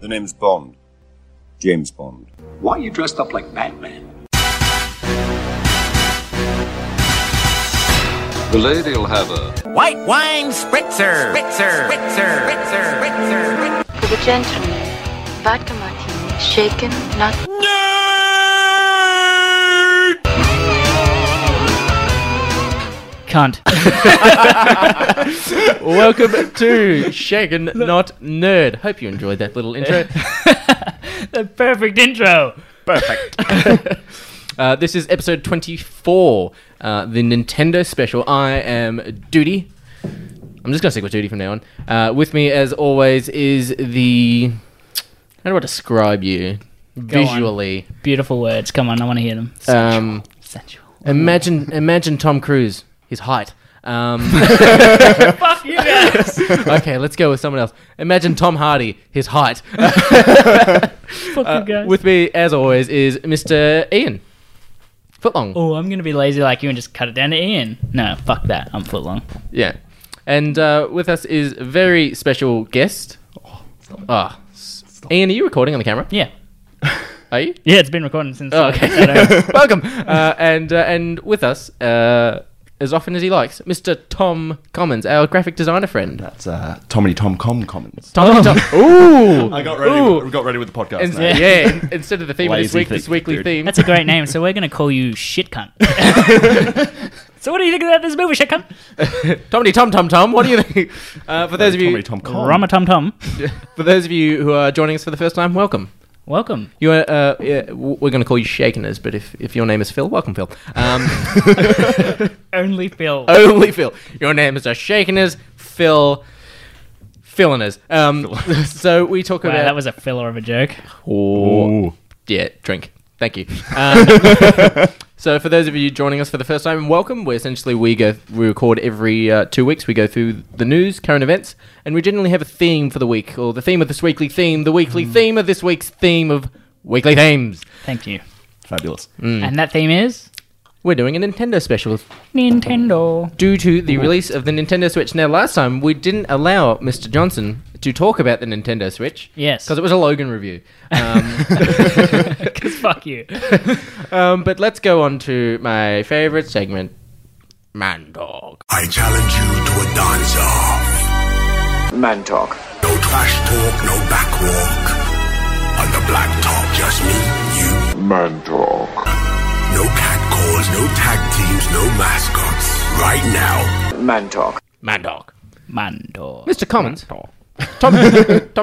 The name's Bond. James Bond. Why are you dressed up like Batman? The lady'll have a white wine spritzer. Spritzer. Spritzer. Spritzer. Spritzer. For the gentleman, vodka martini, shaken, not. Cunt. Welcome to Shaken Not Nerd. Hope you enjoyed that little intro. the perfect intro. Uh, this is episode 24, uh, the Nintendo special. I am Duty. I'm just going to stick with Duty from now on. Uh, with me, as always, is the. How do I describe you? on. Visually. Beautiful words. Come on, I want to hear them. Um, Sensual. imagine, imagine Tom Cruise, his height. Um, Fuck you guys. okay, let's go with someone else. Imagine Tom Hardy, his height. Uh, Fuck you guys. With me, as always, is Mr. Ian. Footlong. Oh, I'm gonna be lazy like you and just cut it down to Ian. No, fuck that. I'm foot long. Yeah. And uh, with us is a very special guest. Oh, Ah, s- Ian, are you recording on the camera? Yeah, Are you? yeah. It's been recording since. Oh, okay. I don't know. Welcome. Uh, and uh, and with us, uh, as often as he likes, Mr. Tom Commons, our graphic designer friend. That's uh, Tommy Tom Com Commons. Tom. Tom- Ooh. I got ready. Ooh. Got ready with the podcast. And- mate. yeah. in- instead of the theme of this Lazy week, this thing, weekly dude. theme. That's a great name. So we're gonna call you shit cunt. so what do you think about this movie, shit cunt? Tommy Tom Tom Tom. What do you think? Uh, for those of you, Tommy Tom Com. Rama Tom Tom. for those of you who are joining us for the first time, welcome. Welcome. You are, uh, yeah, w- we're going to call you Shakeners, but if, if your name is Phil, welcome Phil. Um, Only Phil. only Phil. Your name is a Shakeners, Phil, Philiners. Um, so we talk Wow, about that was a filler of a joke. Oh, Ooh. yeah, drink. Thank you. Um, so for those of you joining us for the first time, welcome. We essentially we go we record every uh, two weeks. We go through the news, current events, and we generally have a theme for the week, or the theme of this weekly theme, the weekly theme of this week's theme of weekly themes. Thank you. Fabulous. Mm. And that theme is We're doing a Nintendo special Nintendo. due to the release of the Nintendo Switch. Now, last time we didn't allow Mr. Johnson to talk about the Nintendo Switch. Yes. Because it was a Logan review. Um, Because fuck you. um, but let's go on to my favorite segment, Man Dog. I challenge you to a dance off. Man talk. No trash talk, no back walk. On the black top, just me, you. Man talk. No cat calls, no tag teams, no mascots. Right now. Man talk. Man Dog. Mando. Mr. Commons. Tom, Tom,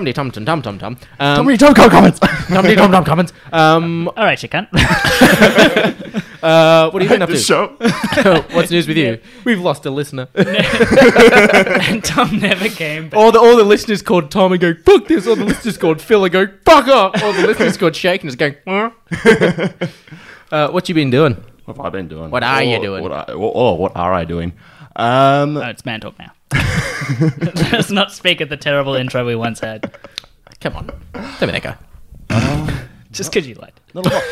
Dee Tom, Tom, Tom, Tom, Tom. Um, Tommy Tom Com Commons. Tom, Dee Tom, Tom, Commons. Um, All right, shit cunt. uh, what have you been up This to? show. What's news with you? We've lost a listener. and Tom never came back. All the all the listeners called Tom and go fuck this. All the listeners called Phil and go fuck up. All the listeners called Shake and is going. "Huh?" uh, what you been doing? What have I been doing? What are you Oh, doing? What I, oh, oh, what are I doing? Um, No, Oh, it's man talk now. Let's not speak of the terrible intro we once had. Come on, don't be that guy. Just because you lied. not a lot.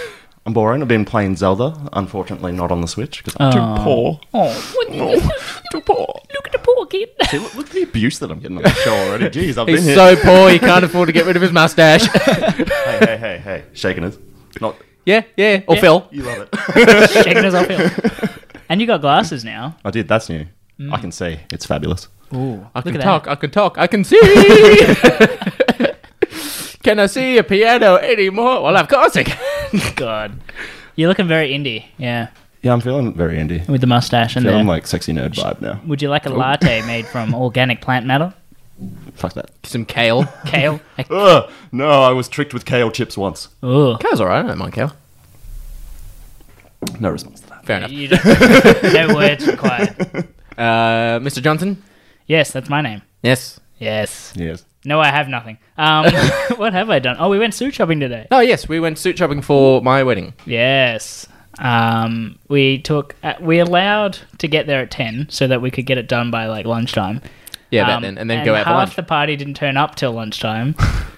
I'm boring. I've been playing Zelda. Unfortunately, not on the Switch because I'm too poor. Oh, Too poor. look at the poor kid. See, look, look at the abuse that I'm getting on the show already. Jeez, I've He's been so poor he can't afford to get rid of his mustache. here. Hey, hey, hey, hey. Shaking it. Not. yeah, yeah. Or Phil. You love it. Shaking us off hill. And you got glasses now. I did. That's new. I can see. It's fabulous. Ooh, I look can at talk. that. I can talk. I can see. can I see a piano anymore? Well, of course I can. God, you're looking very indie. Yeah, Yeah, I'm feeling very indie. with the mustache and the. Feeling like Oh. sexy nerd vibe now. Would you like a latte made from organic plant matter? Fuck that. Some kale. Kale. Ugh, no, I was tricked with kale chips once. Ooh. Kale's all right. I don't mind kale. No response to that. Fair enough. You don't- no words required. Uh, Mr. Johnson. Yes, that's my name. Yes. Yes. Yes. No, I have nothing. Um, what have I done? Oh, we went suit shopping today. Oh yes, we went suit shopping for my wedding. Yes. Um, we took. Uh, we allowed to get there at ten so that we could get it done by like lunchtime. Yeah, about Um, then, and then go out half for lunch. the party didn't turn up till lunchtime, Oh,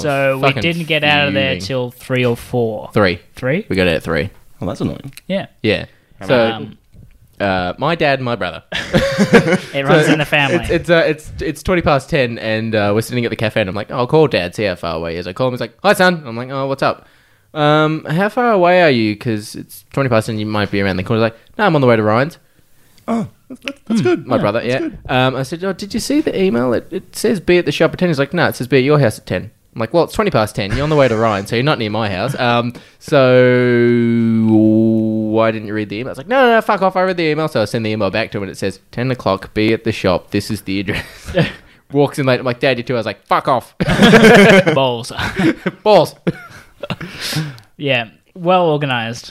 so we fucking didn't get out of there fuming. till three or four. three. Three? We got out at three. Well, that's annoying. Yeah. Yeah. So Um, Uh, my dad, and my brother. It runs in the family. It's it's, uh, it's it's twenty past ten, and uh, we're sitting at the cafe, and I'm like, "I'll call Dad, see how far away he is." I call him, he's like, "Hi, son." I'm like, "Oh, what's up? Um, how far away are you? Because it's twenty past ten, you might be around the corner." He's like, "No, I'm on the way to Ryan's." That's good. My brother, yeah. Um, I said, "Oh, did you see the email? It, it says be at the shop at ten. He's like, "No, it says be at your house at 10. I'm like, "Well, it's twenty past ten. You're on the way to Ryan, so you're not near my house." Um, so why didn't you read the email? I was like, "No, no, no, fuck off. I read the email." So I send the email back to him, and it says ten o'clock. Be at the shop. This is the address. Walks in late. I'm like, "Dad, you're two." I was like, "Fuck off, Balls. balls." yeah, well organized.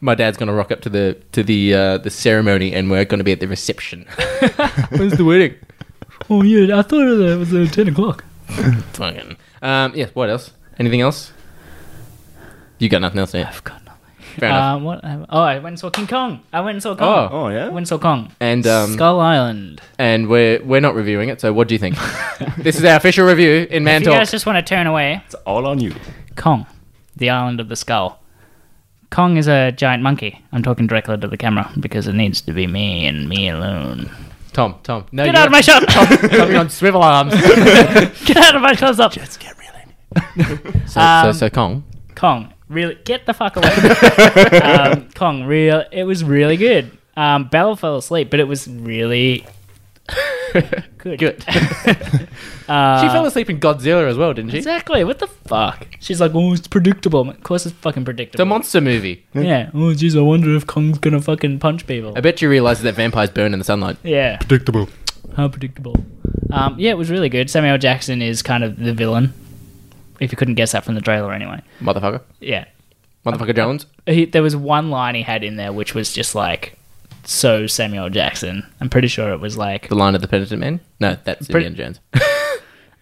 my dad's gonna rock up to the to the uh, the ceremony, and we're gonna be at the reception. When's the wedding? Oh yeah, I thought it was uh, ten o'clock. Fucking. Um, yes. What else? Anything else? You got nothing else there. I've got nothing. Fair enough. Uh, what? Oh, I went and saw King Kong. I went and saw Kong. Oh, Oh I yeah. went and saw Kong. and um, Skull Island. and we're we're not reviewing it. So what do you think? this is our official review in Man If you Talk. guys just want to turn away, It's all on you. Kong, the island of the skull. Kong is a giant monkey. I'm talking directly to the camera because it needs to be me and me alone. Tom, Tom, no, Get you're- out of my shot! Tom, you're on swivel arms. Get out of my close up! Just get really. so, so, Um, so Kong. Kong, really, get the fuck away. um, Kong, real, it was really good. Um, Belle fell asleep, but it was really good. Uh, Good. she fell asleep in Godzilla as well, didn't she? Exactly. What the fuck? She's like, oh, it's predictable. I'm like, Of course, it's fucking predictable. The monster movie. yeah. Oh, jeez, I wonder if Kong's gonna fucking punch people. I bet you realise that vampires burn in the sunlight. Yeah. Predictable. How predictable. Um, yeah, it was really good. Samuel Jackson is kind of the villain, if you couldn't guess that from the trailer anyway. Motherfucker. Yeah. Motherfucker Jones. He, there was one line he had in there which was just like, so Samuel Jackson. I'm pretty sure it was like, The line of the penitent man. No, that's Pretty- Indiana Jones.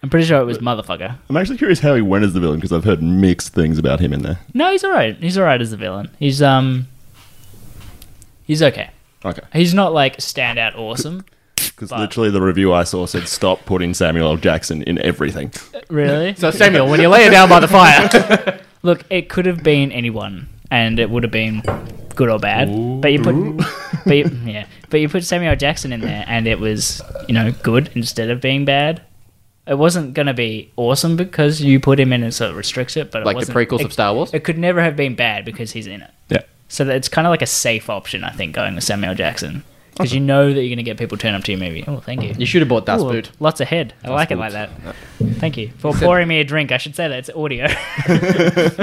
I'm pretty sure it was motherfucker. I'm actually curious how he went as the villain because I've heard mixed things about him in there. No, he's alright. He's alright as the villain. He's, um, he's okay. Okay. He's not like standout awesome. Because But- literally the review I saw said stop putting Samuel L. Jackson in everything. Really? So Samuel, when you lay it down by the fire. Look, it could have been anyone, and it would have been good or bad. But you put, but you, yeah, but you put Samuel Jackson in there, and it was you know good instead of being bad. It wasn't gonna be awesome because you put him in and so it restricts it. But it Like the wasn't- prequels it- of Star Wars? it could never have been bad because he's in it. Yeah. So that it's kind of like a safe option, I think, going with Samuel Jackson. Because you know that you're going to get people turn up to your movie. Oh, thank you. You should have bought Dust Ooh, Boot. Lots ahead. I like it like that. Thank you for pouring me a drink. I should say that it's audio.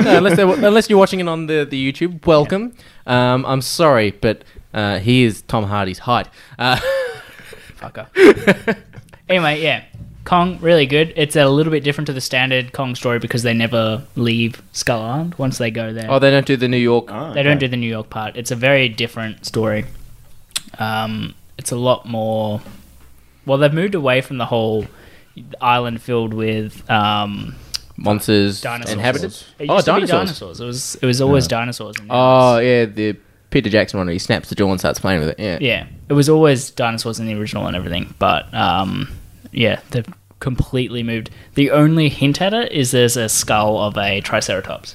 No, unless they're, unless you're watching it on the, the YouTube, welcome. Um, I'm sorry, but uh, he is Tom Hardy's height. Uh, Fucker. anyway, yeah. Kong, really good. It's a little bit different to the standard Kong story because they never leave Skull Island once they go there. oh, they don't do the New York. Ah. they don't do the New York part. It's a very different story. Um, it's a lot more. Well, they've moved away from the whole island filled with um, monsters dinosaurs. inhabited. It used Oh, to dinosaurs. Be dinosaurs. It was it was always dinosaurs. In there. Oh, yeah, the Peter Jackson one. where He snaps the jaw and starts playing with it. Yeah. yeah, it was always dinosaurs in the original and everything, but um, yeah, they've completely moved. The only hint at it is there's a skull of a Triceratops.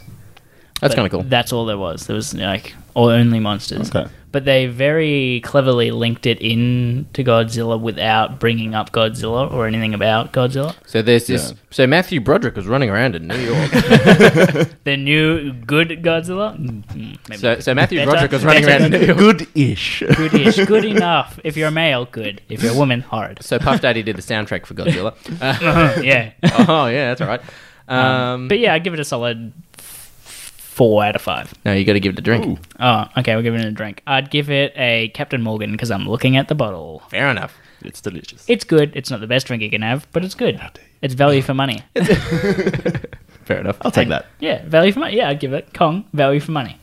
that's But kind of cool. That's all there was. There was like all only monsters. Okay. But they very cleverly linked it in to Godzilla without bringing up Godzilla or anything about Godzilla. so there's this. So Matthew Broderick was running around in New York. The new good Godzilla. Mm, maybe so, so Matthew Better- Broderick was running around in New York. Good-ish. goodish, good enough. If you're a male, good. If you're a woman, hard. So Puff Daddy did the soundtrack for Godzilla. Uh, yeah. oh, yeah, that's all right. Um, But yeah, I give it a solid f- four out of five. no, you got to give it a drink. Oh, okay, we're giving it a drink. I'd give it a Captain Morgan because I'm looking at the bottle. Fair enough. It's delicious. It's good. It's not the best drink you can have, but it's good. It's value for money. Fair enough. I'll take that. Yeah, value for money. Yeah, I'd give it Kong value for money.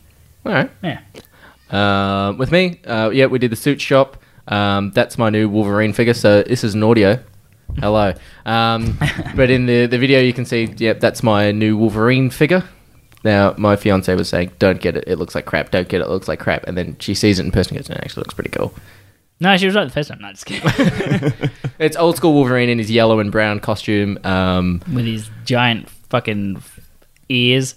All right. Yeah. Um, with me, uh, yeah, we did the suit shop. Um, that's my new Wolverine figure. So this is an audio. Hello. Um, but in the, the video, you can see, yep, that's my new Wolverine figure. Now, my fiance was saying, don't get it. It looks like crap. Don't get it. It looks like crap. And then she sees it in person and goes, no, it actually looks pretty cool. No, she was right the first time. No, just kidding. It's old school Wolverine in his yellow and brown costume. Um, With his giant fucking ears.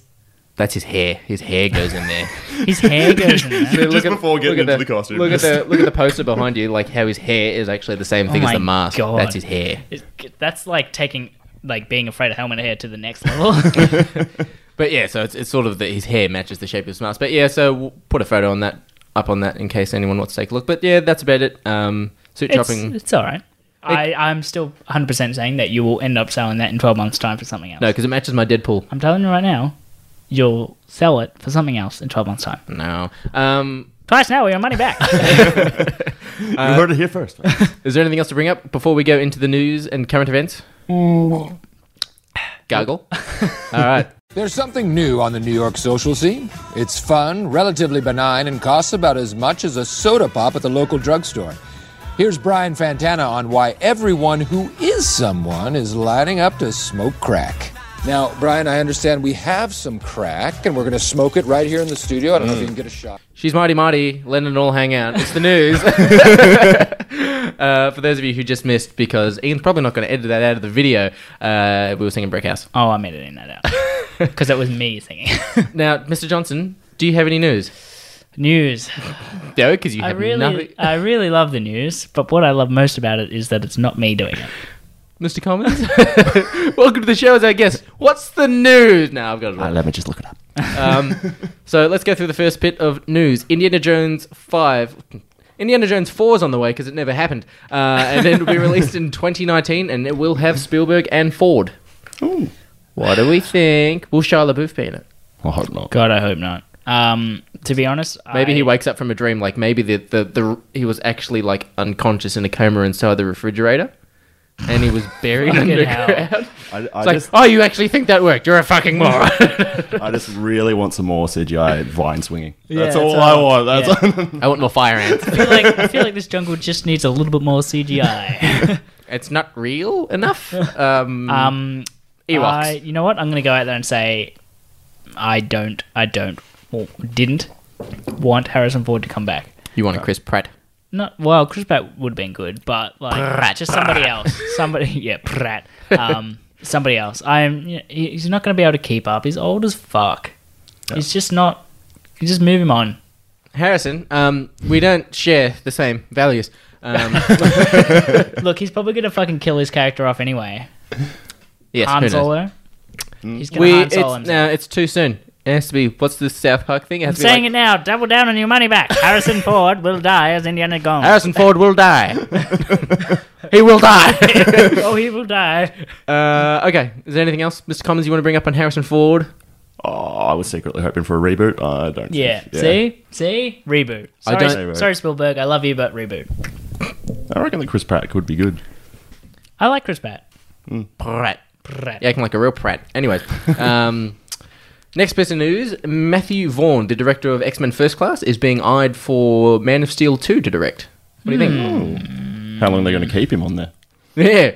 That's his hair. His hair goes in there. His hair goes in there. look Just before getting look at into the costume. Look at the look at the poster behind you. Like how his hair is actually the same thing Oh as the my mask. God. That's his hair. It- That's like taking like being afraid of helmet hair to the next level. But yeah, so it's, it's sort of that his hair matches the shape of his mask. But yeah, so we'll put a photo on that up on that in case anyone wants to take a look. But yeah, that's about it. Um, suit it's, shopping. it's all right. I, I'm still 100% saying that you will end up selling that in 12 months' time for something else. No, because it matches my Deadpool. I'm telling you right now, you'll sell it for something else in 12 months' time. No. Um, Twice now, we your money back. you heard it here first. is there anything else to bring up before we go into the news and current events? Gargle. All right. There's something new on the New York social scene. It's fun, relatively benign, and costs about as much as a soda pop at the local drugstore. Here's Brian Fantana on why everyone who is someone is lining up to smoke crack. Now, Brian, I understand we have some crack, and we're going to smoke it right here in the studio. I don't know if you can get a shot. She's mighty mighty. Letting it all hang out. It's the news. uh, for those of you who just missed, because Ian's probably not going to edit that out of the video, uh, we were singing Brick House. oh, I'm editing that out. Because that was me singing. Now, Mr. Johnson, do you have any news? news. No, because you I have really, nothing. I really love the news, but what I love most about it is that it's not me doing it. Mr. Commons, welcome to the show as our guest. What's the news? Now I've got it. wrong. let me just look it up. Um, so let's go through the first bit of news. Indiana Jones 5. Indiana Jones 4 is on the way because it never happened. Uh, and it'll be released in 2019 and it will have Spielberg and Ford. Ooh. What do we think? Will Shia LaBeouf be in it? I hope not. God, I hope not. Um, to be honest, Maybe I, he wakes up from a dream. Like maybe the, the, the he was actually like unconscious in a coma inside the refrigerator. And he was buried Fucking underground. I, It's I, like, just, oh, you actually think that worked? You're a fucking moron. I just really want some more CGI vine swinging. that's that's all all. I want. That's I want more fire ants. I feel like I feel like this jungle just needs a little bit more CGI. It's not real enough. Um, um, Ewoks. I, you know what? I'm going to go out there and say, I don't, I don't, or didn't want Harrison Ford to come back. you want a Chris Pratt? Not well, Chris Pratt would have been good, but like just somebody else, somebody, yeah, Pratt, um, somebody else. I'm, you know, he- he's not going to be able to keep up. He's old as fuck. He's just not. You just move him on. Harrison, um, we don't share the same values. Um, Look, he's probably going to fucking kill his character off anyway. yes, who Han knows? Mm. Solo. He's going We, to Han it's, Solo himself. no, it's too soon. It has to be. What's the South Park thing? It I'm has to be saying like, it now. Double down on your money back. Harrison Ford will die as Indiana Jones. Harrison Ford will die. he will die. oh, he will die. uh, okay. Is there anything else, Mr. Commons, you want to bring up on Harrison Ford? Oh, I was secretly hoping for a reboot. I don't. Yeah. think- See? See? Reboot. I Sorry, don't- sorry, Spielberg. I love you, but reboot. I reckon that Chris Pratt could be good. I like Chris Pratt. Pratt. Pratt. You're acting like a real Pratt. Anyways. Um, next piece of news Matthew Vaughn, the director of X Men First Class, is being eyed for Man of Steel 2 to direct. What do you think? Hmm. How long are they going to keep him on there? Yeah.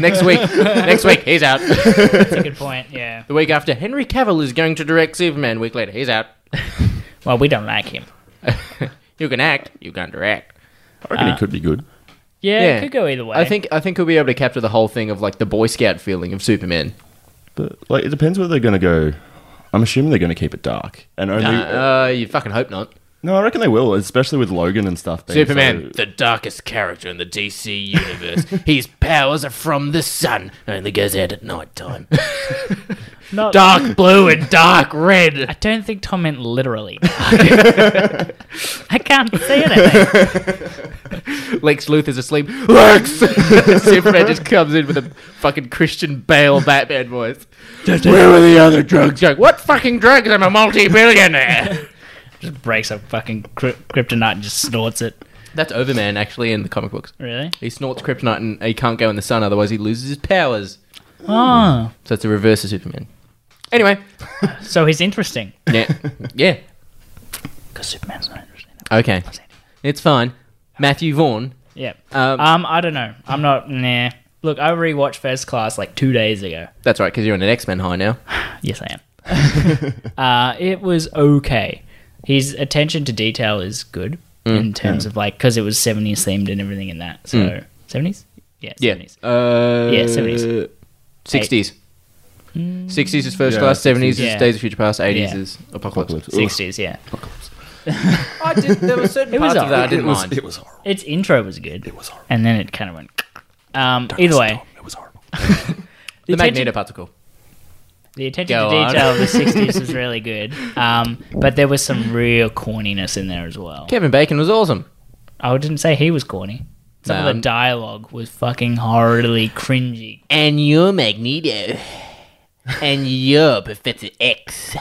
Next week. Next week, he's out. the That's a good point. Yeah. week after, Henry Cavill is going to direct Superman. Week later, he's out. Well, we don't like him. You can act, you can direct. I reckon he could be good. Yeah, it could go either way. I think I think he'll be able to capture the whole thing of like the Boy Scout feeling of Superman. But like, it depends whether they're going to go. I'm assuming they're going to keep it dark and only. Uh, you fucking hope not. no, I reckon they will, especially with Logan and stuff. being Superman, so- the darkest character in the DC universe. His powers are from the sun, only goes out at night time. Not, Dark blue and dark red. I don't think Tom meant literally. I can't see anything. Lex Luthor's asleep. Lex! Superman just comes in with a fucking Christian Bale Batman voice. Where were the other drugs? Like, what fucking drugs? I'm a multi-billionaire. Just breaks a fucking cry- kryptonite and just snorts it. That's Overman actually in the comic books. Really? He snorts kryptonite and he can't go in the sun, otherwise he loses his powers. Oh. So it's a reverse of Superman. Anyway, So he's interesting. yeah, yeah, Because Superman's not interesting. okay, it's fine. Matthew Vaughn. Yeah. Um, Um, I don't know. I'm not. Nah. Look, I rewatched First Class like two days ago. that's right, because you're on an X Men high now. Yes, I am. uh, it was okay. His attention to detail is good Mm, in terms of like because it was 70s themed and everything in that. So 70s. Yeah. Mm. Yeah, Mm. 70s. uh, Yeah, 70s. sixties. Sixties is first Yeah, class, 60s. seventies Yeah. is Days of Future Past, eighties Yeah. is Apocalypse. Sixties, yeah. I did, there were certain It was parts of all- that I it didn't was, mind. It was horrible. Its intro was good. It was horrible. and then it kind of went. Um, either way, It was horrible. the attention- Magneto particle. the attention Go to on. detail of the sixties was really good. Um, but there was some real corniness in there as well. Kevin Bacon was awesome. I didn't say he was corny. Some No. of the dialogue was fucking horribly cringy. And you're Magneto. and you're Professor X.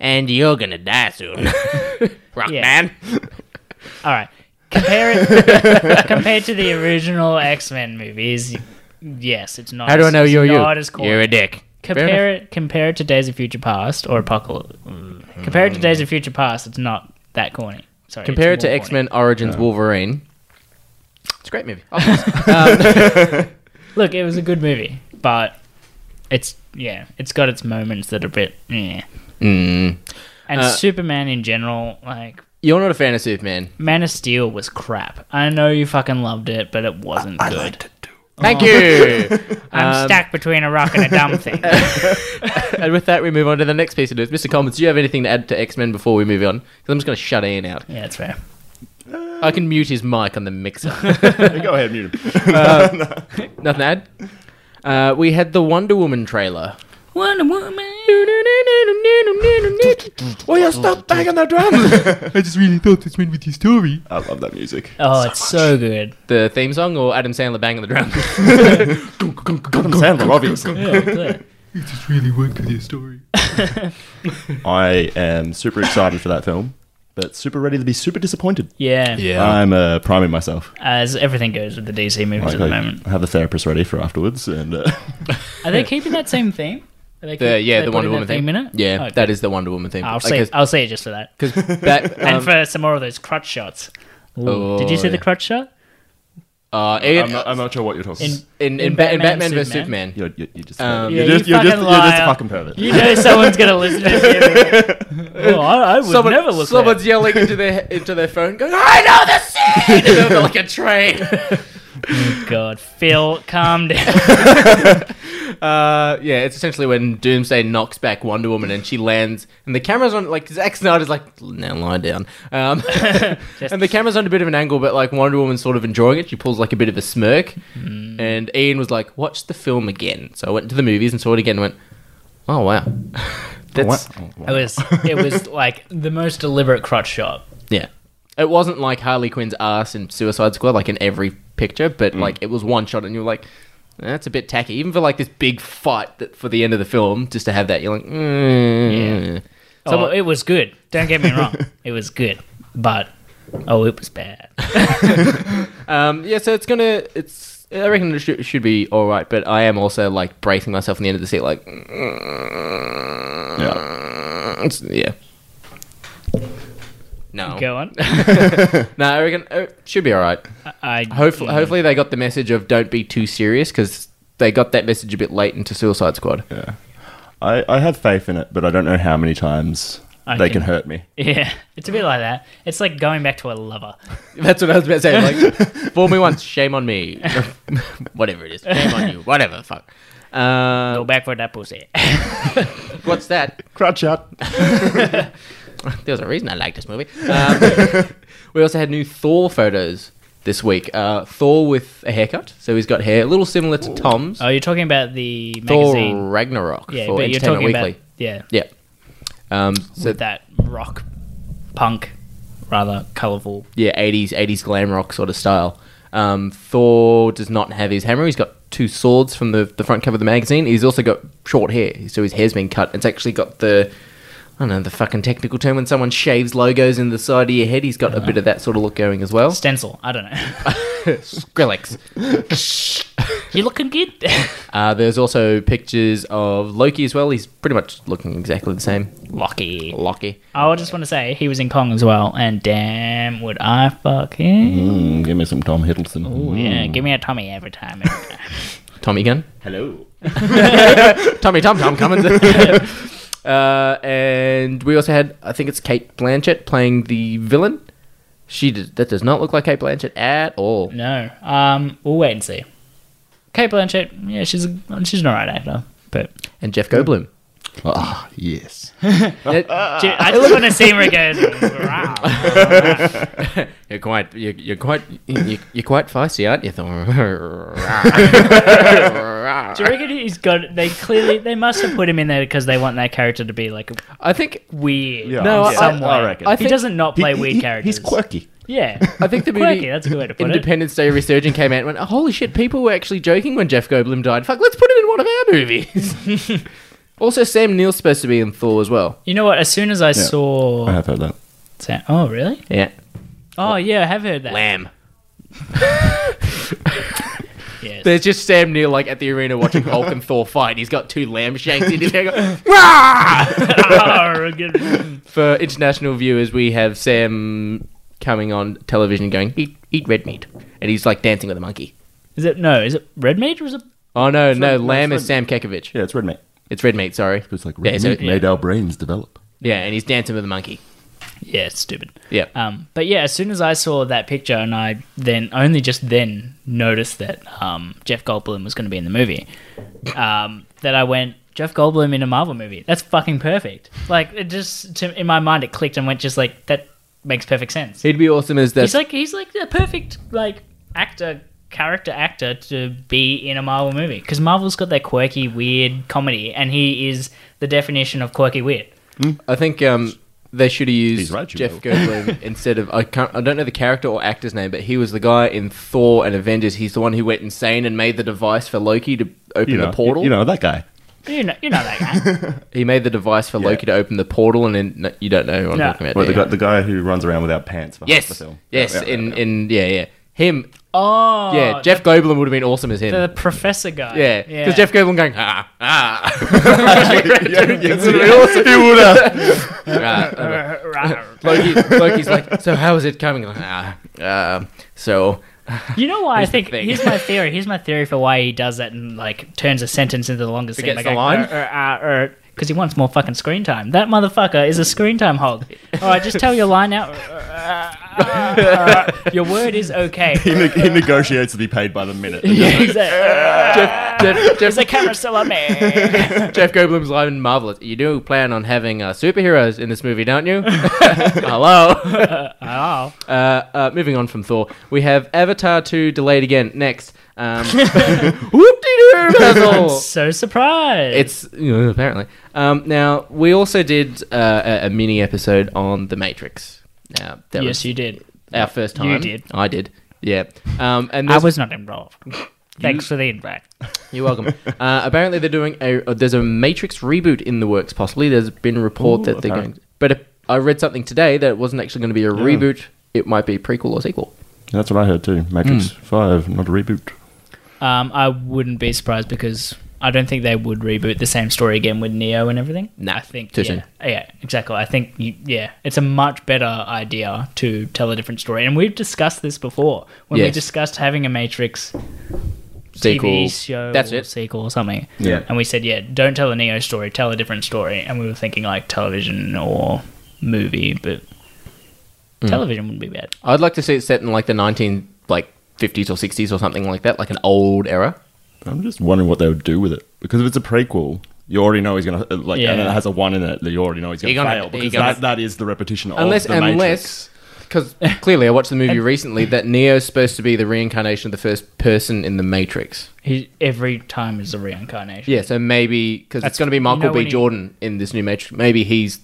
And you're gonna die soon. Rock Yeah. All right, compare it compared to the original X Men movies. Yes, it's not. How do I as- know it's you're you? Not as corny. You're a dick. compare it compare it to Days of Future Past or Apocalypse. Compare it to Days of Future Past. It's not that corny. Sorry. it's Compare it to more corny. X Men Origins Wolverine. It's a great movie. Look, it was a good movie, but it's yeah, it's got its moments that are a bit yeah. And Uh, Superman in general, like You're not a fan of Superman. Man of Steel was crap. I know you fucking loved it, but it wasn't good. Thank you. I'm stuck between a rock and a dumb thing. and with that, we move on to the next piece of news. Mr. Commons, do you have anything to add to X Men before we move on? 'Cause I'm just going to shut Ian out. yeah, that's fair. I can mute his mic on the mixer. Go ahead, mute him. Nothing to add. Uh, we had the Wonder Woman trailer. Wonder Woman. Will you stop banging the drums? I just really thought this went with your story. I love that music. Oh, it's so good. The theme song or Adam Sandler banging the drums? Sandler, obviously. Oh, really worked with your story. I am super excited for that film, but super ready to be super disappointed. Yeah. I'm uh, priming myself. As everything goes with the DC movies at the I moment. have the therapist ready for afterwards, and uh, Are they keeping that same theme? Are they keep, The, yeah, they the putting Wonder that Woman theme. in it? Yeah, Okay. that is the Wonder Woman theme. I'll Like, uh, say. it's- I'll say it just for that, That, um, and for some more of those crutch shots. Ooh, Oh, did you see yeah. the crutch shot? uh, Ian- I'm, not, I'm not sure what you're talking. In- about. in, in, in Ba- in Batman Batman vs Superman. Superman. You're, you're, you're just, Um, you're, Yeah, just, you you're, just, fucking you're just a liar. fucking Oh. pervert. You know someone's gonna listen to this. oh, I, I would Someone- never listen. someone's yelling into their into their phone, going, "I know the scene!" And they're like a train. God, Phil, calm down. Uh, yeah, it's essentially when Doomsday knocks back Wonder Woman and she lands, and the camera's on like Zack Snyder's like, "Now lie down," um, and the camera's on a bit of an angle, but like Wonder Woman's sort of enjoying it. She pulls like a bit of a smirk, and Ian was like, "Watch the film again." So I went to the movies and saw it again, and went, "Oh wow, that's it was it was like the most deliberate crutch shot. yeah." It wasn't like Harley Quinn's ass in Suicide Squad, like in every picture, but like it was one shot, and you were like. That's a bit tacky, even for like this big fight that for the end of the film. Just to have that, you're like, mm. Yeah. oh, it was good. Don't get me wrong, it was good, but oh, it was bad. Um, yeah, so it's gonna. It's. I reckon it should, should be all right, but I am also like bracing myself on the end of the seat, like. Yeah. "Mm." it's- yeah. No. Go on. No, I reckon it should be all right. I Hopefully, hopefully they got the message of don't be too serious because they got that message a bit late into Suicide Squad. I, I have faith in it, but I don't know how many times I they can can- hurt me. Yeah, it's a bit like that. It's like going back to a lover. That's what I was about to say. Like, fool me once, shame on me. Whatever it is, shame on you. Whatever, fuck. Uh, Go back for that pussy. what's that? Crutch out. There was a reason I liked this movie. Um, we also had new Thor photos this week. Uh, Thor with a haircut, so he's got hair a little similar to Tom's. Oh, you're talking about the Thor magazine. Ragnarok yeah, for but you're Entertainment talking Weekly. about yeah, Yeah. Um, so with that rock, punk, rather colourful. yeah, eighties eighties glam rock sort of style. Um, Thor does not have his hammer. He's got two swords from the the front cover of the magazine. He's also got short hair, so his hair's been cut. It's actually got the I don't know the fucking technical term when someone shaves logos in the side of your head. He's got a bit of that sort of look going as well. Stencil. I don't know. Skrillex. you looking good? Uh, there's also pictures of Loki as well. He's pretty much looking exactly the same. Lucky. Loki. I just want to say he was in Kong as well, and damn, would I fuck him? Mm, give me some Tom Hiddleston. Mm. Yeah, give me a tummy every time. Every time. Tommy Gunn. Hello. Tommy Tom Tom Cummins. uh, and we also had, I think it's Kate Blanchett playing the villain. She does, that does not look like Kate Blanchett at all. no, um, we'll wait and see. Kate Blanchett, yeah, she's a, she's an alright actor, But and Jeff Goldblum. Ah, yes. Gee, I just want to see where it goes. Wow. You're quite, you're, you're quite, you're, you're quite feisty, aren't you? Do you reckon he's got? They clearly they must have put him in there because they want that character to be like I think, weird. Yeah, No, in I- some I- I way. reckon. I he think- doesn't not play He- weird he- characters. He's quirky. Yeah, I think the movie quirky. That's a good way to put it. Independence Day Resurgent came out and went, oh, holy shit, people were actually joking when Jeff Goldblum died. Fuck, let's put him in one of our movies. also, Sam Neill's supposed to be in Thor as well. You know what? As soon as I saw, I have heard that. Sam- oh really? Yeah. Oh yeah, I have heard that. Lamb. Yes. There's just Sam Neill like at the arena watching Hulk and Thor fight. He's got two lamb shanks in his hand. going, Ah, good. For international viewers, we have Sam coming on television going, eat, eat red meat. And he's like dancing with a monkey. is it no? Is it red mage or is it? Oh no, no, red- lamb it's is Sam Kekovich. Yeah, it's red meat. It's red meat, sorry. It's like yeah, red so- meat yeah. made our brains develop. Yeah, and he's dancing with a monkey. Yeah, it's stupid. Yeah. Uh, Um, but yeah, as soon as I saw that picture, and I then only just then noticed that um, Jeff Goldblum was going to be in the movie, um, that I went Jeff Goldblum in a Marvel movie. That's fucking perfect. Like it just to, in my mind, it clicked and went just like that makes perfect sense. He'd be awesome as He's this. like he's like the perfect like actor character actor to be in a Marvel movie because Marvel's got that quirky weird comedy, and he is the definition of quirky weird. I think um, they should have used He's right, you Jeff know. Goldblum instead of I can't I don't know the character or actor's name, but he was the guy in Thor and Avengers. He's the one who went insane and made the device for Loki to open You know, the portal. You know that guy. You know, you know that guy. he made the device for Loki to open the portal, and then no, you don't know who I'm No. talking about. Well, do the, you? guy, the guy who runs around without pants for half the yes, film. yes, Yeah, yeah, in yeah. in yeah, yeah, him. Oh, yeah, Jeff Goldblum would have been awesome as him. the professor guy. Mm. yeah, because Jeff Goldblum going ah ah. He would've. ah, okay. Goldblum. Loki, Loki's like, so how is it coming? Like, ah, um, so You know why I think thing. here's my theory. Here's my theory for why he does that and like turns a sentence into the longest Forgets thing. the like, uh, line? Because he wants more fucking screen time. That motherfucker is a screen time hog. All right, just tell your line out. your word is okay. He, ne- he negotiates to be paid by the minute. He's like, Jeff, Jeff, Jeff, is the camera still on me? Jeff Goldblum's live and marvelous. You do plan on having uh, superheroes in this movie, don't you? Hello. Oh, Uh, uh, moving on from Thor, we have Avatar 2 delayed again. Next, um, whoop-de-doo puzzle. so surprised. It's you know, apparently. Um, now we also did uh, a, a mini episode on The Matrix. Now that yes, was you did. our first time. did. I did. Yeah. Um, and I there's- was not involved. Thanks for the invite. You're welcome. uh, apparently, they're doing a. Uh, there's a Matrix reboot in the works. Possibly, there's been a report that they're going. But uh, I read something today that it wasn't actually going to be a reboot. It might be a prequel or sequel. That's what I heard too. Matrix 5, not a reboot. Um, I wouldn't be surprised because I don't think they would reboot the same story again with Neo and everything. Nah, I think too yeah, soon. Yeah, exactly. I think you, yeah, it's a much better idea to tell a different story. And we've discussed this before when we Yes. discussed having a Matrix Sequel. TV show That's or it. sequel or something. Yeah. And we said, yeah, don't tell a Neo story, tell a different story. And we were thinking like television or movie, but Hmm. television wouldn't be bad. I'd like to see it set in like the 19 like 50s or 60s or something like that, like an old era. I'm just wondering what they would do with it because if it's a prequel, you already know he's gonna uh, like, and Yeah. it has a one in it that you already know he's gonna, You're gonna- fail because you're gonna- that, that is the repetition of Unless, the Matrix. unless, because clearly I watched the movie recently that Neo's supposed to be the reincarnation of the first person in the Matrix. He, every time is a reincarnation. Yeah, so maybe because That's- it's going to be you Michael know B. when he- Jordan in this new Matrix. Maybe he's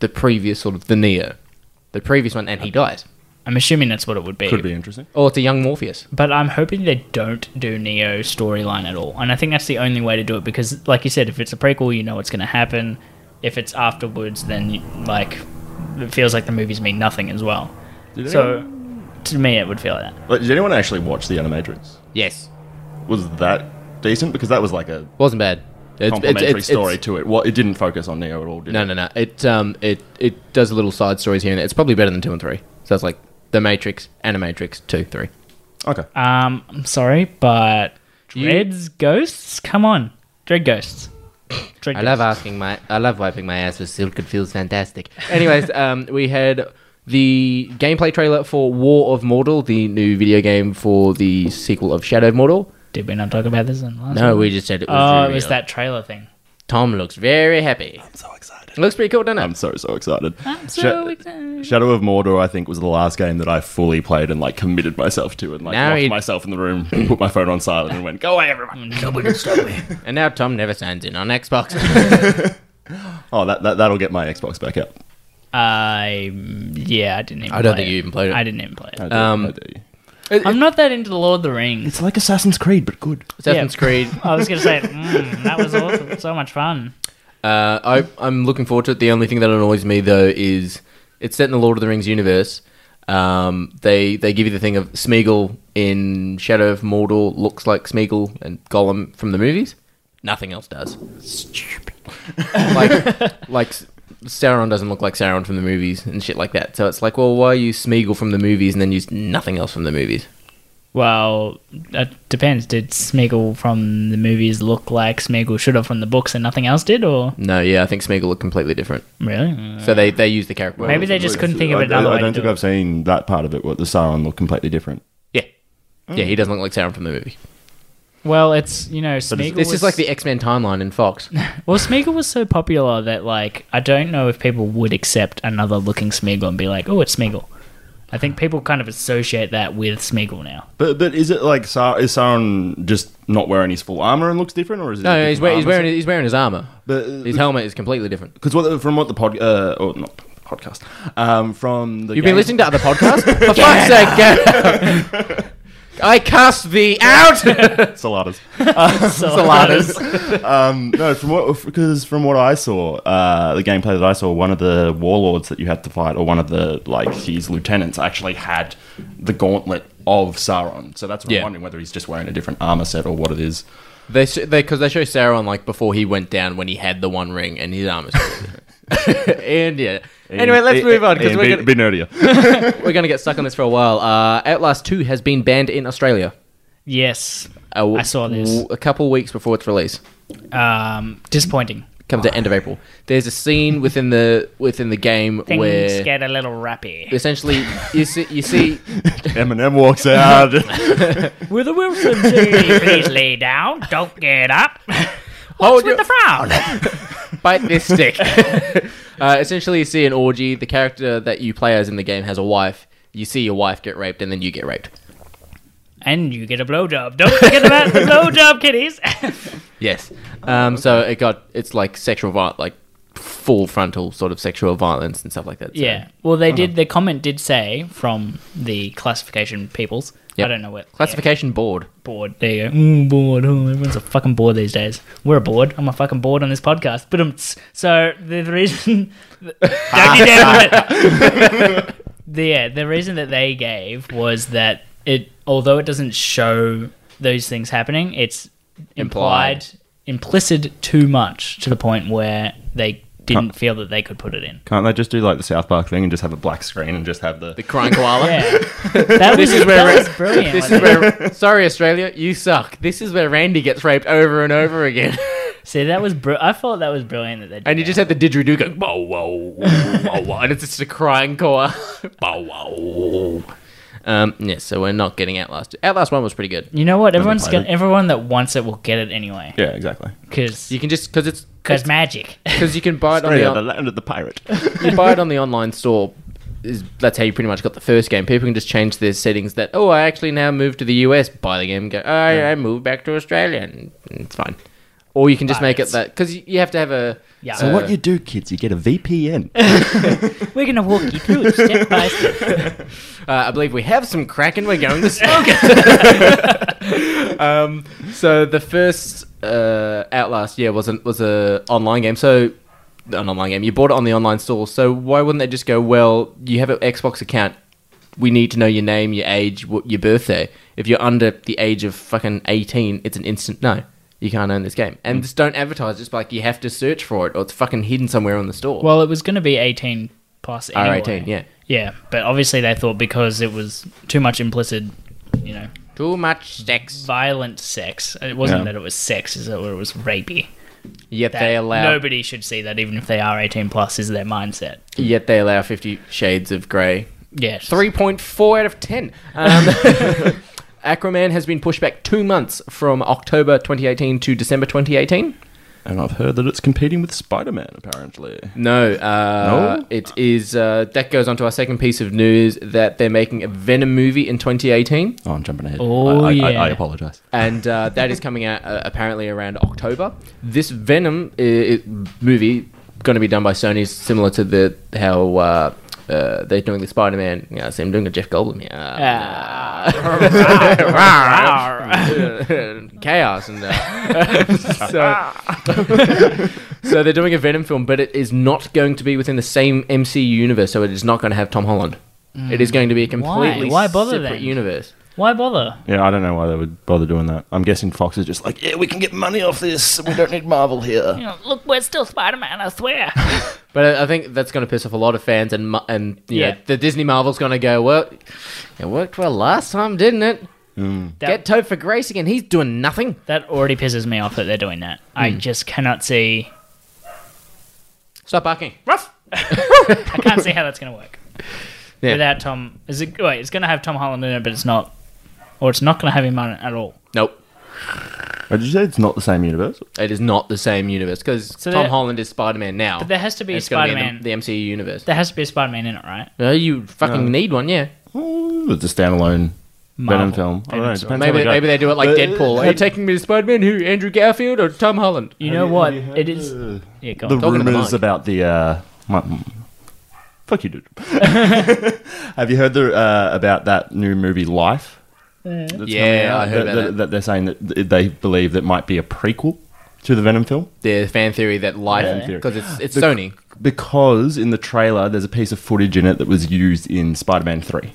the previous sort of the Neo, the previous one, and he dies. I'm assuming that's what it would could be interesting. Oh, it's a young Morpheus. but I'm hoping they don't do Neo storyline at all. And I think that's the only way to do it because, like you said, if it's a prequel, you know what's going to happen. If it's afterwards, then you, like it feels like the movies mean nothing as well. Did So to me, it would feel like that. Like, did anyone actually watch the Animatrix? Yes, Was that decent? Because that was like a wasn't bad. It's, complementary it's- it's- story to it. Well, it didn't focus on Neo at all. Did No, it? no, no. It um, it it does little side stories here and there. It's probably better than two and three. So it's like the Matrix, Animatrix, two, three. Okay. Um, I'm sorry, but You- Dreads Ghosts, come on, Dread Ghosts. Dread I love Ghosts. asking my, I love wiping my ass with silk. It feels fantastic. Anyways, um, we had the gameplay trailer for War of Mortal, the new video game for the sequel of Shadow of Mortal. Did we not talk about this in the last? No, one? we just said it was. Oh, real. it was that trailer thing. Tom looks very happy. I'm so excited. It looks pretty cool, doesn't it? I'm so so excited. I'm so excited. Shadow of Mordor, I think, was the last game that I fully played and like committed myself to, and like Now locked he- myself in the room, put my phone on silent, and went, "Go away, everyone." and now Tom never signs in on Xbox. Oh, that, that that'll get my Xbox back out. I yeah, I didn't. Even I don't play think you even played it. I didn't even play it. do, Um, I do. I'm not that into the Lord of the Rings. It's like Assassin's Creed, but good. Assassin's Creed. I was gonna say mm, that was awesome. so much fun. Uh, I, I'm looking forward to it. The only thing that annoys me though is it's set in the Lord of the Rings universe. Um, they they give you the thing of Smeagol in Shadow of Mordor looks like Smeagol and Gollum from the movies. Nothing else does. Stupid. like like S- Sauron doesn't look like Sauron from the movies and shit like that. So it's like, well, why use Smeagol from the movies and then use nothing else from the movies? Well, that depends. Did Smeagol from the movies look like Smeagol should have from the books, and nothing else did, or No, yeah, I think Smeagol looked completely different. really? So they they use the character. Maybe they just couldn't think of I- another I, way I don't to do think it. I've seen that part of it. What the Sauron look completely different. yeah Oh. yeah he doesn't look like Sauron from the movie. Well, it's you know Smeagol. This was- is like the X Men timeline in Fox. well, Smeagol was so popular that like I don't know if people would accept another looking Smeagol and be like, oh, it's Smeagol. I think people kind of associate that with Smeagol now. But but is it like Sau- is Sauron just not wearing his full armor and looks different, or is it No, no, he's, wear, he's wearing he's wearing his armor. his helmet is completely different. Because what, from what the pod uh, or not podcast um, from the You've been game- listening to other podcasts. For fuck's sake, get out. I cast thee out, Saladas. Saladas. Um, no, from what because from what I saw, uh, the gameplay that I saw, one of the warlords that you had to fight, or one of the like his lieutenants, actually had the gauntlet of Sauron. So that's what Yeah. I'm wondering whether he's just wearing a different armor set or what it is. They sh- they because they show Sauron like before he went down when he had the One Ring and his armor's completely different. and yeah. Anyway, let's move on because Ian, we're be, gonna, be nerdier. we're gonna get stuck on this for a while. Uh, Outlast Two has been banned in Australia. Yes, A w- I saw this. w- a couple weeks before its release. um, disappointing. comes out end of April. There's a scene within the within the game Things where get a little rappy. essentially you see you see Eminem walks out. With the Wilson team, please lay down. Don't get up. hold your, With the frown. bite this stick. uh, essentially, you see an orgy. The character that you play as in the game has a wife. You see your wife get raped, and then you get raped. and you get a blowjob. Don't forget about the blowjob, kiddies. Yes. Um, so it got it's like sexual violence, like full frontal sort of sexual violence and stuff like that. So- yeah. Well, they did. The comment did say from the classification peoples. Yep. I don't know what Classification board. yeah, board. There you go. Mm, board. Oh, everyone's a fucking board these days. We're a board. I'm a fucking board on this podcast. But um, tss. so the reason. don't you dare put it- the, yeah, the reason that they gave was that it, although it doesn't show those things happening, it's implied, Implied. implicit too much to the point where they didn't feel that they could put it in. Can't they just do like the South Park thing and just have a black screen and just have the? The crying koala. Yeah, that was, This is where that we're- was brilliant. This This is where, sorry Australia, you suck. This is where Randy gets raped over and over again, See, that was br- I thought that was brilliant that they did. and you just have the didgeridoo go whoa whoa whoa whoa, whoa and it's just a crying koala. whoa whoa. Um, yeah, so we're not getting Outlast. Outlast one was pretty good. you know what? Everyone's played gonna, it. everyone that wants it will get it anyway yeah, exactly. because You can just because it's because magic. because you can buy it on Straight the, out the on, land of the pirate. you buy it on the online store. Is, that's how you pretty much got the first game. People can just change their settings. That oh, I actually now moved to the US. Buy the game. Go. Oh, I moved back to Australia, and and it's fine. Or you can just But make it it's- that because you have to have a Yeah. So Uh, what you do, kids? You get a VPN. We're gonna walk you through it step by step. Uh, I believe we have some crack and we're going to smoke it. um, so the first uh, Outlast, yeah, was an, was a online game. So an online game. You bought it on the online store. So why wouldn't they just go? Well, you have an Xbox account. We need to know your name, your age, what, your birthday. If you're under the age of fucking eighteen, it's an instant no. You can't own this game, Hmm. and just don't advertise. Just like you have to search for it, or it's fucking hidden somewhere on the store. Well, it was gonna be eighteen plus. R Anyway. eighteen, yeah. Oh, Yeah, but obviously they thought because it was too much implicit, you know, Too much sex. violent sex. It wasn't Yeah. that it was sex, is that it was rapey. Yet That they allow nobody should see that, even if they are eighteen plus, is their mindset. Yet they allow 50 Shades of Grey. Yeah, it's- 3.4 out of 10. Um, Aquaman has been pushed back two months from October 2018 to December 2018. And I've heard that it's competing with Spider Man, apparently. No, uh, No? it is. Uh, that goes on to our second piece of news that they're making a Venom movie in 2018, Oh, I'm jumping ahead. Oh, I, I, I, yeah. I apologize. and uh, that is coming out uh, apparently around October. This Venom i i movie going to be done by Sony, similar to the how uh, uh, they're doing the Spider Man. Yeah, see, I'm doing a Jeff Goldblum here. Uh, chaos and uh, so, so they're doing a Venom film, but it is not going to be within the same MCU universe. So it is not going to have Tom Holland. It is going to be a completely Mm. Why bother separate then? universe. Why bother? Yeah, I don't know why they would bother doing that. I'm guessing Fox is just like, yeah, we can get money off this. We don't need Marvel here. You know, look, we're still Spider Man, I swear. But I, I think that's going to piss off a lot of fans, and mu- and yeah, Yeah. the Disney Marvel's going to go well. It worked well last time, didn't it? Get that, Toad for Grace again. He's doing nothing. that already pisses me off that they're doing that. I just cannot see. Stop barking. I can't see how that's going to work. Yeah. Without Tom. Is it. Wait, it's going to have Tom Holland in it, but it's not. Or it's not going to have him on it at all. Nope. Did you say it's not the same universe? It is not the same universe because So Tom there- Holland is Spider Man now. But there has to be a It's gonna Spider in Man. the, the MCU universe. There has to be a Spider Man in it, right? No, you fucking need one, yeah. Ooh, Oh, It's a standalone Marvel. Venom film. I don't know. It depends how Maybe, go. maybe they do it like Uh, Deadpool. Are you taking me to Spider Man? Who? Andrew Garfield or Tom Holland? You know you- what? have you heard It is. the- yeah, go the on. Talking to the rumors mic. about the uh, my, mm, fuck you, dude. Have you heard the uh, about that new movie Life? that's coming Yeah, out? I heard that, about that- it. that they're saying that th- they believe that might be a prequel to the Venom film The fan theory that Fan life theory. because it's it's The- Sony. because in the trailer there's a piece of footage in it that was used in Spider-Man Three.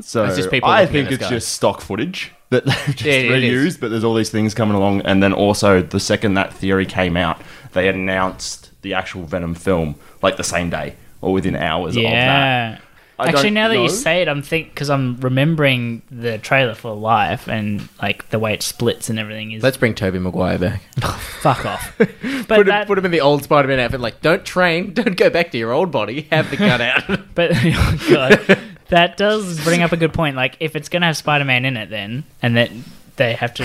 So That's just people I looking think at the it's sky. just stock footage that they've just Yeah, it is. reused, but there's all these things coming along. And then also the second that theory came out, they announced the actual Venom film like the same day or within hours of that. Yeah. I Actually, don't now that know. you say it, I'm think because I'm remembering the trailer for Life and like the way it splits and everything is Let's bring Toby Maguire back. fuck off. But put, him, that, put him in the old Spider Man outfit. Like, don't train, don't go back to your old body. Have the gun out. but oh god, that does bring up a good point. Like, if it's gonna have Spider-Man in it, then and then they have to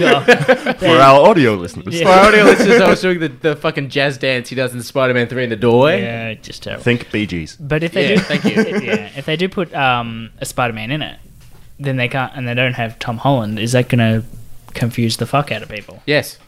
off. For our audio listeners, Yeah. My audio listeners, I was doing the, the fucking jazz dance he does in Spider Man 3 in the doorway. Yeah, just terrible. think Bee Gees. But if they Yeah, do, thank you. yeah, if they do put um, a Spider-Man in it, then they can't, and they don't have Tom Holland. Is that gonna confuse the fuck out of people? Yes.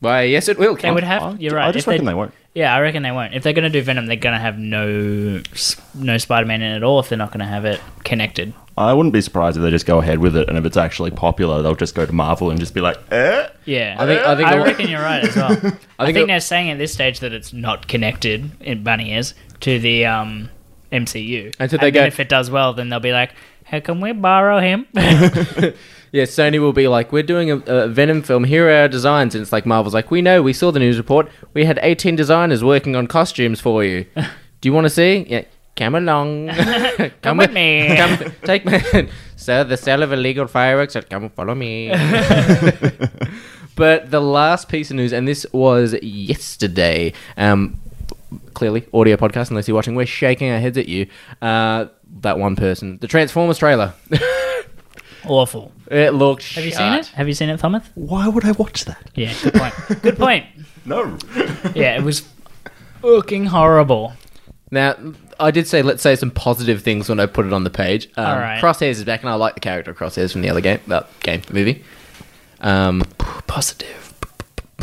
Why, yes, it will. They Ken. would have. You're right. I just if they- reckon they won't. Yeah, I reckon they won't. If they're going to do Venom, they're going to have no s- no Spider-Man in it at all. If they're not going to have it connected, I wouldn't be surprised if they just go ahead with it, and if it's actually popular, they'll just go to Marvel and just be like, eh? yeah, I think- I think it'll- reckon you're right as well. I think, it'll- they're saying at this stage that it's not connected in Bunny is to the um, MCU. And so they then go- if it does well, then they'll be like, "How can we borrow him?" Yeah, Sony will be like, we're doing a, a Venom film. Here are our designs. And it's like, Marvel's like, we know, we saw the news report. We had 18 designers working on costumes for you. Do you want to see? Yeah. Come along. come, Come with me. Come, take me. so the sale of illegal fireworks. Come follow me. but the last piece of news, and this was yesterday. Um, clearly, audio podcast. Unless you're watching, we're shaking our heads at you. Uh, that one person, the Transformers trailer. Awful. It looked. Have you seen it? Have you seen it, Thomas? Why would I watch that? Yeah, good point. good point. No. Yeah, it was fucking horrible. Now, I did say let's say some positive things when I put it on the page. Um, All right. Crosshairs is back, and I like the character of Crosshairs from the other game, uh, game movie. Um, positive.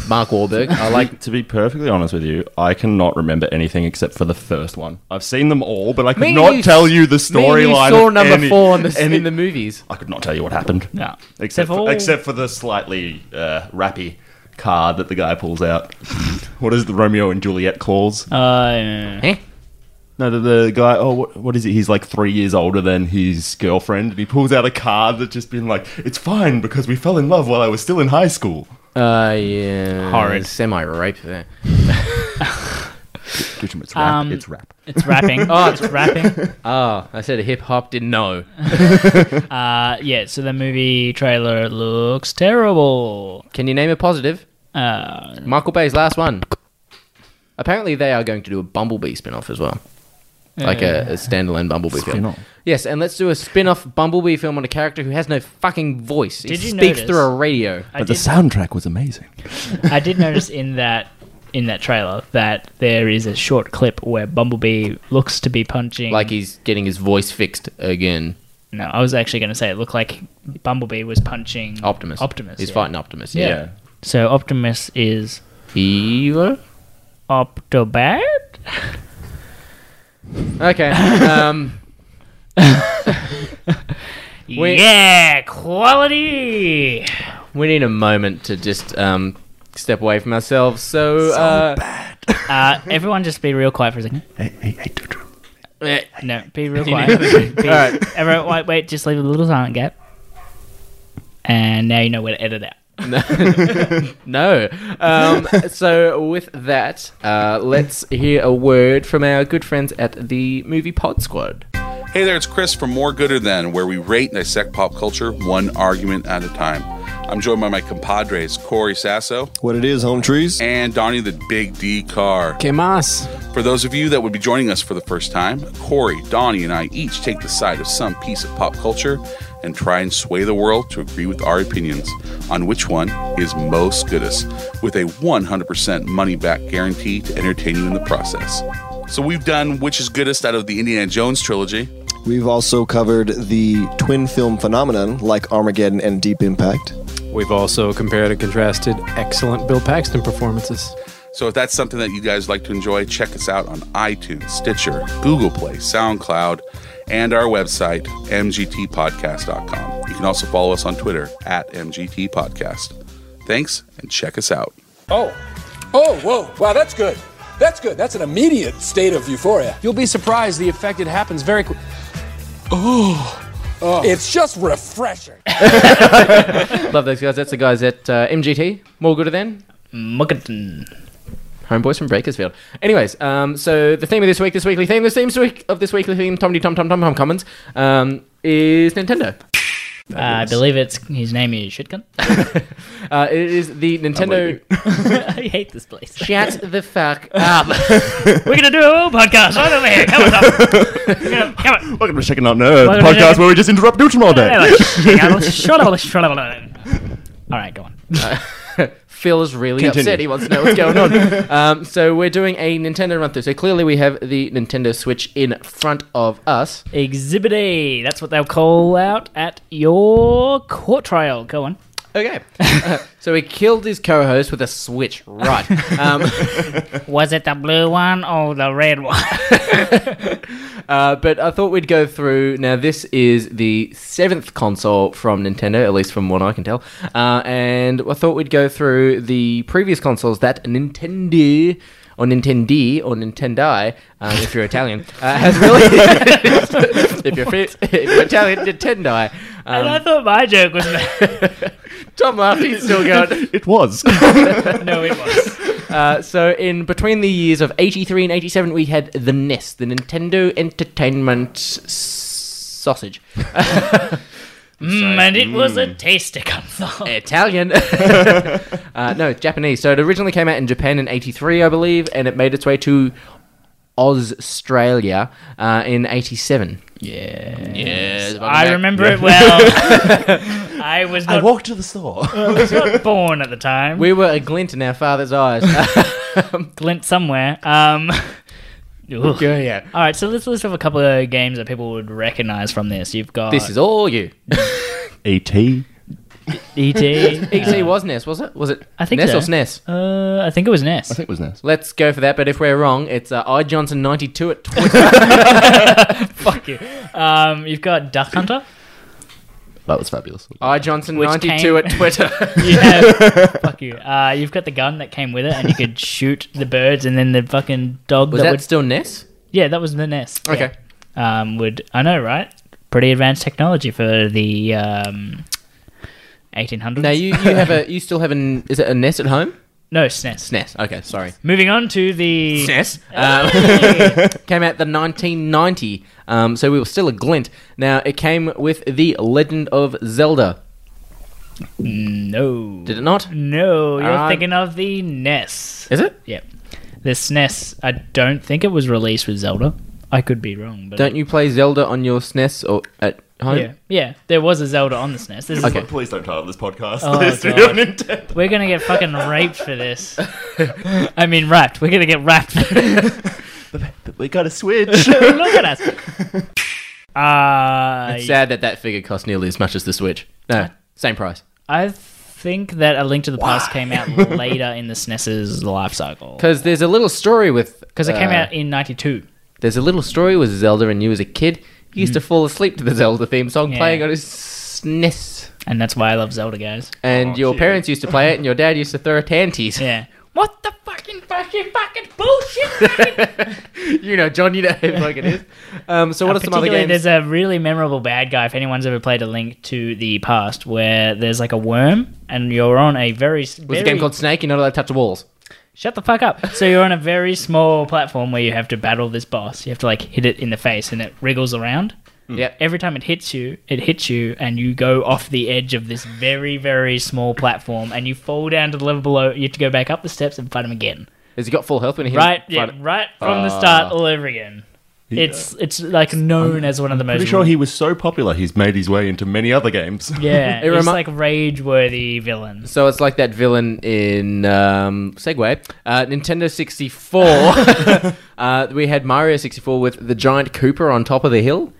Mark Wahlberg. I like. To be perfectly honest with you, I cannot remember anything except for the first one. I've seen them all, but I could Me and not you- tell you the Me and you storyline. saw of number any- four in the, any- in the movies. I could not tell you what happened. No. Except They've all- for, except for the slightly uh, rappy card that the guy pulls out. what is the Romeo and Juliet clause? Uh, Eh? No, the, the guy. Oh, what, what is it? He's like three years older than his girlfriend, and he pulls out a card that's just been like, "It's fine because we fell in love while I was still in high school." Uh, yeah. Horrid. Semi rape Uh, there. Kitchen, it's rap. Um, it's rap. it's rapping. oh, it's rapping. Oh, I said a hip hop. Didn't know. Uh, yeah, so the movie trailer looks terrible. Can you name a positive? Uh, Michael Bay's last one. Apparently, they are going to do a Bumblebee spin off as well. like a, a standalone Bumblebee film. Spin-off. Yes, and let's do a spin-off Bumblebee film on a character who has no fucking voice. He Did you speaks notice- through a radio. I But the did- soundtrack was amazing. I did notice in that in that trailer that there is a short clip where Bumblebee looks to be punching. Like he's getting his voice fixed again. no, I was actually going to say it looked like Bumblebee was punching Optimus. Optimus. He's yeah. fighting Optimus. Yeah. Yeah. So Optimus is Evil. Optobad. Okay. um, We- yeah, quality. we need a moment to just um, step away from ourselves. So, uh, Uh, everyone, just be real quiet for a second. Hey, hey, hey, Doodoo. eh, No, be real quiet. Be- Everyone, wait, wait, just leave a little silent gap. And now you know where to edit out. no. Um, so, with that, uh, let's hear a word from our good friends at the Movie Pod Squad. Hey there, it's Chris from More Gooder Than, where we rate and dissect pop culture one argument at a time. I'm joined by my compadres, Corey Sasso What it is, home trees? and Donnie the Big D Car. Que más? For those of you that would be joining us for the first time, Corey, Donnie, and I each take the side of some piece of pop culture and try and sway the world to agree with our opinions on which one is most goodest, with a 100% money back guarantee to entertain you in the process. So we've done which is goodest out of the Indiana Jones trilogy. We've also covered the twin film phenomenon like Armageddon and Deep Impact. We've also compared and contrasted excellent Bill Paxton performances. So if that's something that you guys like to enjoy, check us out on iTunes, Stitcher, Google Play, SoundCloud, and our website, mgtpodcast.com. You can also follow us on Twitter at mgtpodcast. Thanks and check us out. Oh, oh, whoa. Wow, that's good. That's good. That's an immediate state of euphoria. You'll be surprised the effect it happens very quick. Oh. It's just refreshing. Love those guys. That's the guys at uh, MGT. More Gooder Than. Muggerton. Homeboys from Bakersfield. Anyways, um, so the theme of this week, this weekly theme, this theme this week of this weekly theme, Tom Tom Tom Tom Tom Commons, um, is Nintendo. Uh, I believe it's his name is Shitgun. Uh, it is the Nintendo. I hate this place. Shut the fuck up. We're gonna do a whole podcast right over here. Come on, Tom. We're gonna- come on. Welcome to Checking Out Nerd, Welcome the to podcast Checking- where we just interrupt news from all day. All right, go on. Phil is really Continue. upset. He wants to know what's going on. um, so we're doing a Nintendo run through. So clearly we have the Nintendo Switch in front of us. Exhibit A. That's what they'll call out at your court trial. Go on. Okay. Uh, so he killed his co-host with a Switch. Right. Um, Was it the blue one or the red one? Uh, but I thought we'd go through. Now, this is the seventh console from Nintendo, at least from what I can tell. Uh, and I thought we'd go through the previous consoles that Nintendo. Or Nintendi, or Nintendai, um, if you're Italian, uh, has really. if, you're, fi- if you're Italian, Nintendai. and I Um, thought my joke was bad. Tom Murphy's still going. It was. no, it was. Uh, so, in between the years of 83 and 87, we had the NES, the Nintendo Entertainment S- Sausage. Mm, and it was a tasty console. Italian. uh, no, Japanese. So it originally came out in Japan in '83, I believe, and it made its way to Australia uh, in '87. Yeah. Yes. I remember it well. I was not, walked to the store. was not born at the time. We were a glint in our father's eyes. glint somewhere. Um, ugh. yeah, yeah. All right, so let's list off a couple of games that people would recognize from this. You've got This is all you. E.T. E E.T. ET was NES, was it? Was it? I think NES so. or SNES. Uh, I think it was NES. it was NES. Let's go for that. But if we're wrong, it's uh, I Johnson ninety two at Twitter. Fuck you. Um, you've got Duck Hunter. That was fabulous. I Johnson Which ninety came- two at Twitter. Yeah. Fuck you. Uh, you've got the gun that came with it, and you could shoot the birds, and then the fucking dog Was that that would. still NES? Yeah, that was the NES. Yeah. Okay. Um, would I know, right? Pretty advanced technology for the um, 1800s. Now you, you have a you still have an is it a NES at home? no SNES. SNES. Okay, sorry. Moving on to the SNES. Um, came out the 1990. Um, so we were still a glint. Now it came with the Legend of Zelda. no. Did it not? No, you're Uh, thinking of the E NES. Is it? E Yep. The SNES, I don't think it was released with Zelda. I could be wrong, but Don't you play Zelda on your SNES or at home? Yeah, yeah. There was a Zelda on the SNES. This is Okay. Please don't title this podcast. Oh, Let's do God. it on Nintendo. We're gonna get fucking raped for this. I mean, wrapped. We're gonna get wrapped. For we gotta switch. Look at us. Uh, It's sad that that figure costs nearly as much as the Switch. No, same price. I think that A Link to the Past came out later in the SNES's life cycle Because there's a little story with. because it came uh, out in '92. There's a little story with Zelda, and you as a kid you used to fall asleep to the Zelda theme song Mm. Yeah. playing on his SNES. And that's why I love Zelda, guys. And your parents used to play it, and your dad used to throw tanties. Oh, Yeah. What the fucking fucking fucking bullshit? you know, John, you know who fucking is. Um, so, what are some other Uh, Particularly, games? There's a really memorable bad guy. If anyone's ever played A Link to the Past, where there's like a worm, and you're on a very was was a game called Snake. You're not allowed to touch the walls. Shut the fuck up. So you're on a very small platform where you have to battle this boss. You have to like hit it in the face and it wriggles around. Yep. Every time it hits you, it hits you and you go off the edge of this very, very small platform and you fall down to the level below. You have to go back up the steps and fight him again. Has he got full health when he hit Right, him? yeah, Fine. right from the start all over again. It's it's like known as one of the most Pretty sure he was so popular, he's made his way into many other games. Yeah, It remi- it's like rage worthy villain. So it's like that villain in um, Segway, uh, Nintendo 64. uh, we had Mario 64 with the giant Cooper on top of the hill.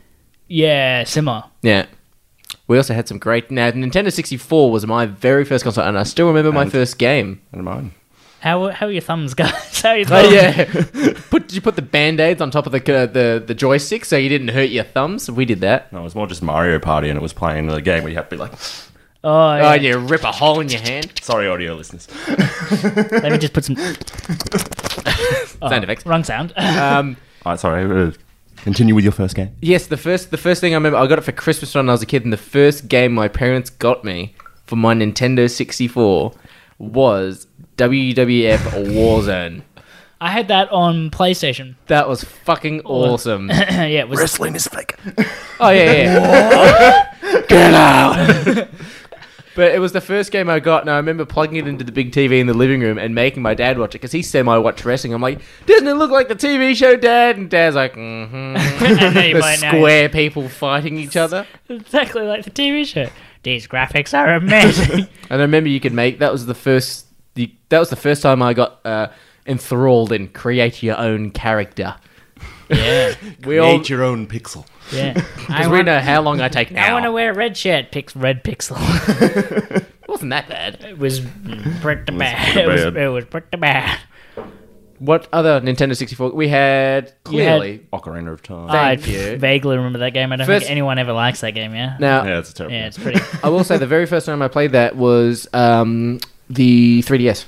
Yeah, similar. Yeah. We also had some great. Now, Nintendo 64 was my very first console, and I still remember my first game. Never mind. How how are your thumbs, guys? How are your Oh thumbs? yeah, put did you put the band aids on top of the, uh, the the joystick so you didn't hurt your thumbs? We did that. No, it was more just Mario Party, and it was playing the game where you had to be like, Oh, Oh, yeah. and you rip a hole in your hand. sorry, audio listeners. Let me just put some Sound effects. wrong sound. Um, All right, sorry. uh, Continue with your first game. Yes, the first the first thing I remember, I got it for Christmas when I was a kid, and the first game my parents got me for my Nintendo 64 was WWF Warzone. I had that on PlayStation. That was fucking awesome. yeah, it was Wrestling is fake. Oh yeah, yeah. Get out! but it was the first game I got, and I remember plugging it into the big TV in the living room and making my dad watch it because he semi-watched wrestling. I'm like, doesn't it look like the TV show, Dad? And Dad's like, mm-hmm. and there you the play it now. square people fighting each other. Exactly like the TV show. These graphics are amazing. And I remember you could make that was the first the, that was the first time I got uh, enthralled in create your own character. yeah, We all your own pixel. yeah. I because we want, know how long I take I now. want to wear a red shirt. Pix, red pixel. it wasn't that bad. it was mm, pretty bad. It was, bad. it was pretty bad. What other Nintendo 64? We had You had- clearly. Ocarina of Time. Thank I you. vaguely remember that game. I don't First- think anyone ever likes that game. Yeah. Now, yeah, it's a terrible. Yeah, it's pretty. I will say the very first time I played that was um, the 3DS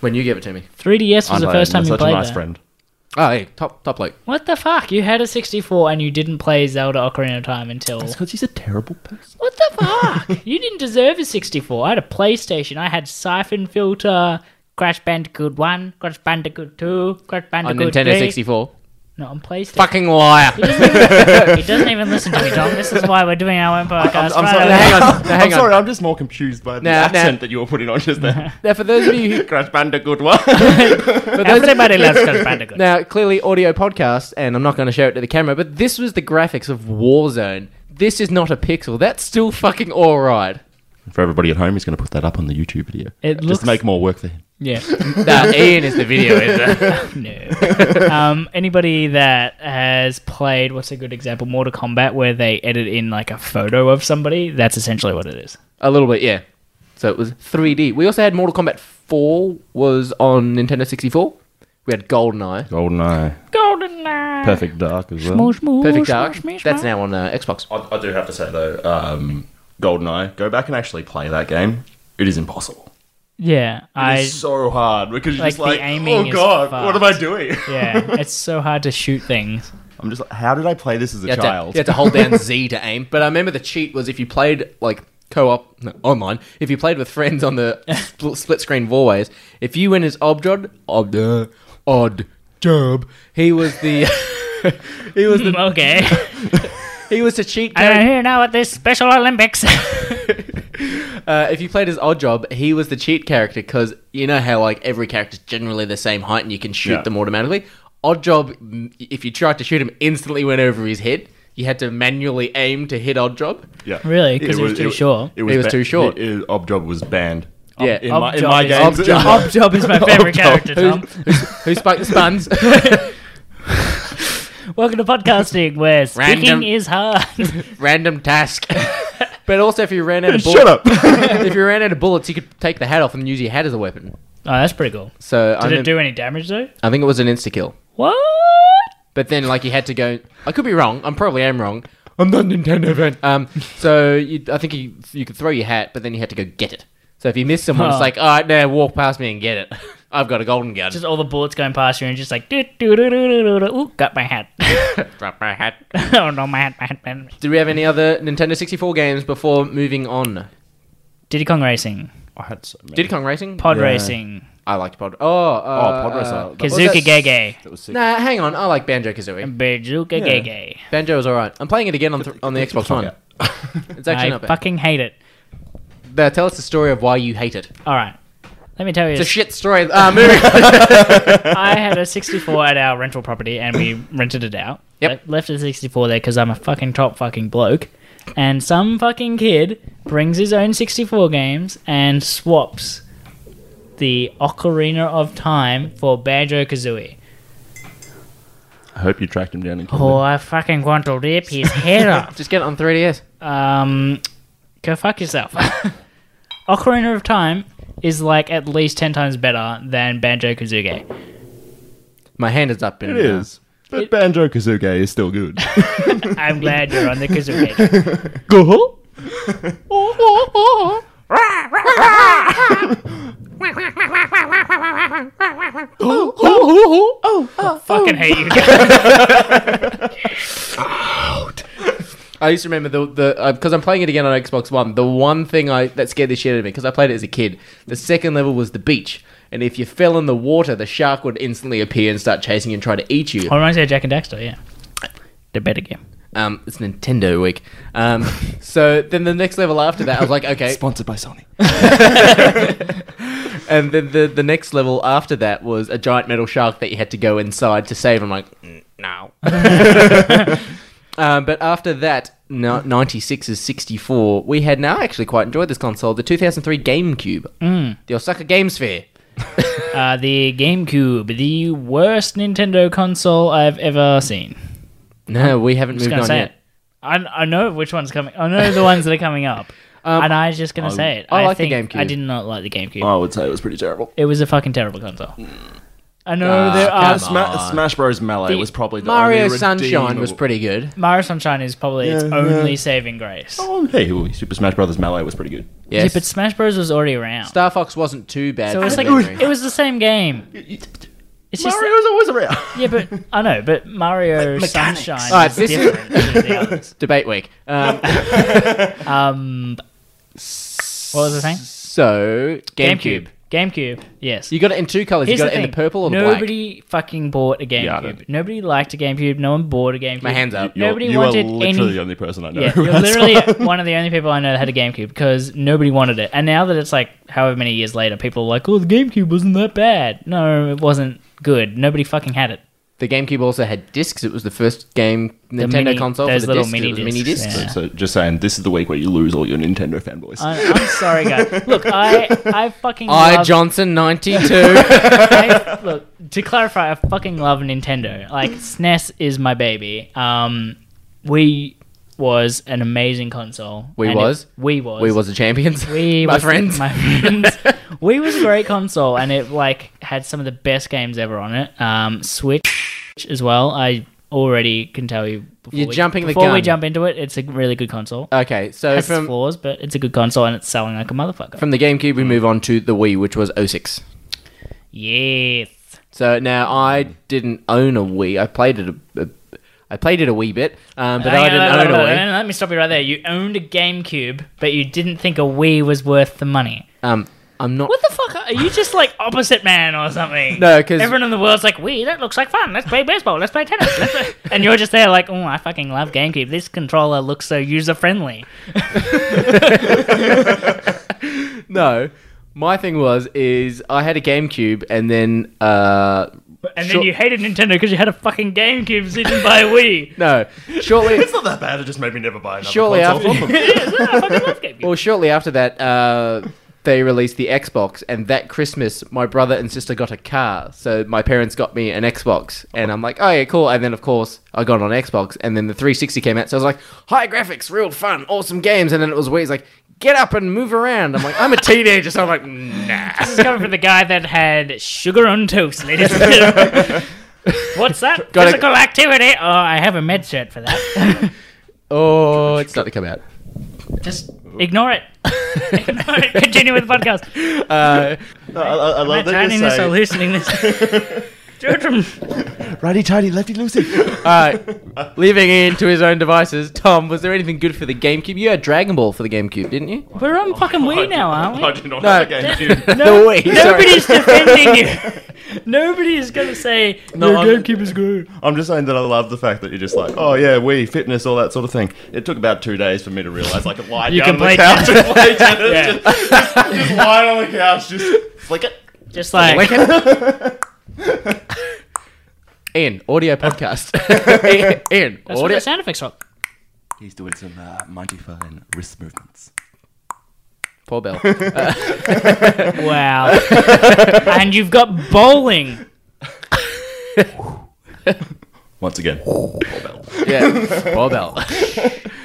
when you gave it to me. 3DS was the first time you such played a nice that. friend. Oh, hey, top top bloke. What the fuck? You had a 64 and you didn't play Zelda Ocarina of Time until. because he's a terrible person. What the fuck? you didn't deserve a 64. I had a PlayStation. I had Siphon Filter, Crash Bandicoot 1, Crash Bandicoot 2, Crash on Bandicoot Nintendo 3. 64. No, on PlayStation. Fucking liar. He doesn't even listen to me, Tom. This is why we're doing our own podcast. I'm sorry. right over here. hang on, now, hang I'm on. sorry, I'm just more confused by the Nah, accent nah. that you were putting on just there. Now, for those of you who Crash Bandicoot one. for those of- Everybody loves Crash Bandicoot. Now, clearly audio podcast, and I'm not going to show it to the camera, but this was the graphics of Warzone. This is not a pixel. That's still fucking all right. For everybody at home, he's going to put that up on the YouTube video. It just looks- to make more work for him. Yeah. Nah, Ian is the video editor. No. um, anybody that has played, what's a good example? Mortal Kombat, where they edit in like a photo of somebody, that's essentially what it is. a little bit, yeah. So it was 3D. We also had Mortal Kombat 4 was on Nintendo 64. We had GoldenEye, Goldeneye. Golden Knight. Perfect Dark as well. Perfect Dark. That's now on uh, Xbox. I, I do have to say though, um, Goldeneye, go back and actually play that game. It is impossible. Yeah, It's I. so hard because you're Like, just the like, aiming oh is god, what am I fucked." doing? Yeah, it's so hard to shoot things. I'm just like, how did I play this as a You had, to, child? you had to hold down Z to aim. But I remember the cheat was if you played like co-op no, online, if you played with friends on the spl- split screen fourways, if you went as Obdrod, Ob, uh, Odd Job, he was the he was the Okay, he was the cheat. and I'm Character. here now at this Special Olympics. Uh, if you played as Odd Job, he was the cheat character because you know how like every character's generally the same height and you can shoot Yeah. them automatically. Oddjob, m- if you tried to shoot him, instantly went over his head. You had to manually aim to hit Oddjob. Yeah. Really? 'Cause he was too short? He was too short. It, Objob was banned. Yeah, in my, in my games, Objob- in my- Objob is my favorite Objob. character, Who- Tom. Who, who spiked the spuns? Welcome to podcasting where speaking Random. is hard. Oh, Random task. but also, if you ran out of bullets, Shut up. if you ran out of bullets, you could take the hat off and use your hat as a weapon. Oh, that's pretty cool. So Did I it remem- do any damage though? I think it was an insta kill. What? But then, like, you had to go. I could be wrong. I'm probably am wrong. I'm not Nintendo fan. Um, so you, I think you you could throw your hat, but then you had to go get it. So if you miss someone, Huh. it's like, all right, now walk past me and get it. I've got a golden gun. Just all the bullets going past you and just like do do do do do do. Ooh, got my hat. drop my hat. oh no, my hat, my hat, my hat. Did we have any other Nintendo 64 games before moving on? Diddy Kong Racing, I had so many. Diddy Kong Racing, Pod Yeah. Racing, I liked Pod. Oh, uh, Pod Racer. uh, That was- Kazuka Gege, That was sick. Nah, hang on. I like Banjo Um, Kazooie. Bazooka Yeah. Gege. Banjo is all right. I'm playing it again on, th- on the Xbox One. It's actually I not bad. fucking hate it. Now, tell us the story of why you hate it. All right, let me tell you. It's a shit story. Uh, moving on. I had a 64 at our rental property, and we rented it out. Yep. Le- left a 64 there because I'm a fucking top fucking bloke. And some fucking kid brings his own 64 games and swaps the Ocarina of Time for Banjo Kazooie. I hope you tracked him down and killed Oh, him. I fucking want to rip his head off. Just get it on 3DS. Um, go fuck yourself. Ocarina of Time is like at least 10 times better than Banjo Kazooie. My hand is up. In, uh, It is. But Banjo Kazooie is still good. I'm glad you're on the Kazooie. Go. Oh, fucking hate you guys. I used to remember the the because I'm playing it again on Xbox One. The one thing I that scared the shit out of me because I played it as a kid. The second level was the beach, and if you fell in the water, the shark would instantly appear and start chasing you and try to eat you. Oh, reminds me of Jack and Daxter, yeah. The better game. Um, it's Nintendo week. Um, so then the next level after that, I was like, okay. Sponsored by Sony. And then the the next level after that was a giant metal shark that you had to go inside to save. I'm like, "Mm, no. um, but after that, no, 96 is 64. We had now actually quite enjoyed this console, the 2003 GameCube, Mm. the Osaka Games Fair. Uh, the GameCube, the worst Nintendo console I've ever seen. No, we haven't Just moved gonna on say yet. it. I, I know which one's coming. I know the ones that are coming up. and I was just gonna say it. Um, I like the think I GameCube. Oh, did not like the GameCube. I would say it was pretty terrible. It was a fucking terrible console. I know Mm. Ah, there come are. on. Sma- Smash Bros. Melee The- was probably the Mario only Sunshine was redeemable- pretty good. Mario Sunshine is probably its Yeah, only yeah. saving grace. Oh, hey, well, Super Smash Bros. Melee was pretty good. Yeah, Yes. but Smash Bros was already around. Star Fox wasn't too bad. so from it's like memory. it was the same game. It's just Mario's always around. yeah, but I know, but Mario Sunshine Alright, is this is- different to the others. debate week. Um, Um, what was I saying? so GameCube. GameCube. Yes. You got it in two colors. Here's you the got it in thing. the purple or the black. Nobody fucking bought a Yeah, I GameCube. don't- Nobody liked a GameCube. No one bought a GameCube. My hands up. You're- Nobody you wanted are literally any- the only person I know. Yeah, who you're has literally one. one of the only people I know that had a GameCube because nobody wanted it. And now that it's like however many years later, people are like, "Oh, the GameCube wasn't that bad." No, it wasn't good. Nobody fucking had it. The GameCube also had discs. It was the first game Nintendo mini- console those for the little discs. mini it was mini discs, discs. yeah. So just saying, this is the week where you lose all your Nintendo fanboys. I, I'm sorry, guys. Look, I I fucking I love- Johnson ninety two. I, look, to clarify, I fucking love Nintendo. Like SNES is my baby. Um, Wii was an amazing console. Wii and was? It, Wii was. we was the champions. Wii my was- friends. My friends. Wii was a great console, and it like had some of the best games ever on it. Um, Switch as well. I already can tell you. Before You're we, jumping the before we gun. jump into it. It's a really good console. okay, it so has its from flaws, but it's a good console, and it's selling like a motherfucker. from the GameCube we move on to the Wii, which was 06. yes. So now I didn't own a Wii. I played it a, a, I played it a wee bit, um, but I Hang on, didn't own hang on, a hang on, Wii. hang on, Let me stop you right there. You owned a GameCube, but you didn't think a Wii was worth the money. Um, I'm not. What the fuck? Are you just like opposite man or something? No, 'cause- everyone in the world's like, "Wii, that looks like fun. Let's play baseball. Let's play tennis." Let's play-" and you're just there like, "Oh, I fucking love GameCube. This controller looks so user friendly." No, my thing was is I had a GameCube and then uh, And then you hated Nintendo because you had a fucking GameCube so you didn't buy a Wii. No, shortly. it's not that bad. It just made me never buy another Shortly console. after- Well, shortly after that, uh, they released the Xbox, and that Christmas, my brother and sister got a car. So my parents got me an Xbox, and I'm like, oh yeah, cool. And then of course, I got on Xbox, and then the 360 came out. So I was like, high graphics, real fun, awesome games. And then it was Wii's like, get up and move around. I'm like, I'm a teenager, so I'm like, nah. This is coming from the guy that had sugar on toast, ladies and gentlemen. What's that? Got it. Physical activity? Oh, I have a med shirt for that. Oh, it's starting to come out. Just ignore it. ignore it. Continue with the podcast. Uh, No, I, I- I Am I love that tightening you this or say loosening this? Jordan. Righty tighty, lefty loosey. Alright. Leaving Ian to his own devices, Tom, was there anything good for the GameCube? You had Dragon Ball for the GameCube, didn't you? We're on fucking Wii now, aren't we? I do not No. have a GameCube. No, way. Nobody's defending you. Nobody is going to say, No, your I'm- GameCube is good. I'm just saying that I love the fact that you're just like, oh yeah, we fitness, all that sort of thing. It took about two days for me to realize I could lie You down can on the play couch and play tennis. Yeah. Just, just, just lying on the couch, just flick it. Just like, Ian, audio podcast. Ian, that's what audio. the sound effects are. He's doing some uh, mighty fine wrist movements. Poor Bell. Wow. and you've got bowling. Once again, yeah, poor Bell.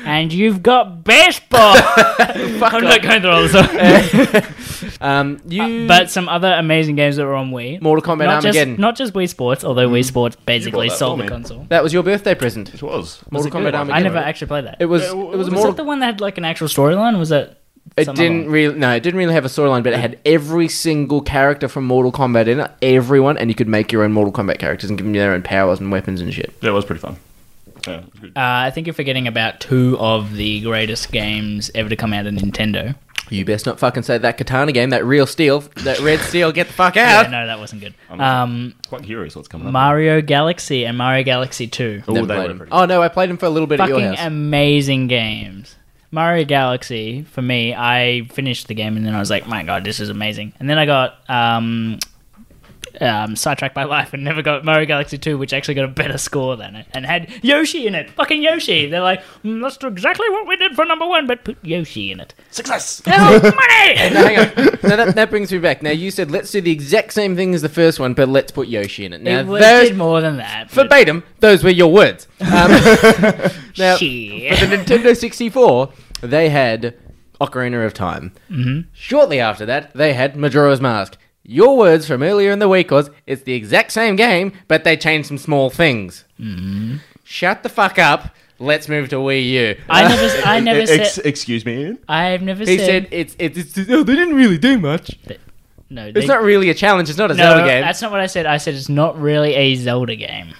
And you've got baseball. I'm not going through all this. Um, you. Uh, but some other amazing games that were on Wii. Mortal Kombat not Armageddon. Mm. just, not just Wii Sports, although Wii Sports basically bought that sold for me. the console. that was your birthday present. it was. um, Mortal Kombat Armageddon. I never actually played that. It was. Yeah, it wh- was was a it was Mortal. that the one that had like an actual storyline? Was that It some other didn't one? really. No, it didn't really have a storyline, but it had every single character from Mortal Kombat in it. Everyone, and you could make your own Mortal Kombat characters and give them their own powers and weapons and shit. Yeah, it was pretty fun. Yeah, it was good. Uh, I think you're forgetting about two of the greatest games ever to come out of Nintendo. You best not fucking say that katana game, that real steel, that red steel. Get the fuck Yeah, out. no, that wasn't good. Um, quite curious what's coming up. Mario Galaxy and Mario Galaxy 2. Oh, Never they played were him. pretty Oh no, I played him for a little bit at your Fucking house. amazing games. Mario Galaxy, for me, I finished the game and then I was like, my god, this is amazing. And then I got um, um, sidetracked by life and never got Mario Galaxy 2, which actually got a better score than it and had Yoshi in it. Fucking Yoshi. They're like, mm, that's exactly what we did for number one, but put Yoshi in it. Success. Oh, money! Now, hang on. Now that, that brings me back. Now you said let's do the exact same thing as the first one, but let's put Yoshi in it. Now it was those did more than that. but verbatim, those were your words. Um, now shit. the Nintendo 64, they had Ocarina of Time. Mm-hmm. Shortly after that, they had Majora's Mask. Your words from earlier in the week was it's the exact same game, but they changed some small things. Mm-hmm. Shut the fuck up. Let's move to Wii U. Uh, I never, I never E-, Ex- said. excuse me, Ian. I've never he said, said it's it's, it's oh, they didn't really do much. no. It's they- not really a challenge. It's not a no, Zelda game. that's not what I said. I said it's not really a Zelda game.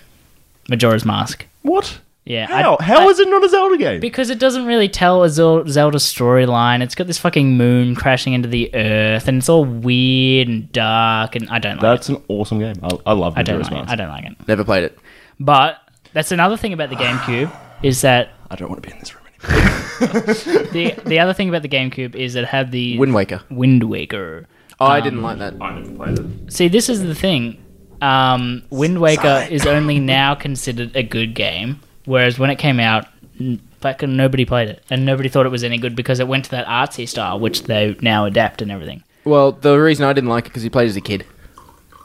Majora's Mask. What? Yeah. I- How? How is it not a Zelda game? Because it doesn't really tell a Zel- Zelda storyline. It's got this fucking moon crashing into the earth, and it's all weird and dark, and I don't like That's it. an awesome game. I, I love I don't Majora's like it. Mask. I don't like it. Never played it. But that's another thing about the GameCube is that I don't want to be in this room anymore. the the other thing about the GameCube is that it had the Wind Waker. Wind Waker. Oh, I didn't like that. I never played it. See, this is the thing. Um, Wind Waker is only now considered a good game, whereas when it came out, n- fucking nobody played it, and nobody thought it was any good because it went to that artsy style, which they now adapt and everything. Well, the reason I didn't like it because he played as a kid.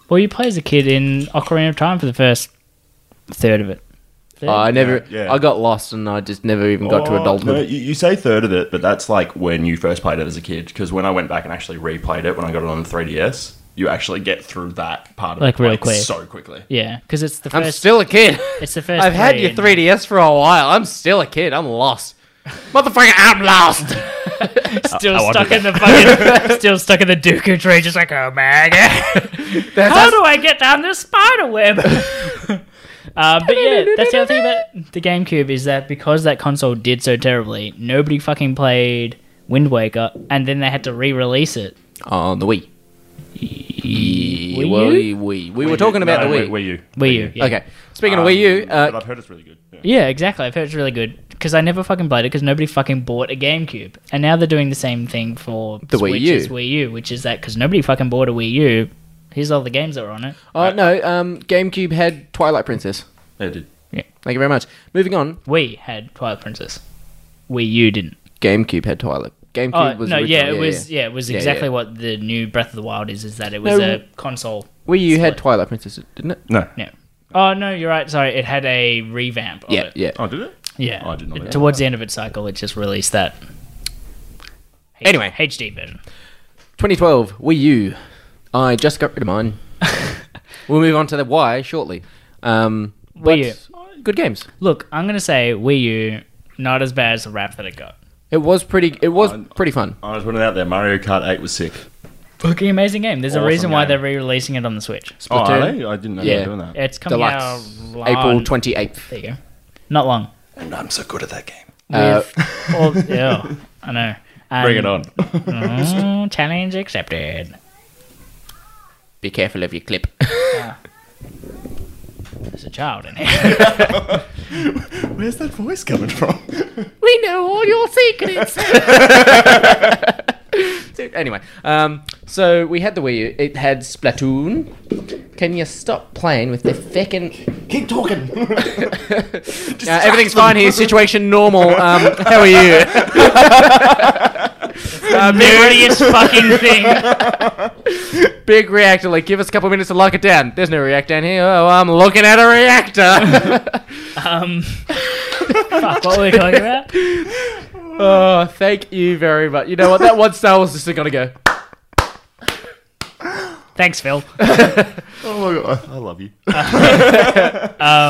Well, you play as a kid in Ocarina of Time for the first third of it. Third? Oh, I never. Yeah, yeah. I got lost and I just never even got to Oh, adulthood. No, you, you say third of it, but that's like when you first played it as a kid. Because when I went back and actually replayed it when I got it on the 3DS, you actually get through that part of Like, it real quick. so quickly. yeah, because it's the I'm 1st still a kid. it's the first. I've had your period. 3DS for a while. I'm still a kid. I'm lost. Motherfucker, I'm lost. Still stuck in the fucking. still stuck in the Dooku tree, just like oh my god. That's- How do I get down this spider web? uh, but yeah, that's the other thing about the GameCube is that because that console did so terribly, nobody fucking played Wind Waker, and then they had to re-release it. on the Wii. Wii well, U? Wii. We were talking about No, the Wii- Wii. Wii U. Wii U. Yeah. Um, Okay. Speaking of Wii U, but uh, I've heard it's really good. Yeah. Yeah, exactly. I've heard it's really good because I never fucking played it because nobody fucking bought a GameCube, and now they're doing the same thing for The Wii U. Switch's Wii U, which is that because nobody fucking bought a Wii U, Here's all the games that were on it. Oh no, um, GameCube had Twilight Princess. It did. Yeah. Thank you very much. Moving on. We had Twilight Princess. Wii U didn't. GameCube had Twilight. GameCube oh was no, yeah, original- it was yeah, it was Yeah, exactly yeah. what the new Breath of the Wild is. Is that it No, was a w- console. Wii U had Twilight Princess, didn't it? No. Yeah. Oh no, you're right. Sorry, it had a revamp. Of Yeah, it. yeah. Oh, did it? Yeah. Oh, I did not know that. Towards the end of its cycle, it just released that. Anyway. HD version. 2012 Wii U. I just got rid of mine. we'll move on to the why shortly. Um, Wii U. Good games. Look, I'm gonna say Wii U not as bad as the rap that it got. It was pretty. It was pretty fun. I was running out there. Mario Kart 8 was sick. Fucking amazing game. There's a Awesome reason why game. they're re-releasing it on the Switch. Oh, are they? I didn't know they were doing that. It's coming Deluxe. out April on- 28th. There you go. Not long. And I'm so good at that game. With Uh, all, yeah, I know. Bring it on. mm, challenge accepted. Be careful of your clip. There's a child in here. Where's that voice coming from? we know all your secrets. anyway, um, so we had the Wii U. It had Splatoon. Can you stop playing with the fucking? Keep talking. Uh, everything's fine here. Situation normal. Um, how are you? uh, Nerdiest fucking thing. Big reactor, like, give us a couple minutes to lock it down. There's no react down here. Oh, I'm looking at a reactor. Um, fuck, what were we talking about? oh, thank you very much. You know what? That one star was just going to go. Thanks, Phil. oh my god, I love you.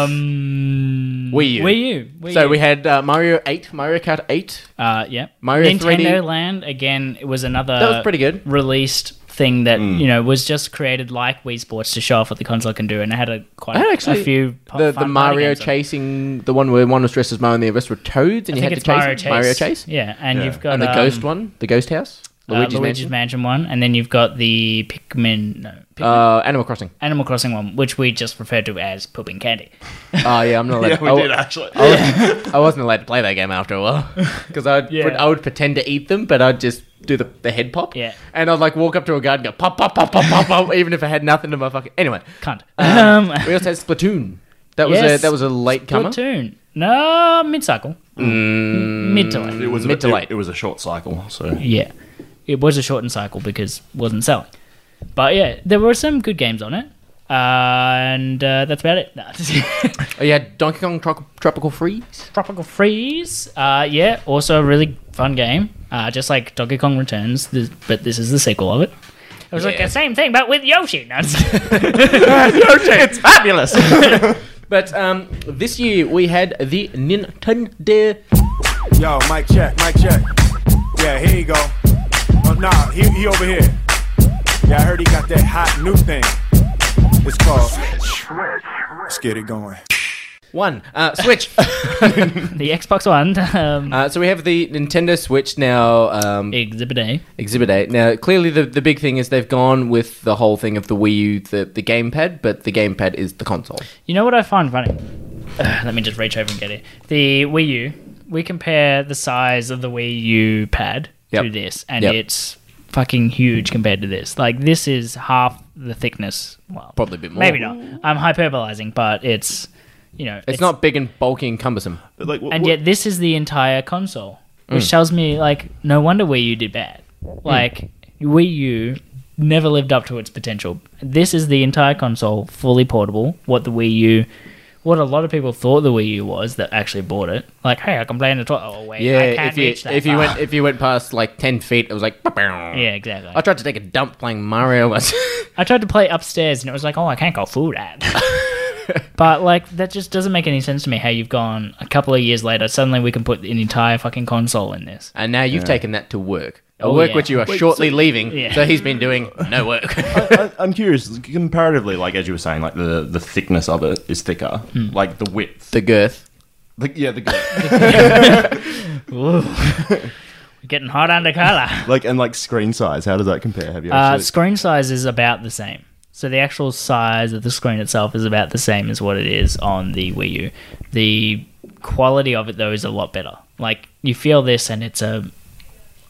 Um, Wii U. Wii U. Wii So U. we had uh, Mario 8, Mario Kart 8. Uh, yeah. Mario Nintendo 3D. Land again it was another That was pretty good. Mm. released thing that you know was just created like Wii Sports to show off what the console can do, and it had a quite I had a- actually a few po- the, fun the party Mario games on it. chasing the one where one was dressed as Mario and the rest were toads, and I you had think to it's chase Mario him. Chase. Mario Chase. Yeah, and Yeah. you've got and the um, ghost one, the ghost house, uh, Luigi's, Luigi's Mansion, Mansion one, and then you've got the Pikmin, no, Pikmin Uh, Animal Crossing. Animal Crossing one, which we just referred to as pooping candy. Oh yeah, I'm not allowed. yeah, we I, did actually. I wasn't allowed to play that game after a while because I'd Yeah. I would pretend to eat them, but I'd just do the, the head pop. Yeah. and I'd like walk up to a guard and go pop pop pop pop pop pop, even if I had nothing in my fucking. Anyway, Cunt. Um, Um, we also had Splatoon. That was Yes. a that was a late comer. Platoon. No, mid cycle. Mm. Mid to late. It was a- Mid to it- late. It was a short cycle, so Yeah. It was a shortened cycle because it wasn't selling. But yeah, there were some good games on it. and uh, that's about it. Nah, Oh, you had Donkey Kong Tro- Tropical Freeze. Tropical Freeze. Uh, yeah, also a really fun game. Uh, just like Donkey Kong Returns, this, but this is the sequel of it. It was like Yeah. the same thing, but with Yoshi. No, it's- it's fabulous. but um, this year we had the Nintendo. Yo, mic check, mic check. Yeah, here you go. Oh, nah, he, he over here. Yeah, I heard he got that hot new thing. It's called. Let's get it going. One uh, Switch. the Xbox One. Um, uh, so we have the Nintendo Switch now. Um, Exhibit A. Exhibit A. Now, clearly, the, the big thing is they've gone with the whole thing of the Wii U, the, the gamepad, but the gamepad is the console. You know what I find funny? Ugh, let me just reach over and get it. The Wii U, we compare the size of the Wii U pad to Yep. this, and Yep. it's fucking huge compared to this. Like, this is half the thickness. Well, Probably a bit more. maybe not. I'm hyperbolizing, but it's, you know, It's, not big and bulky and cumbersome. but like, what, And what- yet, this is the entire console, which Mm. tells me, like, no wonder Wii U did bad. Like, Wii U never lived up to its potential. This is the entire console, fully portable. What the Wii U, what a lot of people thought the Wii U was that actually bought it. Like, hey, I can play in the toilet. Oh wait, Yeah, I can't if you reach that. if you far. went if you went past like ten feet, it was like. yeah, Yeah. exactly. I tried to take a dump playing Mario. once. I tried to play upstairs and it was like, oh, I can't go through that. but like, that just doesn't make any sense to me. How you've gone a couple of years later, suddenly we can put an entire fucking console in this. and now you've taken that to work. A Oh, work yeah. which you are shortly leaving. Yeah. So he's been doing no work. I, I'm curious. Comparatively, like as you were saying, like the, the thickness of it is thicker. Hmm. Like the width. the girth. The, yeah, the girth. Ooh. Getting hot under color. like and like screen size. How does that compare? Have you Uh, actually? screen size is about the same. So the actual size of the screen itself is about the same as what it is on the Wii U. The quality of it though is a lot better. Like you feel this and it's a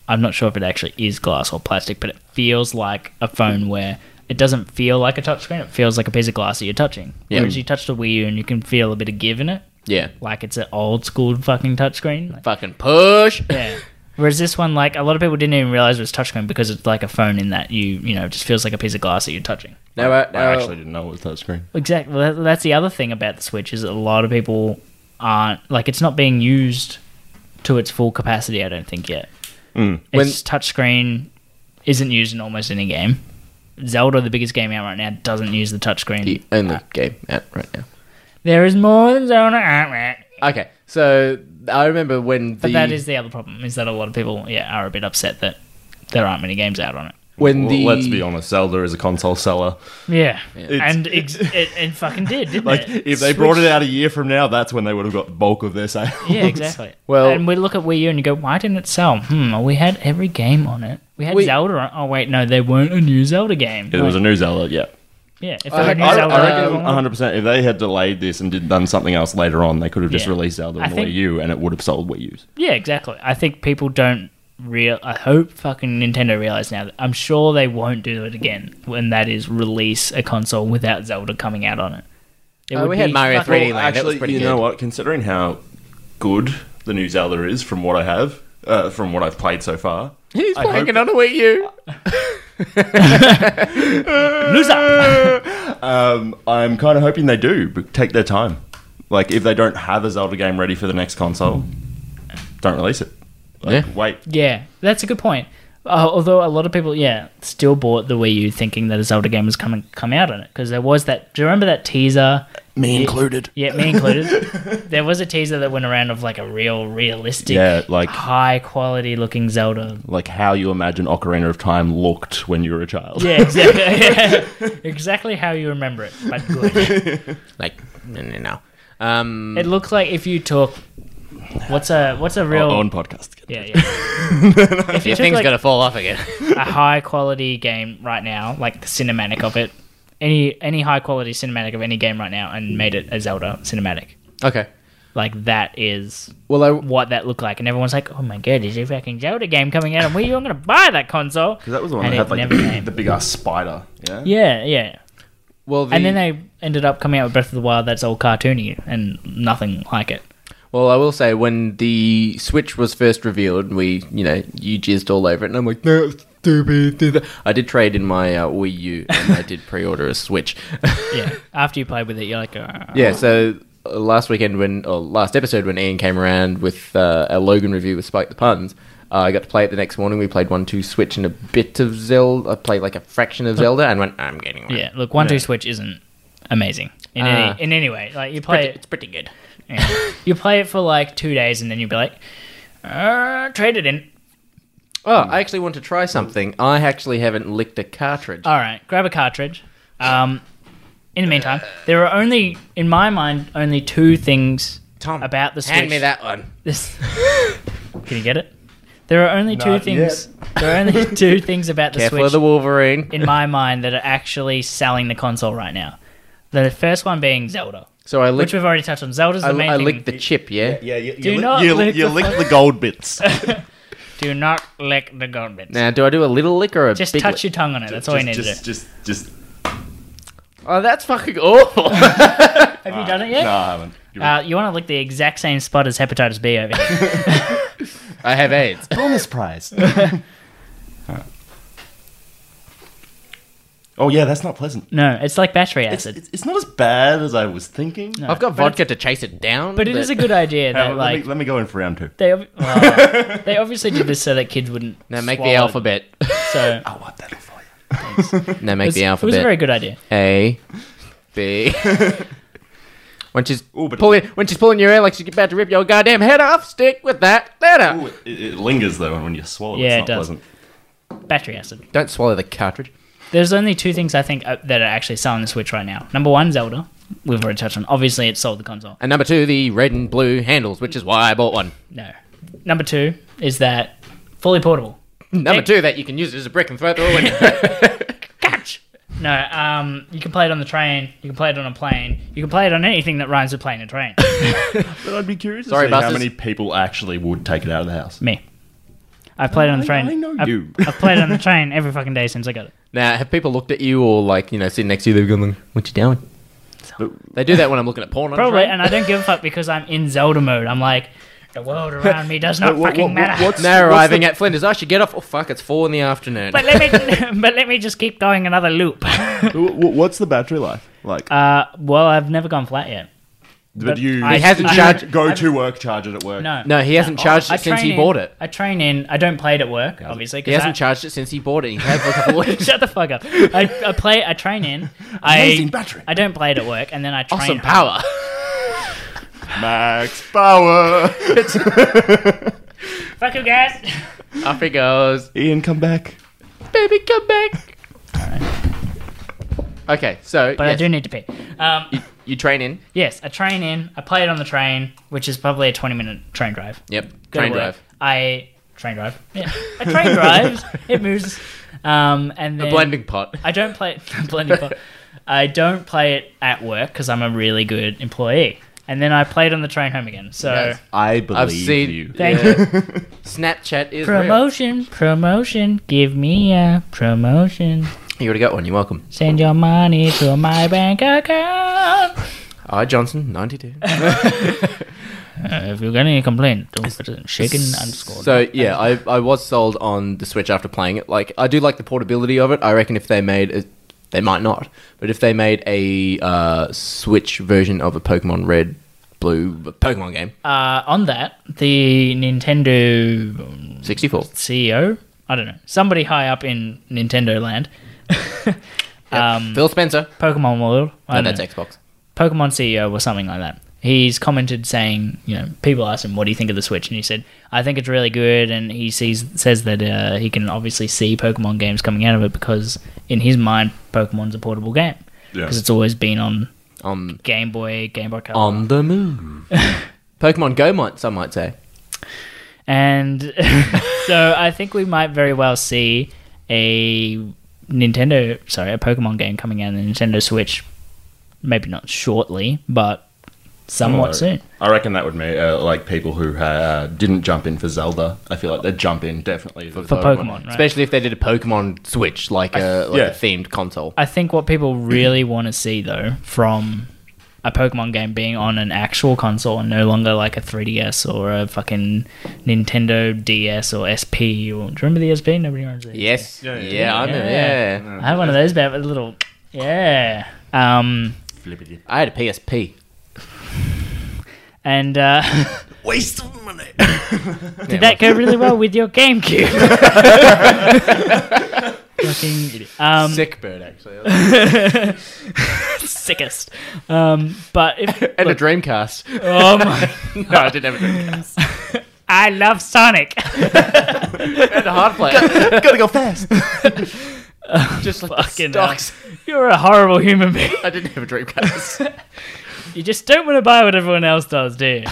I'm not sure if it actually is glass or plastic, but it feels like a phone where it doesn't feel like a touch screen. It feels like a piece of glass that you're touching. Yeah. Whereas you touch the Wii U and you can feel a bit of give in it. Yeah. Like it's an old school fucking touchscreen. Like, fucking push. Yeah. Whereas this one, like a lot of people didn't even realize it was touchscreen because it's like a phone in that you you know it just feels like a piece of glass that you're touching. Now, uh, now- I actually didn't know it was touchscreen. Exactly. Well, that- that's the other thing about the Switch is a lot of people aren't like it's not being used to its full capacity. I don't think yet. Mm. When- Its touchscreen isn't used in almost any game. Zelda, the biggest game out right now, doesn't use the touchscreen. The only game out right now. There is more than Zelda out right. Okay, so I remember when the But that is the other problem is that a lot of people yeah are a bit upset that there aren't many games out on it. When the- let's be honest, Zelda is a console seller. Yeah, It's- and ex- it, it fucking did, didn't Like it? if they Switch- brought it out a year from now, that's when they would have got the bulk of their sales. Yeah, exactly. Well- and we look at Wii U and you go, why didn't it sell? Hmm, well, we had every game on it. We had Zelda on. Oh wait, no, there weren't a new Zelda game. It was a new Zelda, yeah. Yeah, if I there were a reckon- new I Zelda, uh, reckon- they'd go, Um, 100%. If they had delayed this and did done something else later on, they could have just Yeah. released Zelda I on the think- Wii U and it would have sold Wii U's. Yeah, exactly. I think people don't real. I hope fucking Nintendo realize now that I'm sure they won't do it again. When that is release a console without Zelda coming out on it. It Uh, would we had be Mario fucking- 3D Land, that was Actually, pretty you good. know what? Considering how good the new Zelda is, from what I have, uh, from what I've played so far, He's I fucking on a Wii U. um, I'm kind of hoping they do but take their time. Like, if they don't have a Zelda game ready for the next console, don't release it. Like, Wait. Yeah, that's a good point. Uh, although a lot of people, yeah, still bought the Wii U thinking that a Zelda game was coming come out on it because there was that. Do you remember that teaser? Me Yeah- included. Yeah, me included. there was a teaser that went around of like a real, realistic, Yeah, like- high quality looking Zelda. Like, how you imagine Ocarina of Time looked when you were a child. Yeah, exactly. Yeah. exactly how you remember it, but good. like, no, no, no. Um, It looks like if you took what's a what's a real on podcast. Yeah, yeah. if Your took, thing's gonna fall off again. a high quality game right now, like the cinematic of it, any any high quality cinematic of any game right now, and made it a Zelda cinematic. Okay. Like that is well what that looked like, and everyone's like, "Oh my god, is a fucking Zelda game coming out? And where you? I'm gonna buy that console." Because that was the one And that it had, like, never the, came. big ass spider. Yeah. Yeah, yeah. Well, and the- then they ended up coming out with Breath of the Wild. That's all cartoony and nothing like it. Well, I will say when the Switch was first revealed, and we, you know, you jizzed all over it, and I'm like, no, it's stupid. do that." I did trade in my uh, Wii U, and I did pre-order a Switch. Yeah. After you play with it, you're like, "Ah." yeah. So uh, last weekend, when or last episode, when Ian came around with uh, a Logan review with Spike the Puns. Uh, I got to play it the next morning. We played one, two, switch, and a bit of Zelda. I played like a fraction of Zelda, and went, "I'm getting one." Yeah, look, one two Yeah. switch isn't amazing in Ah. any in any way. Like you play pretty- it, it's pretty good. you play it for like two days, and then you'd be like, uh, trade it in. Oh, mm. I actually want to try something. I actually haven't licked a cartridge. All right, grab a cartridge. Um, in the meantime, there are only, in my mind, only two things about the Switch. Hand me that one. This. Can you get it? There are only two Not things. yet. There are only two things about the Careful Switch. of the Wolverine. in my mind, that are actually selling the console right now. The first one being Zelda. So I licked- which we've already touched on. Zelda's I, the main I thing. licked the chip, yeah? Yeah, you, Do lick- not you- lick you the lick fuck- the gold bits. Do not lick the gold bits. Now, do I do a little lick or a Just big lick? touch your tongue on it. That's all you need to do. just, Just, just. Oh, that's fucking awful. Have uh, you done it yet? No, I haven't. Uh, you want to lick the exact same spot as hepatitis B over here. I have AIDS. Bonus prize. oh yeah, that's not pleasant. no, it's like battery It's, acid. it's, it's not as bad as I was thinking. No, I've got but vodka to chase it down. but it but- is a good idea that, let like- me, let me go in for round two. They, ob- oh, they obviously did this so that kids wouldn't. Now make the swallow it. alphabet. So I want that for now make It's- the it was a alphabet. very good idea. A, B. when she's pulling, when she's pulling your hair like she's about to rip your goddamn head off, stick with that. That up. It, it lingers though, and when you swallow, it's Yeah, it not does. pleasant. Battery acid. Don't swallow the cartridge. There's only two things I think uh, that are actually selling the Switch right now. Number one, Zelda. We've already touched on. Obviously, it sold the console. And number two, the red and blue handles, which is why I bought one. No. Number two is that fully portable. Number two, that you can use it as a brick and throw it through a window. No, um, you can play it on the train. You can play it on a plane. You can play it on anything that rhymes with plane and train. But I'd be curious Sorry, to see how buses. many people actually would take it out of the house. Me. I've played it on the I- train. I know I've- you. I've played it on the train every fucking day since I got it. Now, have people looked at you or like you know sitting next to you? They've gone, like, "What you doing?" They do that when I'm looking at porn. on a Probably, train. and I don't give a fuck because I'm in Zelda mode. I'm like, the world around me does not But what- fucking what- matter. What's, now arriving at Flinders, I should get off. Oh fuck, it's four in the afternoon. but let me, but let me just keep going another loop. What's the battery life like? Uh, well, I've never gone flat yet. But, you, I- you I- Go I've- to work, charge it at work. No, hasn't charged it since Oh, train he in- bought it. I train in. I don't play it at work, obviously. 'cause he hasn't I- charged it since he bought it. He had a couple of weeks. Shut the fuck up. I, I play. I train in. I, Amazing battery. I don't play it at work, and then I train. Awesome power. Max power. Fuck you guys. Off he goes. Ian, come back. Baby, come back. Okay, so But I yes. do need to pee. Um, you, you train in. Yes, I train in. I play it on the train, which is probably a twenty-minute train drive. Yep, Go to train work. drive. I train drive. Yeah, a train drives. It moves. Um, and A then blending pot. I don't play it. a blending pot. I don't play it at work because I'm a really good employee. And then I play it on the train home again. So Yes. I I've seen Thank yeah. you. Snapchat is real. promotion, promotion. Give me a promotion. You already got one. You're welcome. Send your money to my bank account. I Johnson, ninety-two. Uh, if you've got any complaint, don't put it in shaken underscore. So yeah, I, I was sold on the Switch after playing it. Like I do like the portability of it. I reckon if they made a, they might not, but if they made a uh, Switch version of a Pokemon Red, Blue Pokemon game, Uh, on that, the Nintendo um, 64 CEO, I don't know, somebody high up in Nintendo land. um, Phil Spencer, Pokemon World. I no, don't that's know. Xbox. Pokemon CEO or something like that. He's commented saying, you know, people asked him, "What do you think of the Switch?" and he said, "I think it's really good." And he sees says that uh, he can obviously see Pokemon games coming out of it because in his mind, Pokemon's a portable game Yeah. because it's always been on Um, Game Boy, Game Boy Color, on the move. Pokemon Go might some might say. and so I think we might very well see a Nintendo, sorry, a Pokemon game coming out on the Nintendo Switch. Maybe not shortly, but somewhat Oh, soon. I reckon that would mean uh, like people who uh, didn't jump in for Zelda. I feel like they'd jump in definitely for, especially if they did a Pokemon Switch, like a like yeah. a themed console. I think what people really want to see though from a Pokemon game being on an actual console and no longer like a 3DS or a fucking Nintendo DS or SP or do you remember the SP? Nobody remembers it. Yes, yeah, I know. Yeah. I had one of those bad with a little yeah. Um I had a PSP. and uh Waste of money. Did that go really well with your GameCube? Fucking idiot. Um, Sick bird, actually. Sickest. Um, but if, and a Dreamcast. Oh my- no, I didn't have a Dreamcast. I love Sonic. and a hard play. Gotta go fast. Just like the fucking hell. stocks. You're a horrible human being. I didn't have a Dreamcast. You just don't want to buy what everyone else does, do you?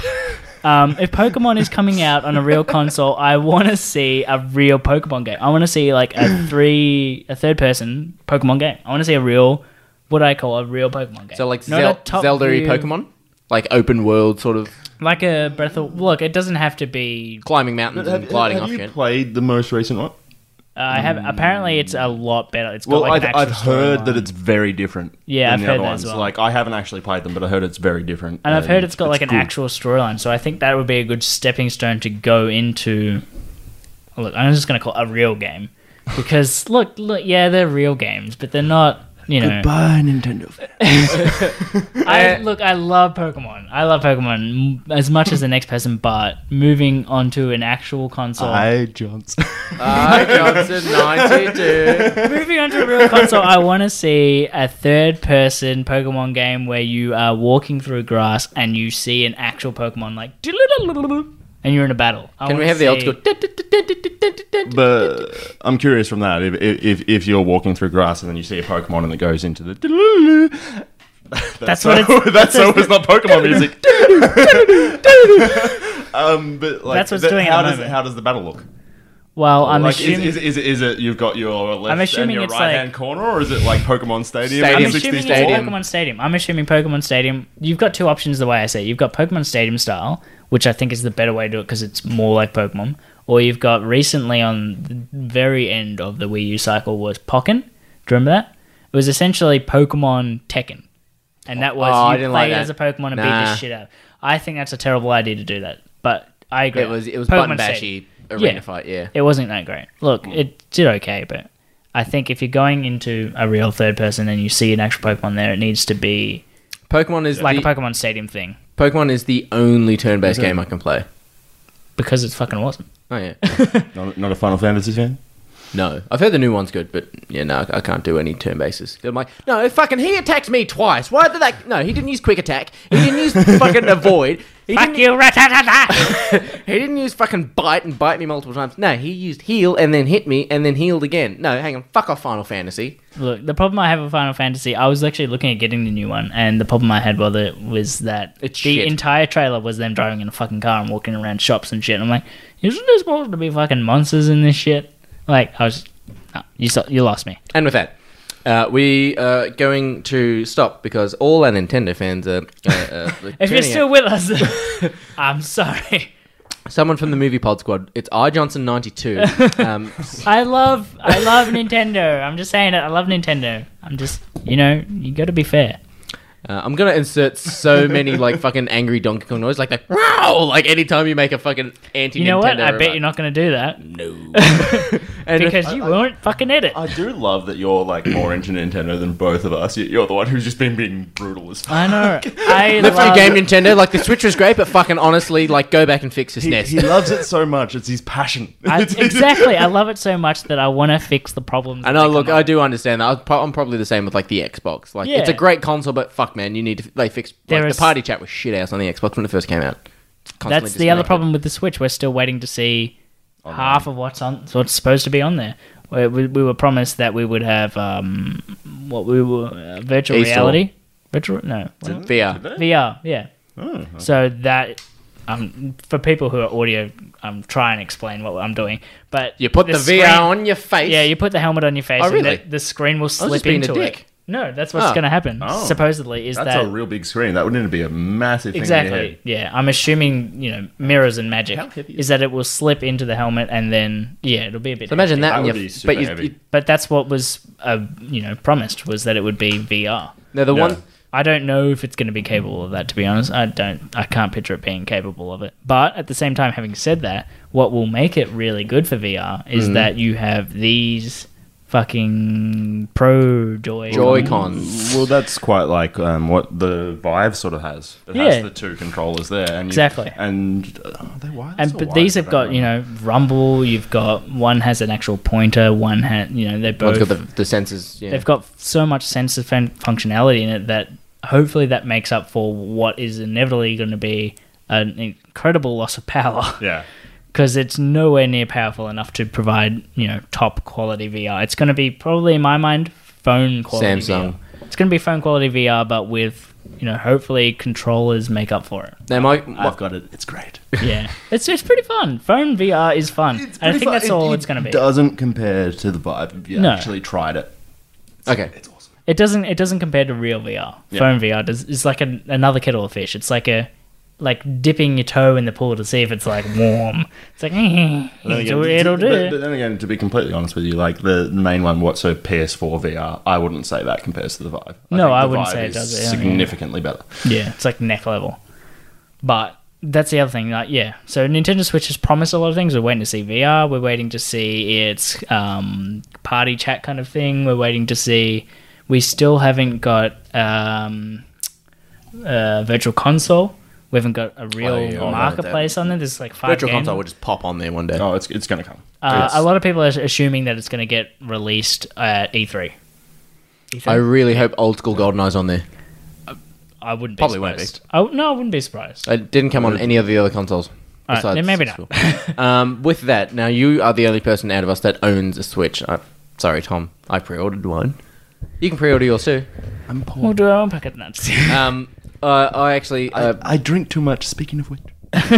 Um, if Pokemon is coming out on a real console, I want to see a real Pokemon game. I want to see like a three, a third person Pokemon game. I want to see a real, what I call a real Pokemon game. so like Not Zel- a top Zelda-y view- Pokemon, like open world sort of like a Breath of. Look, it doesn't have to be. climbing mountains Have, and gliding have Mm-hmm. off you shit. played the most recent one? uh, I have apparently it's a lot better. It's got Well, like an I've, actual I've heard that storyline. it's very different. Yeah, than I've the heard other that ones. as well. Like I haven't actually played them, but I heard it's very different. And I've heard it's got like an good. actual storyline, so I think that would be a good stepping stone to go into. Look, I'm just going to call it a real game because look, look, yeah, they're real games, but they're not. You know, Goodbye, Nintendo fans. I look. I love Pokemon. I love Pokemon m- as much as the next person, but moving onto an actual console, I Johnson. I Johnson 92. moving onto a real console, I want to see a third-person Pokemon game where you are walking through grass and you see an actual Pokemon, like, and you're in a battle. I Can we wanna have the old see- school? But I'm curious from that if, if if you're walking through grass and then you see a Pokemon and it goes into the That's what it's- that's so it's not Pokemon music. um, but like That's what it's the- doing at How the does moment. how does the battle look? Well, I'm like, assuming. is, is, is, is it you've got your left I'm assuming and your it's right hand like- corner, or is it like Pokemon Stadium? I'm Stadium. in assuming 64? it's Pokemon Stadium. I'm assuming Pokemon Stadium. You've got two options the way I see it. You've got Pokemon Stadium style, which I think is the better way to do it because it's more like Pokemon, Or you've got recently on the very end of the Wii U cycle was Pokken. Do you remember that? It was essentially Pokemon Tekken. And that was Oh, I you didn't like play that. as a Pokemon and beat Nah. the shit out. I think that's a terrible idea to do that. But I agree. It was- it was button Pokemon bashy said- arena fight, yeah. Hmm. It wasn't that great. Look, it did okay, but I think if you're going into a real third person and you see an actual Pokemon there, it needs to be Pokemon is like the- a Pokemon Stadium thing. Pokemon is the only turn-based Is it? game I can play. Because it's fucking awesome. Oh yeah. not, not a Final Fantasy fan. No, I've heard the new one's good, but yeah, no, I can't do any turn bases. I'm like, no, fucking, he attacked me twice. Why did that? No, he didn't use quick attack. He didn't use fucking avoid. He Fuck didn't, you, ratatata! he didn't use fucking bite and bite me multiple times. No, he used heal and then hit me and then healed again. No, hang on, fuck off, Final Fantasy. Look, the problem I have with Final Fantasy, I was actually looking at getting the new one, and the problem I had with it was that the shit. entire trailer was them driving in a fucking car and walking around shops and shit. And I'm like, isn't there supposed to be fucking monsters in this shit? Like, I was, no, you saw, you lost me. And with that, uh, we are going to stop because all our Nintendo fans are. Uh, uh, If you're tuning still with us, I'm sorry. out. someone from the Movie Pod Squad, it's R Johnson ninety two. Um, I love, I love Nintendo. I'm just saying it. I love Nintendo. I'm just, you know, you got to be fair. Uh, I'm gonna insert so many like fucking angry Donkey Kong noise, like that. Wow! Like anytime you make a fucking anti. You know what? I bet you're not going to do that. No. And if- because you won't fucking edit. I do love that you're like more into Nintendo than both of us. You- You're the one who's just been being brutal as fuck. I know. I Look for the love- game Nintendo. Like the Switch was great, but fucking honestly, like go back and fix this He, nest. he loves it so much; it's his passion. I, exactly. I love it so much that I want to fix the problems. I know. Look, I do understand that. I was pro- I'm probably the same with like the Xbox. Like it's a Yeah. great console, but fuck, man, you need to like fix. There Like, is- the party chat was shit ass on the Xbox when it first came out. It's constantly That's the other disconnected. problem with the Switch. We're still waiting to see half of what's on what's supposed to be on there. We, we, we were promised that we would have um, what we were uh, virtual E-store. reality, virtual no what? VR. VR, yeah. Oh, okay. So that um, for people who are audio, I'm trying to explain what I'm doing, but You put the VR on your face. Yeah, you put the helmet on your face. Oh, and really? the, the screen will was slip just being a into dick. it. No, that's what's Oh. going to happen. Oh. Supposedly, is That's that a real big screen. That wouldn't be a massive thing in your Exactly. head. Yeah, I'm assuming you know mirrors and magic is, that it will slip into the helmet and then yeah, it'll be a bit. So imagine that That in would your- you be super but you- heavy. you- but that's what was uh, you know promised was that it would be VR. No, the Yeah. one- I don't know if it's going to be capable of that. To be honest, I don't. I can't picture it being capable of it. But at the same time, having said that, what will make it really good for VR is Mhm. that you have these fucking pro joy Well, that's quite like um, what the Vive sort of has. It Yeah. has the two controllers there. And you- Exactly. and uh, are they wired? and Still but wired, these I have don't got you know rumble you've got one has an actual pointer one has you know they're One's both got the, the sensors. Yeah. they've got so much sensor fun- functionality in it that hopefully that makes up for what is inevitably going to be an incredible loss of power yeah because it's nowhere near powerful enough to provide you know top quality vr it's going to be probably in my mind phone quality Samsung. VR. it's going to be phone quality vr but with you know hopefully controllers make up for it Now, my, I've got it. It's great. yeah, it's it's pretty fun. Phone VR is fun. and I think that's all it's going to be. doesn't compare to the Vive. If you No. actually tried it. Okay. It doesn't it doesn't compare to real VR. Yeah. Phone VR does is like an, another kettle of fish. It's like a like dipping your toe in the pool to see if it's like warm. It's like Then it'll, again- it'll But, but do. then again, to be completely honest with you, like the main one, what so PS4 VR, I wouldn't say that compares to the Vive. No, think I the wouldn't Vive say it is does it, yeah. Significantly better. Yeah, it's like neck level. But that's the other thing. Like yeah, so Nintendo Switch has promised a lot of things. We're waiting to see VR. We're waiting to see its um, party chat kind of thing. We're waiting to see. We still haven't got um, uh, Virtual Console. We haven't got a real Oh, yeah, I know marketplace that. on there. There's like five Virtual games. console will just pop on there one day. Oh, it's it's gonna come. Uh, a lot of people are assuming that it's going to get released at E E3. I really hope old school GoldenEye's on there. I wouldn't be Probably won't Oh. surprised. I w no, I wouldn't be surprised. It didn't come on any of the other consoles. All right, besides then maybe not. Switch. um, with that, now you are the only person out of us that owns a Switch. I, sorry, Tom. I pre-ordered one. You can pre-order yours too. I'm poor. We'll do our own packet nuts. Um, uh, I actually, uh, I drink too much. Speaking of which,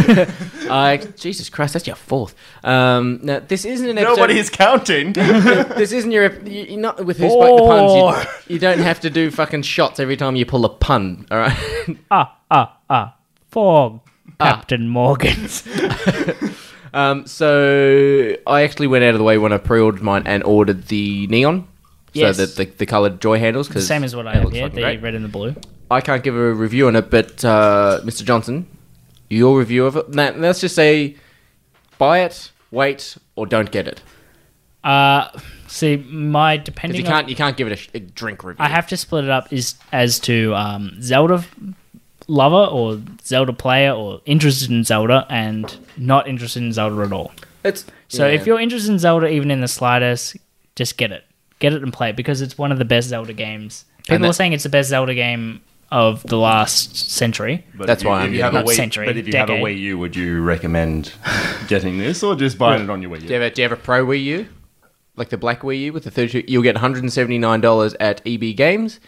I, Jesus Christ, that's your fourth. Um, now this isn't an episode. nobody is counting. this isn't your. ep- you- You're not with who spoke the puns. You, you don't have to do fucking shots every time you pull a pun. All right. Ah. ah, ah, ah. For Captain Morgans. Um, so I actually went out of the way when I pre-ordered mine and ordered the neon, Yes. so that the, the coloured joy handles. The Cause same as what I that have looks here, fucking the great. red and the blue. I can't give a review on it, but uh, Mr. Johnson, your review of it. Now, let's just say, buy it, wait, or don't get it. Uh, see, my depending Because you on- can't, you can't give it a, sh- a drink review. I have to split it up is as to um, Zelda f- lover or Zelda player or interested in Zelda and not interested in Zelda at all. It's so yeah. if you're interested in Zelda even in the slightest, just get it, get it and play it because it's one of the best Zelda games. And People that- are saying it's the best Zelda game of the last century. But if you- if you have a not Wii- century, But if you have a decade. Wii U, would you recommend getting this or just buying it on your Wii Do U? you, have a, do you have a pro Wii U? Like the black Wii U with the 32, you'll get $179 at EB Games.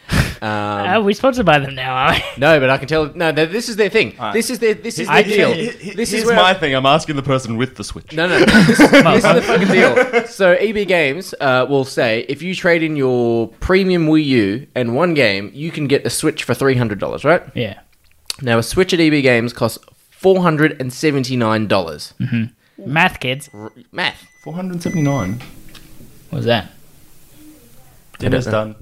Um, Oh, we're sponsored by them now, are we? No, but I can tell. No, no this is their thing. This is their. This is their deal. This is Here's where my thing. I'm asking the person with the Switch. No, no. This, this is the fucking deal. So EB Games uh, will say if you trade in your premium Wii U and one game, you can get a Switch for three hundred dollars, right? Yeah. Now a Switch at EB Games costs four hundred and seventy nine dollars. Math kids. math. 479. What was that? Dinner's done.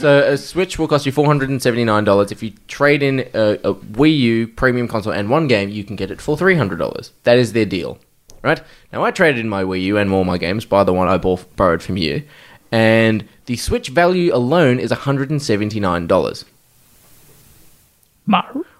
so a Switch will cost you four hundred and seventy nine dollars. If you trade in a, a Wii U premium console and one game, you can get it for three hundred dollars. That is their deal, right? Now I traded in my Wii U and all my games by the one I bought, borrowed from you, and the Switch value alone is one hundred and seventy nine dollars,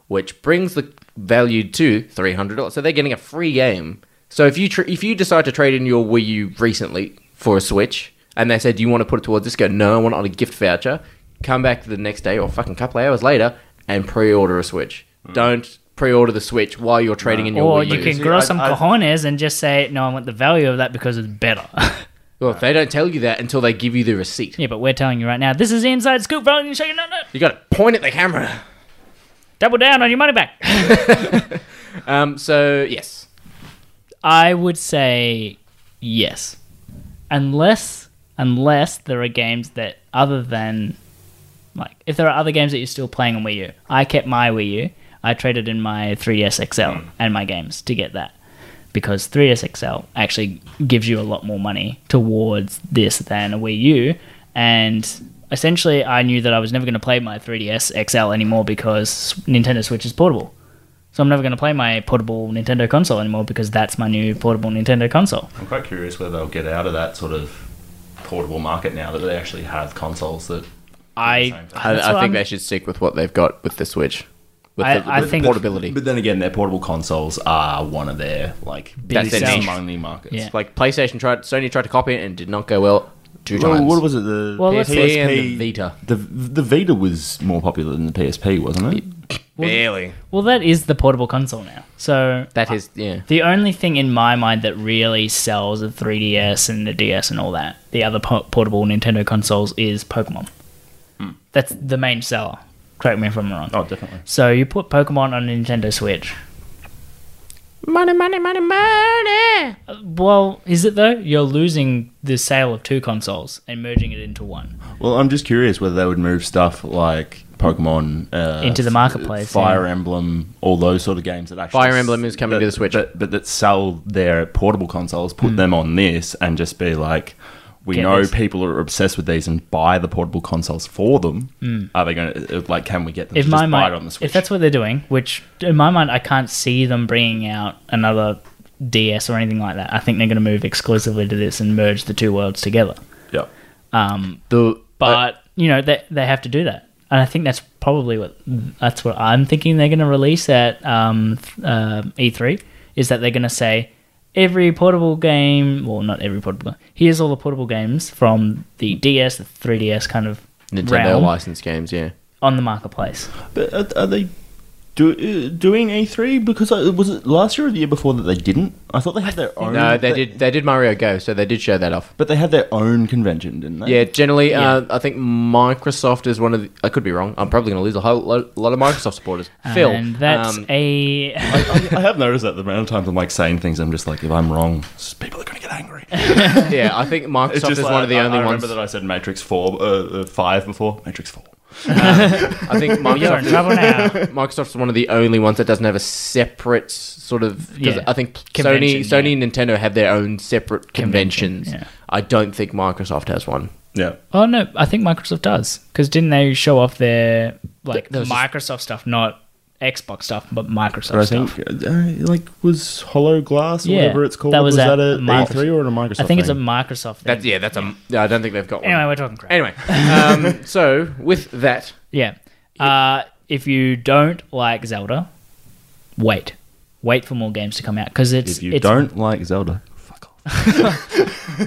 which brings the value to three hundred dollars. So they're getting a free game. So if you tr if you decide to trade in your Wii U recently for a Switch, and they say, "Do you want to put it towards this?" Go, no, I want it on a gift voucher. Come back the next day or fucking couple of hours later and pre-order a Switch. Don't pre-order the Switch while you're trading in your or Wii U. you can grow some cojones and just say, no, I want the value of that because it's better. Well, they don't tell you that until they give you the receipt. yeah, but we're telling you right now, this is the inside scoop, value, shake it, no, no. You got to point at the camera. Double down on your money back. Um, so yes, I would say yes, unless unless there are games that other than like if there are other games that you're still playing on Wii U. I kept my Wii U. I traded in my 3DS XL and my games to get that because 3DS XL actually gives you a lot more money towards this than a Wii U and. Essentially, I knew that I was never going to play my 3DS XL anymore because Nintendo Switch is portable. So I'm never going to play my portable Nintendo console anymore because that's my new portable Nintendo console. I'm quite curious whether they'll get out of that sort of portable market now that they actually have consoles that. I I, that's I what think I'm- they should stick with what they've got with the Switch. With I- the, I with think- portability. But then again, their portable consoles are one of their like That's their niche. only markets. It's Like PlayStation tried, Sony tried to copy it and did not go well two Well, times. what was it? The Well, let's- PSP PSP and the Vita. The the Vita was more popular than the PSP, wasn't it? Barely. Well, that is the portable console now. So that is yeah. The only thing in my mind that really sells the 3DS and the DS and all that, the other po- portable Nintendo consoles, is Pokemon. That's the main seller. Correct me if I'm wrong. Oh, definitely. So you put Pokemon on a Nintendo Switch. Money, money, money, money. Uh, Well, is it though? You're losing the sale of two consoles and merging it into one. Well, I'm just curious whether they would move stuff like Pokemon uh, Into the marketplace, Fire yeah. Emblem, all those sort of games that actually Fire Emblem is coming that, to the Switch. but, but that sell their portable consoles, put them on this, and just be like, we Hmm. Get know this. people are obsessed with these and buy the portable consoles for them. Mm. Are they going to like? Can we get them if to my just buy mind, it on the Switch? if that's what they're doing, which in my mind I can't see them bringing out another DS or anything like that. I think they're going to move exclusively to this and merge the two worlds together. Yeah. Um, the uh, but you know they they have to do that, and I think that's probably what that's what I'm thinking they're going to release at um, th- uh, E3 is that they're going to say every portable game, well not every portable, here's all the portable games from the DS, the 3DS kind of Nintendo realm licensed games, yeah. on the marketplace. But are, are they do, uh, doing E3? Because I, was it last year or the year before that they didn't? I thought they had their own. No, they did. They did Mario Go, so they did show that off. But they had their own convention, didn't they? Yeah, generally, Uh, I think Microsoft is one of. the... I could be wrong. I'm probably going to lose a whole lo- lot of Microsoft supporters. Phil, and that's um, a I, I have noticed that the amount of times I'm like saying things, I'm just like, if I'm wrong, s- people are going yeah, I think Microsoft is one of the I, only I ones. remember that I said Matrix Four, uh, uh, Five before Matrix Four. Um, I think Well, Microsoft you're in trouble now. Microsoft's one of the only ones that doesn't have a separate sort of. Because Yeah. I think Sony, Convention, Sony, and Nintendo have their own separate conventions. yeah. I don't think Microsoft has one. Yeah. Oh no, I think Microsoft does because didn't they show off their like There was just- Microsoft stuff, not Xbox stuff, but Microsoft But I stuff. think uh, like was Hollow Glass or whatever it's called. was at that a Mi- E3 or a Microsoft? I think it's a thing? Microsoft thing. That's yeah. That's a. yeah, I don't think they've got one. Anyway, we're talking crap. Anyway, um, so with that, Yeah. Uh, if you don't like Zelda, wait. Wait for more games to come out because it's if you it's, don't like Zelda,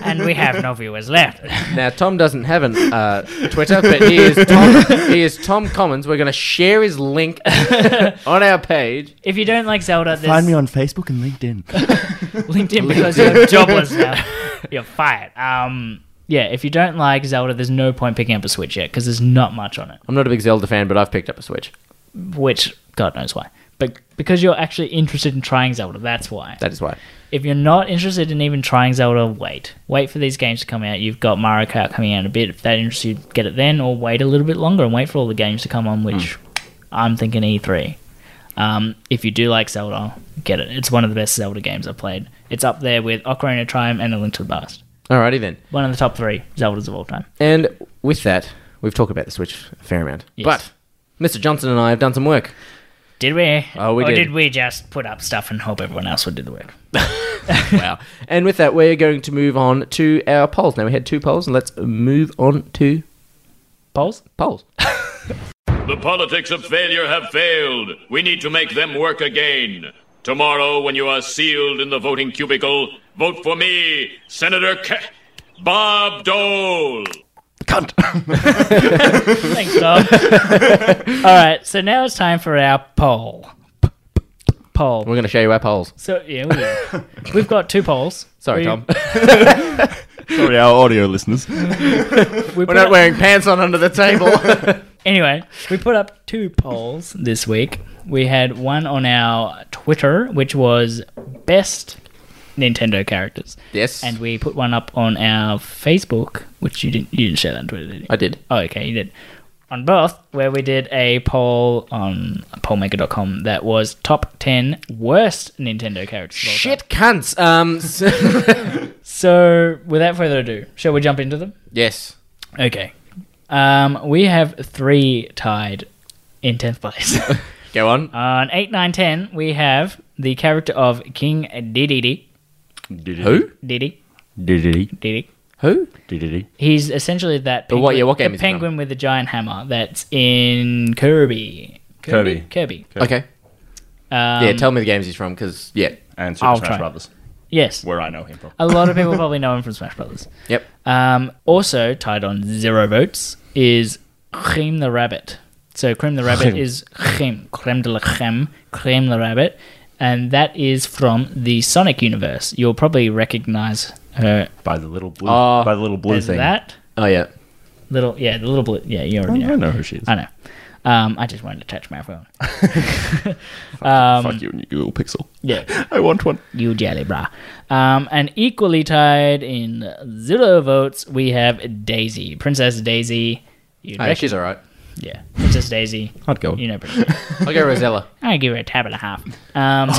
and we have no viewers left. Now Tom doesn't have an uh, Twitter, but he is Tom, he is Tom Commons. We're going to share his link on our page. If you don't like Zelda, there's find me on Facebook and LinkedIn. LinkedIn because you're jobless now. You're fired. Um, yeah. If you don't like Zelda, there's no point picking up a Switch yet because there's not much on it. I'm not a big Zelda fan, but I've picked up a Switch. Which God knows why, but because you're actually interested in trying Zelda, that's why. That is why. If you're not interested in even trying Zelda, wait. Wait for these games to come out. You've got Mario Kart coming out in a bit. If that interests you, get it then, or wait a little bit longer and wait for all the games to come on, which I'm thinking E3. Um, if you do like Zelda, get it. It's one of the best Zelda games I've played. It's up there with Ocarina of Time and A Link to the Past. Alrighty then. One of the top three Zeldas of all time. And with that, we've talked about the Switch a fair amount. Yes. But Mr. Johnson and I have done some work. Did we? Oh, we or did. did we just put up stuff and hope everyone else would do the work? wow. And with that, we're going to move on to our polls. Now we had two polls, and let's move on to polls. Polls. The politics of failure have failed. We need to make them work again. Tomorrow, when you are sealed in the voting cubicle, vote for me, Senator Ke- Bob Dole. Thanks, Dom. All right, so now it's time for our poll. Poll. We're going to show you our polls. So yeah, we will. we've got two polls. Sorry, We- Tom. Sorry, our audio listeners. We We're put not up- wearing pants on under the table. Anyway, we put up two polls this week. We had one on our Twitter, which was best Nintendo characters. Yes. And we put one up on our Facebook, which you didn't you didn't share that on Twitter, did you? I did. Oh, okay, you did. On both, where we did a poll on pollmaker.com that was top 10 worst Nintendo characters. of all time. Shit cunts. Um, s- So, without further ado, shall we jump into them? yes. Okay. Um, we have three tied in 10th place. Go on. On 8, 9, 10, we have the character of King Dedede. Who? Diddy. Diddy. Diddy. Who? Diddy. He's essentially that But penguin, what- yeah, what game the is he from? penguin with the giant hammer that's in Kirby. Kirby. Kirby. Okay. Um, yeah, tell me the games he's from, because, yeah. And Super I'll Smash try. Brothers, Yes. where I know him from. A lot of people probably know him from Smash Brothers. Yep. Um, also tied on zero votes is Cream the Rabbit. So Cream the Rabbit Cream. is Cream, Creme de la Creme, Cream the Rabbit, and that is from the Sonic universe. You'll probably recognize her By the little blue, Oh, by the little blue as thing. Uh, that Oh, yeah. little, yeah, the little blue, yeah, you I already know, I know. know who she is. I know. Um, I just wanted to touch my phone. Fuck you and your Google Pixel. Yeah, I want one. you jelly bra. Um, and equally tied in zero votes, we have Daisy, Princess Daisy. You'd Hey, rec- she's alright. Yeah, Princess Daisy. I'd go. You know, Princess. I'll go Rosella. I give her a tab and a half. Um,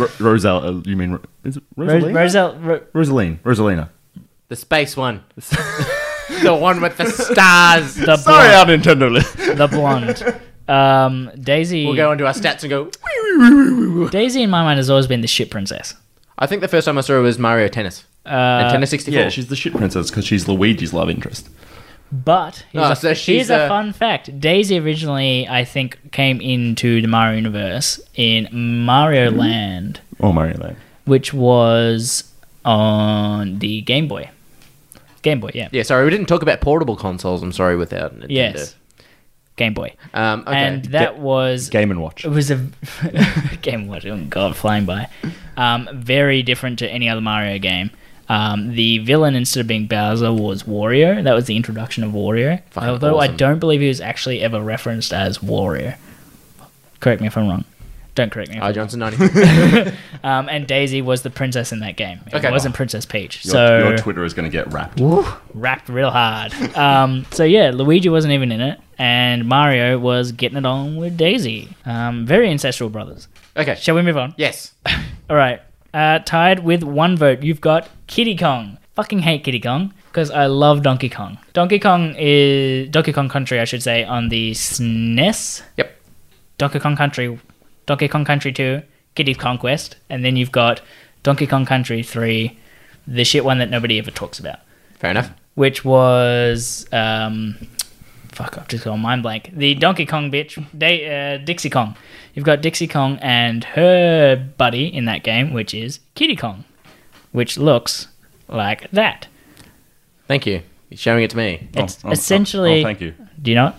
Ro- Rosella, you mean Ro- is it Ros- Rosalina? Roselle, Ro- Rosaline, Rosalina. The space one. the one with the stars. the Sorry, blonde, our Nintendo list. the blonde. Um, Daisy. We'll go into our stats and go. Daisy in my mind has always been the shit princess. I think the first time I saw her was Mario Tennis. Uh, and Tennis 64. yeah, she's the shit princess because she's Luigi's love interest. But here's, Oh, a, so here's she's a a- fun fact: Daisy originally, I think, came into the Mario universe in Hmm? Mario Land, Oh, Mario Land. which was on the Game Boy. Game Boy, yeah. yeah, sorry, we didn't talk about portable consoles. I'm sorry with that. Yes. Game Boy. Um, okay. And that was Game and Watch. it was a game watch. Oh god, flying by. Um, very different to any other Mario game. Um, the villain instead of being Bowser was Wario. That was the introduction of Wario. Fucking Although I awesome. don't believe he was actually ever referenced as Wario. Correct me if I'm wrong. Don't correct me. if I I'm Johnson wrong. 93. um, and Daisy was the princess in that game. It Okay. wasn't Princess Peach. Your, so your Twitter is going to get wrapped. Woo, rapped real hard. Um, so yeah, Luigi wasn't even in it, and Mario was getting it on with Daisy. Um, very ancestral brothers. Okay, shall we move on? Yes. All right. Uh, tied with one vote, you've got Kitty Kong. Fucking hate Kitty Kong because I love Donkey Kong. Donkey Kong is Donkey Kong Country, I should say, on the SNES. Yep. Donkey Kong Country, Donkey Kong Country Two, Kitty Conquest, and then you've got Donkey Kong Country Three, the shit one that nobody ever talks about Fair enough. which was um, fuck, I've just gone mind blank. The Donkey Kong bitch, da- uh, Dixie Kong. You've got Dixie Kong and her buddy in that game, which is Kitty Kong, which looks like that. Thank you. You're showing it to me. It's oh, essentially. Do you know it?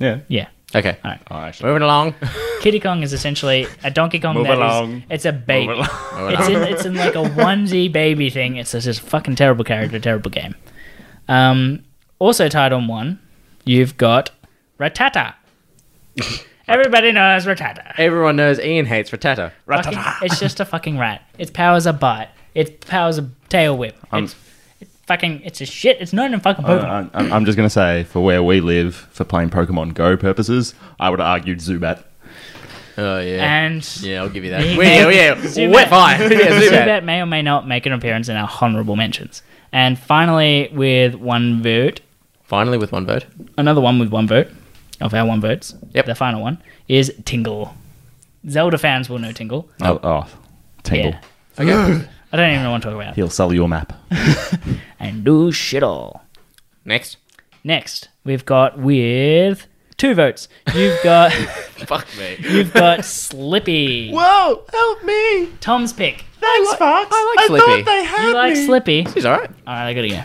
Yeah. Yeah. Okay. All right. Moving along. Kitty Kong is essentially a Donkey Kong. Move that is- along. it's a baby. Move along. It's in, it's in like a onesie baby thing. It's just a fucking terrible character, terrible game. Um, also tied on one, you've got Ratata. Everybody knows Ratata. Everyone knows Ian hates Ratata. Fucking- it's just a fucking rat. Its powers are bite. Its powers are tail whip. Um, I'm- it's it fucking. It's a shit. It's not in fucking Uh, Pokemon. I- I'm, I'm just going to say, for where we live, for playing Pokemon Go purposes, I would have argued Zubat. Oh, yeah. And yeah, I'll give you that. He may- Well, yeah, yeah. Zubat- Wet fine. Yeah, Zubat. Zubat may or may not make an appearance in our honourable mentions. And finally, with one vote. Finally, with one vote. Another one with one vote of our one votes. Yep. The final one is Tingle. Zelda fans will know Tingle. Oh, oh Tingle. Yeah. Okay. I don't even want to talk about it. He'll sell your map. and do shit all. Next. Next, we've got with two votes. You've got fuck me. You've got Slippy. Whoa, help me. Tom's pick. Thanks, Fox. I like I Slippy. thought they had You like me. Slippy? She's alright. Alright, I gotta go.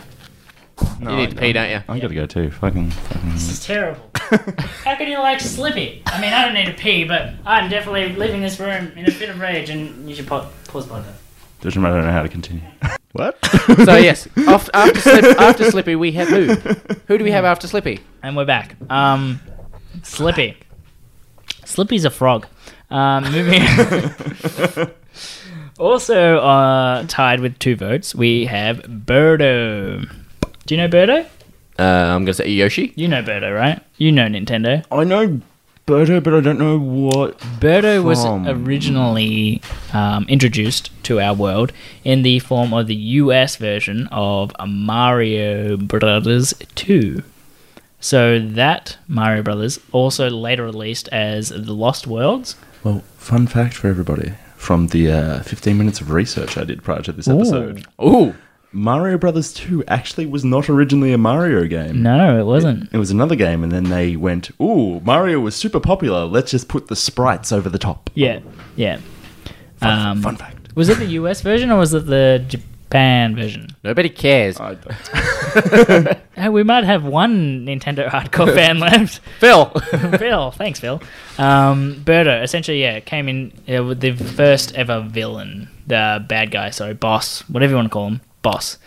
you need to pee, don't you? I got to go too. Fucking. fucking It's terrible. How can you like Slippy? I mean, I don't need to pee, but I'm definitely leaving this room in a fit of rage, and you should pa- pause by that. doesn't matter. I don't know how to continue. what? So yes, after, after, Slip, after Slippy, we have who? Who do we have after Slippy? And we're back. Um, Slippy. Slippy's a frog. Um, moving. also uh, tied with two votes, we have Birdo. Do you know Birdo? Uh, I'm gonna say Yoshi. You know Birdo, right? You know Nintendo. I know Birdo, but I don't know what. Birdo was from. originally um, introduced to our world in the form of the US version of Mario Brothers 2. So that Mario Brothers also later released as The Lost Worlds. Well, fun fact for everybody from the uh, 15 minutes of research I did prior to this episode. Ooh. Mario Brothers 2 actually was not originally a Mario game. No, it wasn't. It was another game, and then they went, ooh, Mario was super popular. Let's just put the sprites over the top. Yeah, yeah. Fun, um, fun fact. Was it the US version or was it the Japan version? Nobody cares. Hey, we might have one Nintendo hardcore fan left. Phil. Phil, thanks, Phil. Um, Birdo, essentially, yeah, came in uh, with the first ever villain, the bad guy, sorry, boss, whatever you want to call him, boss,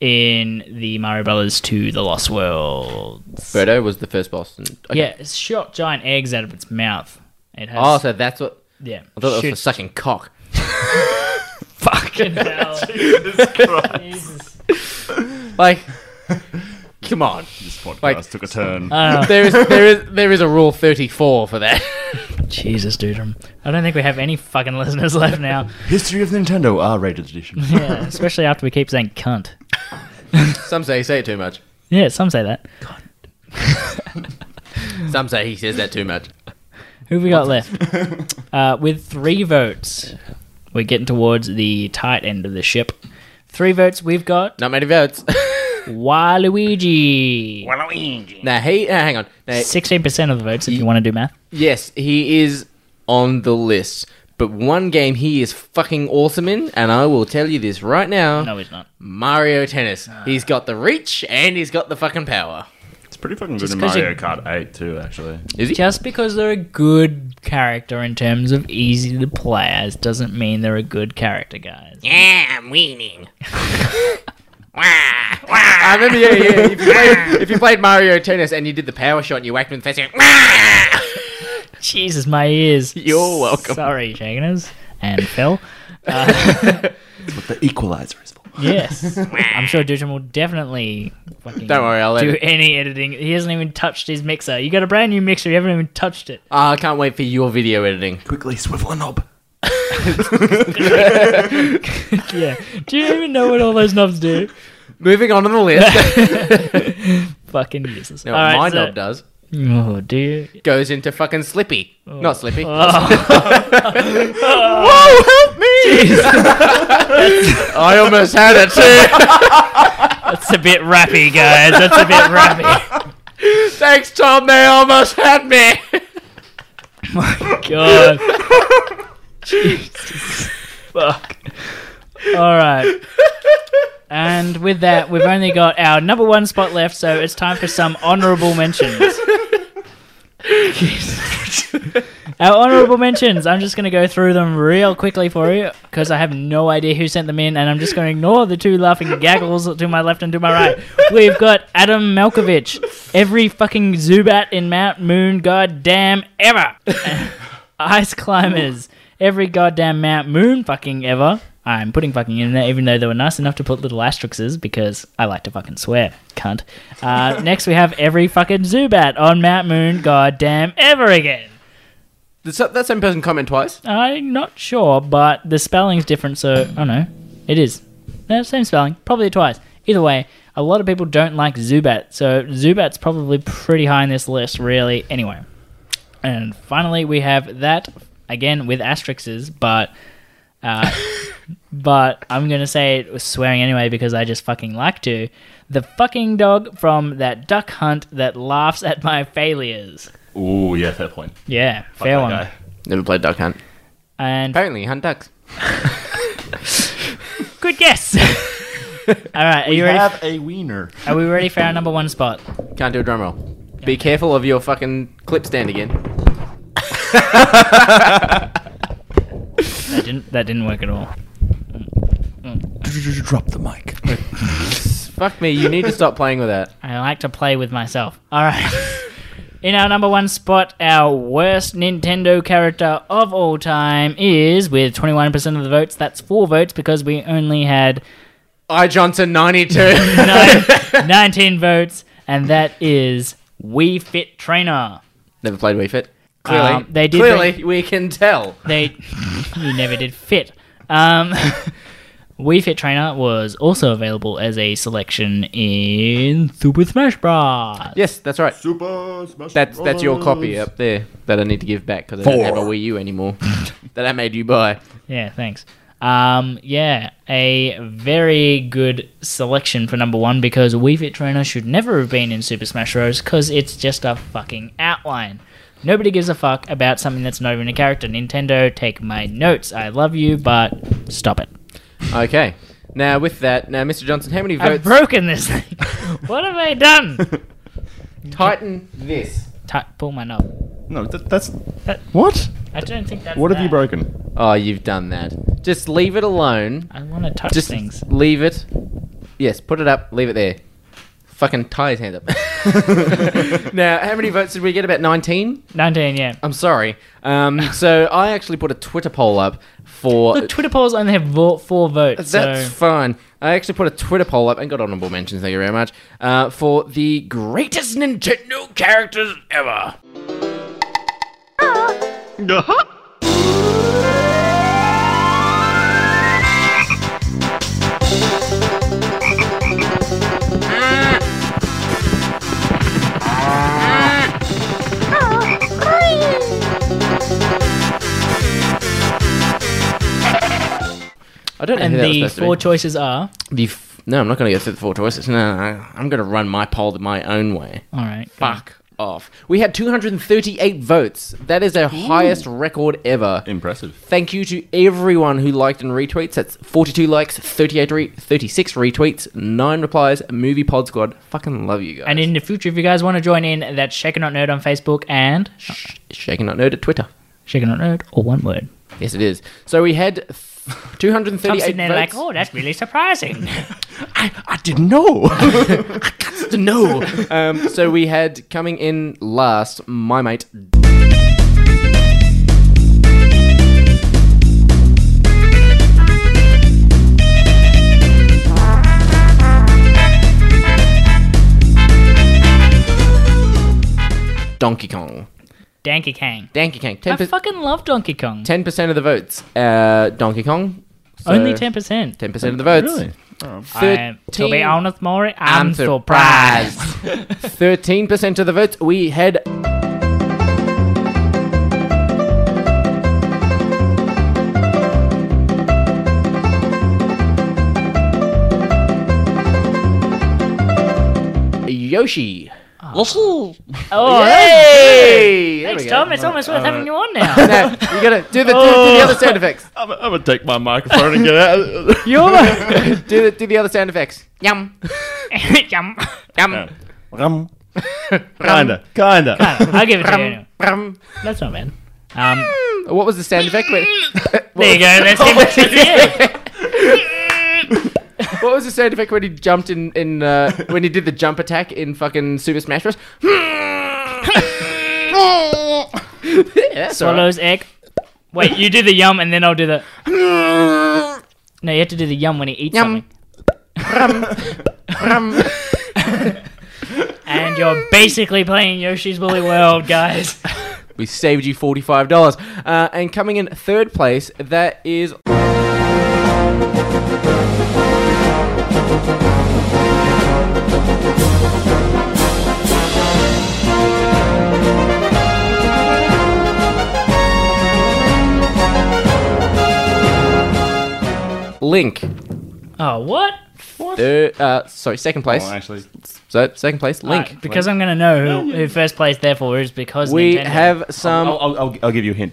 in the Mario Brothers 2 The Lost World. Birdo was the first boss. And, okay. Yeah, it's shot giant eggs out of its mouth. It has. Oh, so that's what. Yeah. I thought it was Shoot. for sucking cock. Fucking hell. Jesus Christ. Like, come on. This podcast Like- took a turn. I don't know. there is there is there is a rule thirty four for that. Jesus, dude. I'm- I don't think we have any fucking listeners left now. History of Nintendo R rated edition. Yeah, especially after we keep saying cunt. Some say you say it too much. Yeah, some say that. Some say he says that too much. Who have we got left? uh, with three votes, we're getting towards the tight end of the ship. Three votes we've got. Not many votes. Waluigi. Now he uh, hang on. Now, Sixteen percent of the votes, if you want to do math. yes, he is on the list. But one game he is fucking awesome in, and I will tell you this right now. No, Ah. he's not. Mario Tennis. he's got the reach and he's got the fucking power. It's pretty fucking Just good in 'cause Mario you- Kart 8, too, actually. Just because they're a good character in terms of easy to play as doesn't mean they're a good character, guys. Yeah, I'm winning. I remember, yeah, yeah. If you, played, if you played Mario Tennis and you did the power shot and you whacked him in the face, you went, "Wah!" Jesus, my ears. You're welcome. Sorry, Shagners and Phil. Uh, That's what the equalizer is for. yes, I'm sure Dutram will definitely fucking Don't worry, I'll do edit. any editing. He hasn't even touched his mixer. You got a brand new mixer. You haven't even touched it. Ah, I can't wait for your video editing. Quickly swivel a knob. yeah. Do you even know what all those knobs do? Moving on to the list. Fucking useless. No, All right, my so- knob does. Oh, do you? Goes into fucking Slippy. Oh. Not Slippy. Whoa, help me! I almost had it too. That's a bit rappy, guys. That's a bit rappy. Thanks, Tom. They almost had me. God. Fuck. All right. And with that, we've only got our number one spot left, so it's time for some honourable mentions. our honourable mentions. I'm just going to go through them real quickly for you because I have no idea who sent them in, and I'm just going to ignore the two laughing gaggles to my left and to my right. We've got Adam Malkovich, every fucking Zubat in Mount Moon, goddamn ever. Ice climbers, every goddamn Mount Moon fucking ever. I'm putting fucking in there, even though they were nice enough to put little asterisks because I like to fucking swear, cunt. Uh, next, we have every fucking Zubat on Mount Moon, goddamn ever again. Did so- that same person comment twice? I'm not sure, but the spelling's different, so I don't know. It is. No, same spelling, probably twice. Either way, a lot of people don't like Zubat, so Zubat's probably pretty high in this list, really. Anyway. And finally, we have that, again, with asterisks, but. Uh, but I'm gonna say it was swearing anyway because I just fucking like to. The fucking dog from that duck hunt that laughs at my failures. Ooh, yeah, fair point. Yeah, Fuck fair that one. guy. Never played Duck Hunt. And apparently, hunt ducks. Good guess. All right, are We you ready? have a wiener. Are we ready for our number one spot? Can't do a drum roll. Be careful of your fucking clip stand again. That didn't. That didn't work at all. Drop the mic. Fuck me, you need to stop playing with that. I like to play with myself. All right. In our number one spot, our worst Nintendo character of all time is with 21% of the votes. That's four votes because we only had I Johnson 92. nine, 19 votes, and that is Wii Fit Trainer. Never played Wii Fit. Clearly, Um, they did Clearly, we can tell. They, you never did fit. Um, Wii Fit Trainer was also available as a selection in Super Smash Bros. Yes, that's right. Super Smash That's that's your copy Bros. up there that I need to give back because I don't Four. have a Wii U anymore that I made you buy. Yeah, thanks. Um, yeah, a very good selection for number one because Wii Fit Trainer should never have been in Super Smash Bros. because it's just a fucking outline. Nobody gives a fuck about something that's not even a character. Nintendo, take my notes. I love you, but stop it. Okay. Now with that, now Mr. Johnson, how many I've votes? broken this thing. what have I done? Tighten this. Ti- pull my knob. No, that, that's That- what? I don't think that's. What have you that. broken? Oh, you've done that. Just leave it alone. I want to touch Just things. leave it. Yes, put it up. Leave it there. Fucking tie his hand up. now, how many votes did we get? About 19? 19, yeah. I'm sorry. Um, so I actually put a Twitter poll up for. The Twitter polls only have vo- four votes. That's so. fine. I actually put a Twitter poll up and got honorable mentions. Thank you very much uh, for the greatest Nintendo characters ever. I don't know And who that was the supposed to be. four choices are. The f- no, I'm not going to go through the four choices. No, no, no. I'm going to run my poll my own way. All right. Fuck off. We had 238 votes. That is our highest record ever. Impressive. Thank you to everyone who liked and retweets. That's 42 likes, 38 re- 36 retweets, 9 replies, Movie Pod Squad. Fucking love you guys. And in the future, if you guys want to join in, that's Shaker Not Nerd on Facebook and Shaking Not Nerd at Twitter. Shaker Not Nerd, or one word. Yes, it is. So we had f- 238 I'm sitting there votes. like, oh, that's really surprising. I didn't know. I got to know. Um, so we had coming in last, my mate. Donkey Kong. Donkey Kang. Donkey Kang. I 10%, fucking love Donkey Kong. 10% of the votes. Uh, Donkey Kong. Only 10%. 10% of the votes. Really? Oh. I, to be 13 honest, Maury, I'm, I'm surprised. Thirteen percent of the votes. We had. Yoshi. Oh, oh hey! hey! There Thanks, we go. Tom. Oh. It's almost worth Uh, having you on now. No, you gotta do the, do, do the other sound effects. I'm, I'm gonna take my microphone and get out. You're do the do the other sound effects. Yum. Yum. Yum. Rum. kinda, Um, kinda. I'll give it to you anyway. Brum. That's not bad. Um, what was the sound effect? Wait. there you go. That's him. That's it. what was the sound effect when he jumped in in uh, when he did the jump attack in fucking Super Smash Bros? Swallows egg. Wait, you do the yum, and then I'll do the. No, you have to do the yum when he eats something. and you're basically playing Yoshi's Woolly World, guys. We saved you forty five dollars. Uh, and coming in third place, that is Link. Oh, what? What? Third, uh, sorry, second place. Oh, actually. so second place, Link. Alright, because I'm going to know who, who first place therefore is because We Nintendo. have some. I'll, I'll, I'll give you a hint.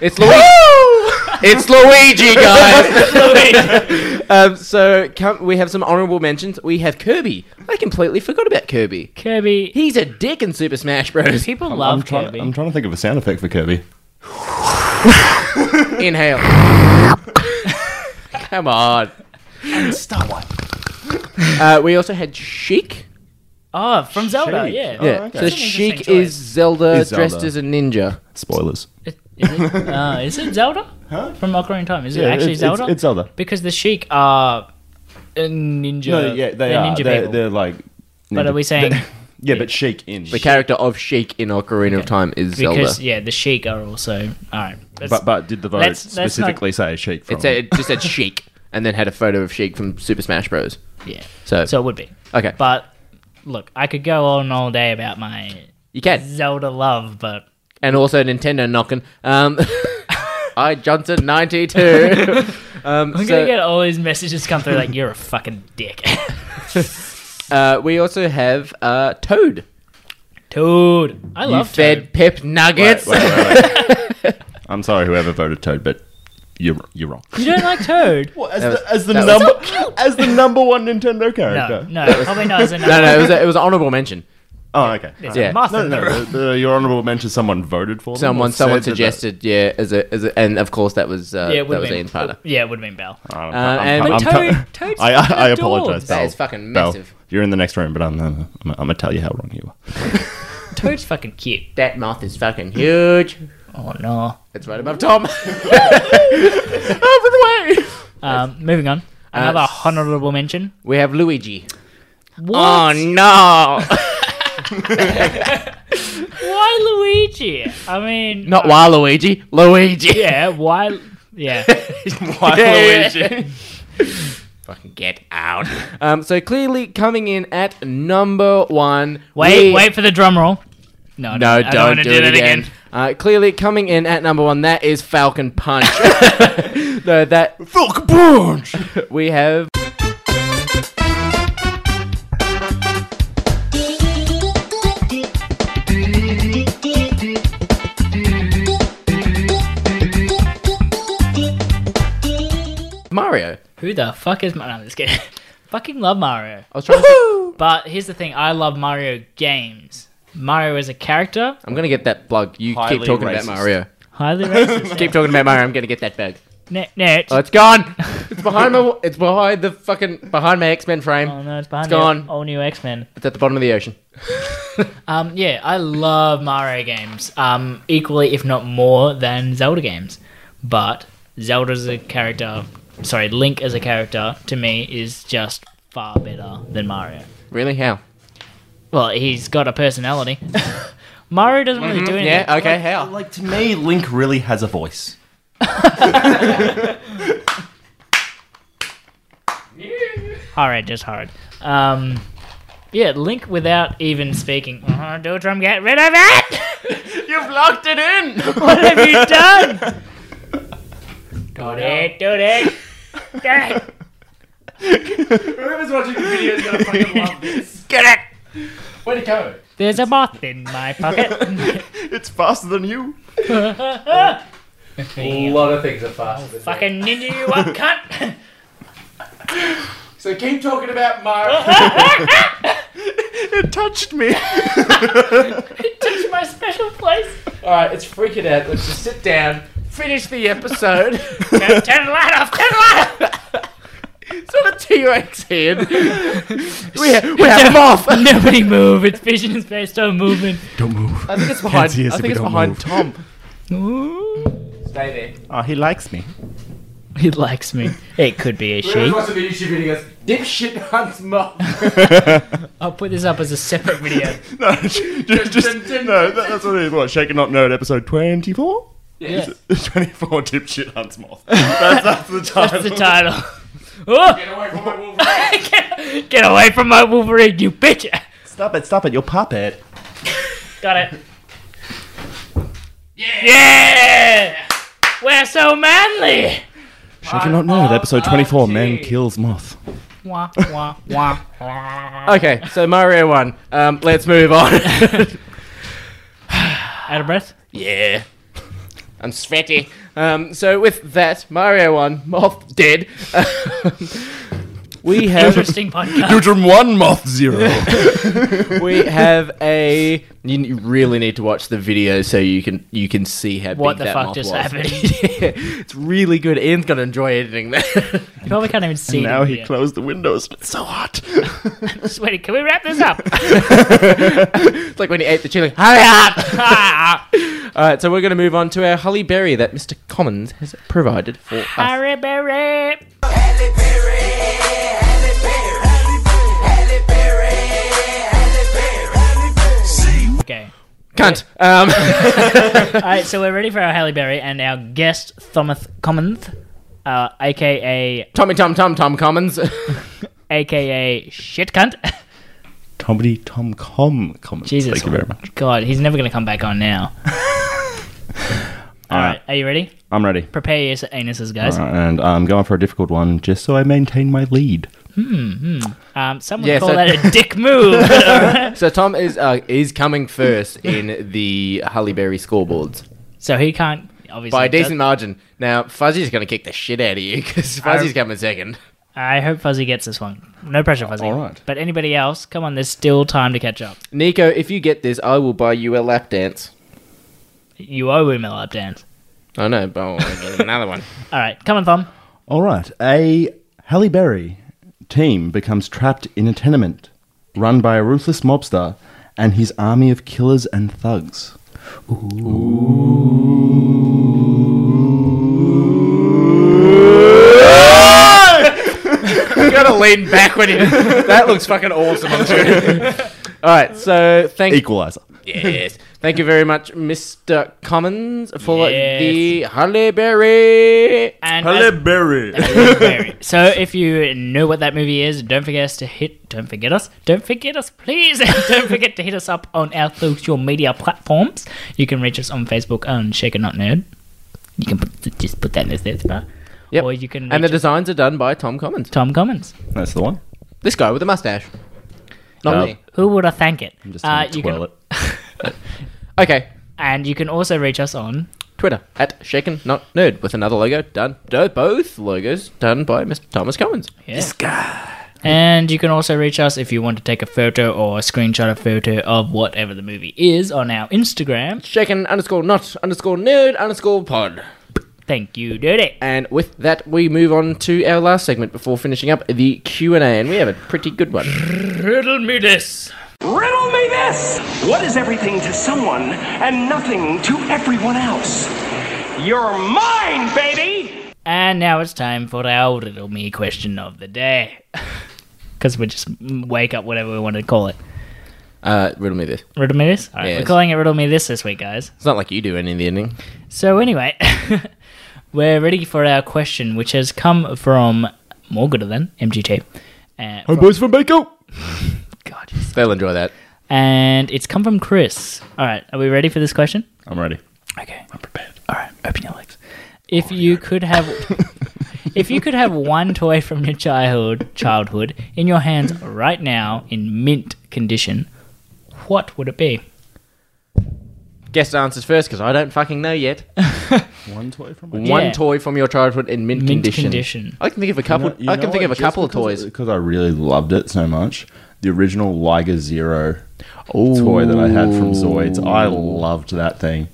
It's Luigi. it's Luigi, guys. um, so come, we have some honorable mentions. We have Kirby. I completely forgot about Kirby. Kirby. He's a dick in Super Smash Bros. People I'm trying, I'm trying to think of a sound effect for Kirby. Inhale. Come on. And Starlight. Uh, we also had Sheik. Oh, from Zelda, Sheik. yeah. yeah. So That's an interesting Sheik choice. is Zelda, Is Zelda. dressed as a ninja. Spoilers. Is it, uh, is it Zelda? Huh? From Ocarina of Time. Is it Yeah, actually it's- it's- Zelda? it's Zelda. Because the Sheik are uh, ninja. No, yeah, they they're are. ninja they're, people. they're like. But are we saying- yeah, but Sheik in. The character of Sheik in Ocarina of Time is because Zelda. yeah, the Sheik are also all right. let's- But but did the vote let's- let's not- specifically say Sheik? From It, said, it just said Sheik, and then had a photo of Sheik from Super Smash Bros. Yeah. So so it would be. Okay. But look, I could go on all day about my you can Zelda love, but and also Nintendo knocking. Um, I Johnson ninety two. um, I'm so, gonna get all these messages come through like you're a fucking dick. uh, we also have uh, Toad. Toad, I you love fed Toad. Pip nuggets. Wait, wait, wait, wait. I'm sorry, whoever voted Toad, but you're you're wrong. You don't like Toad? as That was- the, as the that was- number as the number one Nintendo no, character. no, probably not as a no, no, it was, a, it was an honorable mention. Oh, okay. There's Yeah. a moth No, in no, the no. room. the- the- your honorable mention. Someone voted for them Someone, or someone said that- suggested, yeah, as a, as a, and of course that was uh, Yeah, it that would was have been Ian's partner. Yeah, it would have been Belle. I'm- Uh, I'm- and- I'm- But I'm- Toad- Toad's I, I, I fucking apologize. adorbs. That Belle. is fucking Belle, massive. you're in the next room, but I'm, I'm, I'm, gonna tell you how wrong you are. Toad's fucking cute. That mouth is fucking huge. Oh no. It's right above Tom. Um, moving on. Uh, Another honorable mention. we have Luigi. What? Oh no! Why Luigi? I mean, Not Waluigi, Luigi. yeah. Why? Yeah. Luigi? Fucking get out. Um, so clearly coming in at number one. Wait, we- wait for the drum roll. No, I No, I don't, wanna do, it again. Uh, clearly coming in at number one. That is Falcon Punch. no, that Falcon Punch. we have. Mario. Who the fuck is Mario? No, I'm just kidding. Fucking love Mario. I was trying to. But here's the thing: I love Mario games. Mario as a character, I'm gonna get that plug. You Highly keep talking racist. about Mario. highly racist. Keep talking about Mario. I'm gonna get that bag. Net, net. Oh, it's gone. It's behind my. It's behind the fucking behind my X Men frame. Oh no, it's behind It's gone. the all new X Men. It's at the bottom of the ocean. Um, yeah, I love Mario games. Um, equally, if not more than Zelda games. But Zelda as a character, sorry, Link as a character, to me is just far better than Mario. Really? How? Well, he's got a personality. Mario doesn't really do Mhm, anything. yeah, okay, how? Like to me, Link really has a voice. Hard, just hard. Um, yeah, Link without even speaking. Uh-huh, Doldrum, get rid of it! You've locked it in! what have you done? Got it, got it. Got it. Whoever's watching the video is gonna fucking love this. Get it! Way to go! There's a moth in my pocket. it's faster than you. A lot of things are fast. Fucking ninja you up, cunt! So keep talking about Mario. it touched me. it touched my special place. All right, it's freaking out. Let's just sit down, finish the episode. turn, turn the light off. Turn the light off. It's not a T Rex head. we have, we No- have moth. Nobody move. Its vision is based on movement. Don't move. I think it's behind. I see us if think we it's don't behind move. Tom. Ooh. Stay there. Oh, he likes me. He likes me. It could be a she. Whoever's watching the YouTube video goes, dipshit hunts moth. I'll put this up as a separate video. no, just, just- no that, that's what it is. What, Shake and Not Nerd episode 24? Yes. 24 Dipshit Hunts Moth. That's, that's the title. That's the title. Get away from my Wolverine! get, get away from my Wolverine, you bitch! Stop it, stop it, you're puppet. Got it. Yeah! yeah! We're so manly! Shake and Not Nerd episode 24 Man Kills Moth. Wah, wah, wah. Okay, so Mario won. Um, let's move on. Out of breath? Yeah. I'm sweaty. Um, so with that, Mario won. Moth dead. Um, we have Interesting podcast. Neutron 1, Moth 0. we have a. You you really need to watch the video so you can you can see how big What the that fuck moth just was. happened? Yeah, it's really good. Ian's gonna enjoy editing that. You probably can't even see now it he here. closed the windows. It's so hot. Sweaty, can we wrap this up? it's like when he ate the chili. Hurry up! All right, so we're going to move on to our Holly Berry that Mr. Commons has provided for us. Harry Berry! Okay. Cunt. Um, All right, so we're ready for our Halle Berry and our guest Thomas Commons, uh, aka Tommy Tom Tom Tom Commons, aka shit cunt. Comedy Tom Com comments. Jesus, Thank you very much. God, he's never gonna come back on now. All right, are you ready? I'm ready. Prepare your anuses, guys. All right, and I'm going for a difficult one just so I maintain my lead. Hmm, hmm. Um, some would Yeah, call so- that a dick move. so Tom is uh, is coming first in the Halle Berry scoreboards so he can't obviously. by a does- decent margin. Now Fuzzy's going to kick the shit out of you because Fuzzy's I- coming second. I hope Fuzzy gets this one. No pressure, Fuzzy. All right. But anybody else? Come on, there's still time to catch up. Nico, if you get this, I will buy you a lap dance. You owe him a lap dance. I know, but I want to get him another one. All right, come on, Thom. All right. A Halle Berry team becomes trapped in a tenement run by a ruthless mobster and his army of killers and thugs. you gotta lean back when you. That looks fucking awesome. I'm sure. All right, so thank Equalizer. Yes, thank you very much, Mr. Commons, for Yes. the Halle Berry. And Halle as- Berry. So if you know what that movie is, don't forget us to hit. Don't forget us. Don't forget us, please. And don't forget to hit us up on our social media platforms. You can reach us on Facebook on Shaker Not Nerd. You can put, just put that in the search bar. Yep. Or you can and the reach- designs are done by Tom Commons. Tom Commons. That's the one. This guy with the mustache. Not Uh, me. Who would I thank it? I'm just gonna twirl it. Okay. And you can also reach us on Twitter at Shaken Not Nerd with another logo done. do- Both logos done by Mr. Thomas Commons. This guy. And you can also reach us if you want to take a photo or a screenshot, a photo of whatever the movie is on our Instagram. Shaken underscore not underscore nerd underscore pod. Thank you, Dirty. And with that, we move on to our last segment before finishing up the Q and A, and we have a pretty good one. Riddle me this. Riddle me this! What is everything to someone and nothing to everyone else? You're mine, baby! And now it's time for our riddle me question of the day. Because we just wake up whatever we want to call it. Uh, riddle me this. Riddle me this? All right, Yes. We're calling it Riddle Me This this week, guys. It's not like you do any of the ending. So, anyway, we're ready for our question, which has come from Morgan then, MGT. Uh, Home boys from Baco. God, they'll enjoy that. and it's come from Chris. All right, are we ready for this question? I'm ready. Okay, I'm prepared. All right, open your legs. Oh, If you could have, if you could have one toy from your childhood childhood in your hands right now in mint condition, what would it be? Guest answers first because I don't fucking know yet. One toy from One Yeah. toy from your childhood in mint, Mint condition. condition. I can think of a couple. I can think of a couple of toys. because I really loved it so much. The original Liger Zero toy that I had from Zoids, I loved that thing.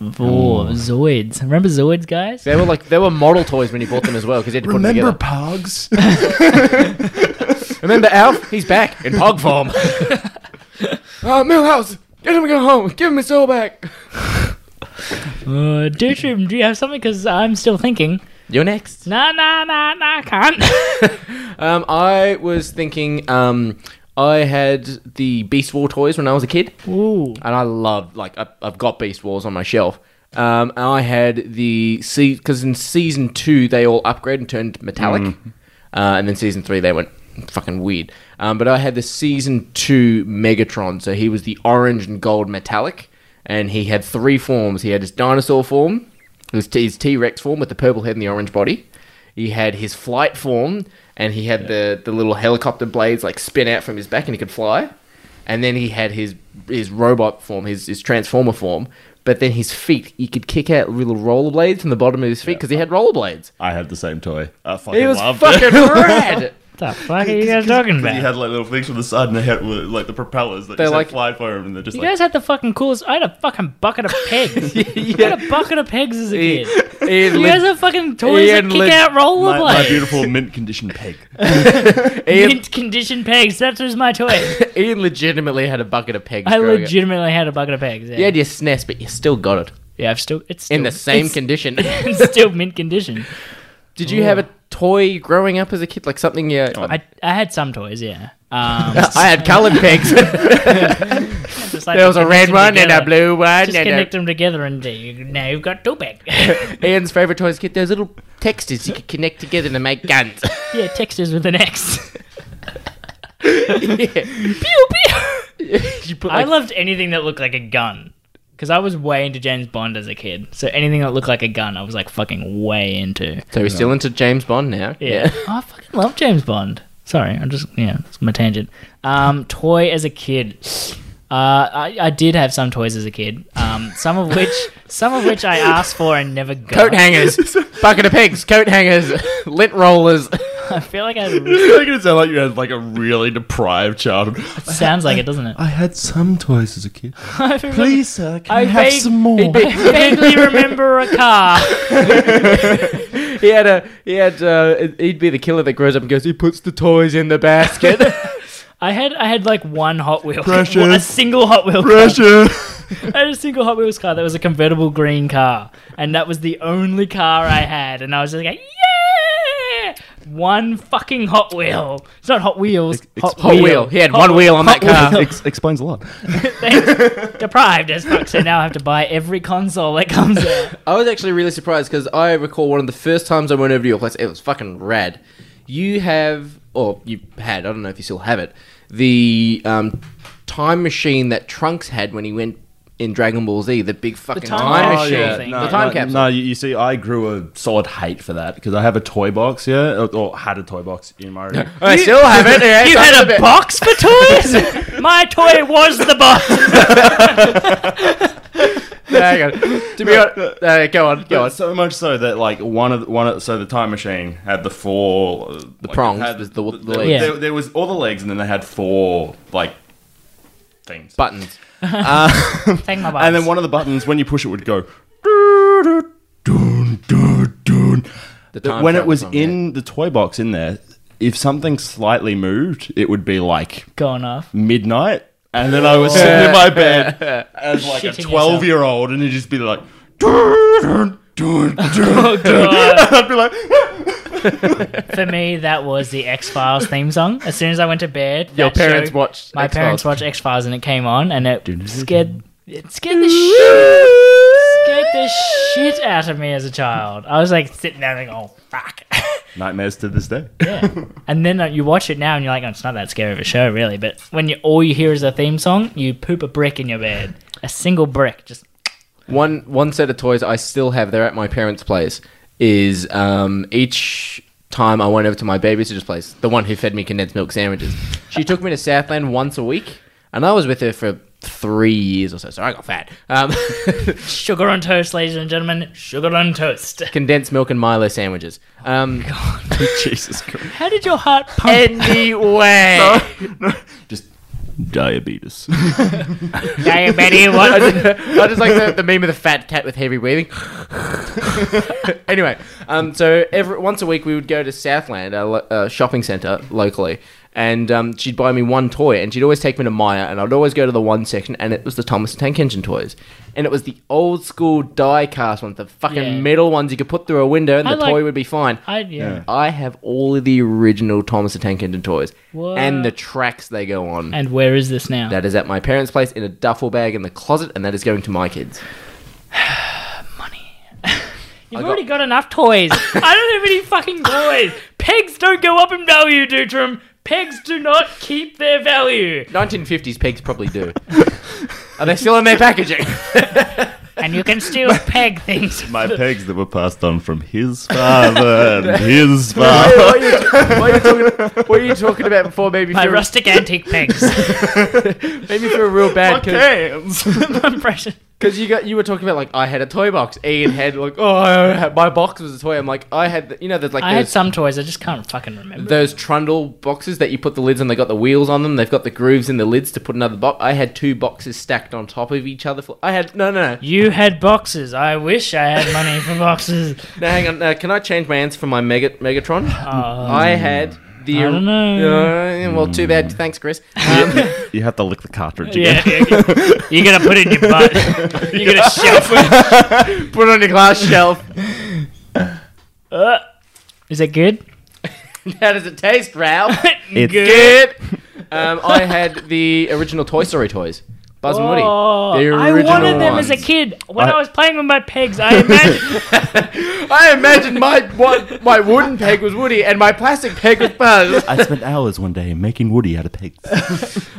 Oh, Zoids. Remember Zoids, guys? They were like they were model toys when you bought them as well because you had to Remember put them together. Pogs? Remember Alf? He's back in Pog form. uh, Millhouse, get him to go home. Give him his soul back. Uh, Dutrim, do you have something? Because I'm still thinking. You're next. Nah, nah, nah, nah, I can't. Um, I was thinking. Um, I had the Beast War toys when I was a kid. Ooh. And I loved like I, I've got Beast Wars on my shelf. Um, and I had the see because in season two they all upgrade and turned metallic, Mm. uh, and then season three they went fucking weird. Um, but I had the season two Megatron, so he was the orange and gold metallic, and he had three forms. He had his dinosaur form, his T- his T Rex form with the purple head and the orange body. He had his flight form, and he had the the little helicopter blades like spin out from his back, and he could fly. And then he had his his robot form, his his transformer form. But then his feet, he could kick out little rollerblades from the bottom of his feet because he had rollerblades. I had the same toy. I fucking He was loved fucking it. rad. the fuck are you guys talking Because about? He had like little things on the side, and they had like the propellers that They're just like- like, fly for him, and they're just You like guys had the fucking coolest. I had a fucking bucket of pegs. I had a bucket of pegs as a kid. He had you leg- guys have fucking toys that Ian kick leg- out rollerblades. my, my beautiful mint condition peg. Ian, mint condition pegs. That was my toy. Ian legitimately had a bucket of pegs. I growing up. legitimately had a bucket of pegs. Yeah, You had your SNES, but you still got it. Yeah, I've still it's in the still- same it's- condition. it's still mint condition. Did you have a toy growing up as a kid, like something? Yeah, Oh. I, I had some toys. Yeah. Um, I had coloured pegs. Just like There was to a red connect 'em one and a together. blue one Just and a- connect them together, and you, now you've got two pegs. Ian's favorite toys kit. Those little textures you could connect together to make guns. yeah, textures with an X. Pew pew. I like- loved anything that looked like a gun because I was way into James Bond as a kid. So anything that looked like a gun, I was like fucking way into. so we're still into James Bond now. Yeah. I fucking love James Bond. Sorry, I'm just yeah, it's my tangent. Um, toy as a kid. Uh, I, I did have some toys as a kid. Um, some of which, some of which I asked for and never got. Coat hangers, bucket of pegs, coat hangers, lint rollers. I feel like I You're making it sound like you had like a really deprived childhood. sounds like it, doesn't it? I had some toys as a kid. Please, sir, can I have some more? I vaguely remember a car. He had a he had uh, he'd be the killer that grows up and goes. He puts the toys in the basket. I had I had like one Hot Wheel, Precious. a single Hot Wheel, Precious. Car. I had a single Hot Wheels car that was a convertible green car, and that was the only car I had, and I was just like, yeah, one fucking Hot Wheel. It's not Hot Wheels, Hot, Hot Wheel. He had one wheel on that car. Ex- explains a lot. Deprived as fuck, so now I have to buy every console that comes out. I was actually really surprised because I recall one of the first times I went over to your place. It was fucking rad. You have, or you had, I don't know if you still have it, the um, time machine that Trunks had when he went in Dragon Ball Z. The big fucking time, machine, Oh, No, the time no, capsule. No, you, you see, I grew a solid hate for that because I have a toy box, yeah, or, or had a toy box in my room. I still have it. yeah, you it's had up a there. box for toys. My toy was the box. Hang on. To be honest, uh, go on, go on. So much so that like one of the, one of, so the time machine had the four uh, the prongs, the- the legs. There, Yeah. there, there was all the legs, and then they had four like things buttons. Uh, Thank my and then buttons. one of the buttons when you push it would go time when it travel was song, in the toy box in there, if something slightly moved, it would be like Going off. midnight, and then I was sitting in my bed as like a Shitting yourself. twelve year old, and it'd just be like. "Dun, dun, dun, dun, dun." And I'd be like, For me, that was the X Files theme song. As soon as I went to bed, Your that parents show- watched My X-Files. parents watched X Files, and it came on, and it scared it scared the shit scared the shit out of me as a child. I was like sitting there like, oh fuck. Nightmares to this day. And then uh, you watch it now, and you're like, oh, it's not that scary of a show, really. But when you all you hear is the theme song, you poop a brick in your bed, a single brick, just One one set of toys I still have. They're at my parents' place. Is um, each time I went over to my babysitter's place, the one who fed me condensed milk sandwiches. She took me to Southland once a week, and I was with her for three years or so. So I got fat. Um, sugar on toast, ladies and gentlemen, sugar on toast. condensed milk and Milo sandwiches. Um, Jesus Christ! How did your heart pump? Anyway, Diabetes. Diabetes, what? I just, I just like the, the meme of the fat cat with heavy weaving. anyway, um, so every once a week we would go to Southland, a, lo- a shopping centre locally, and um, she'd buy me one toy, and she'd always take me to Maya, and I'd always go to the one section, and it was the Thomas the Tank Engine toys, and it was the old school die cast ones, the fucking Yeah. metal ones you could put through a window, and I the like- toy would be fine. I- yeah. Yeah. I have all of the original Thomas the Tank Engine toys, What? and the tracks they go on. And where is this now? That is at my parents' place in a duffel bag in the closet, and that is going to my kids. You've already got enough toys. I don't have any fucking toys. Pegs don't go up in value, Dutrum. Pegs do not keep their value. 1950s pegs probably do. Are they still in their packaging? And you can steal peg things. My pegs that were passed on from his father and his father. What are you, what are you talking, what are you talking about before maybe My rustic antique pegs. Made me feel real bad. My precious. Because you got you were talking about like I had a toy box. Ian had like oh I had- my box was a toy. I'm like I had the, you know there's like I had those, some toys. I just can't fucking remember. those trundle boxes that you put the lids on. They got the wheels on them. They've got the grooves in the lids to put another box. I had two boxes stacked on top of each other. For, I had no no no. You had boxes. I wish I had money for boxes. Now, hang on. Now, can I change my answer for my Mega- Megatron? I had the. Um, I don't know. Uh, well, too bad. Thanks, Chris. Um, You have to lick the cartridge Yeah, again. You're gonna put it in your butt. You're gonna shelf it. Put it on your glass shelf. Uh, is that good? How does it taste, Ralph? It's- good. um, I had the original Toy Story toys. Buzz Oh, and Woody. The I original wanted them as ones. a kid. When I, I- was playing with my pegs, I imagined I imagine my what, my wooden peg was Woody and my plastic peg was Buzz. I spent hours one day making Woody out of pegs.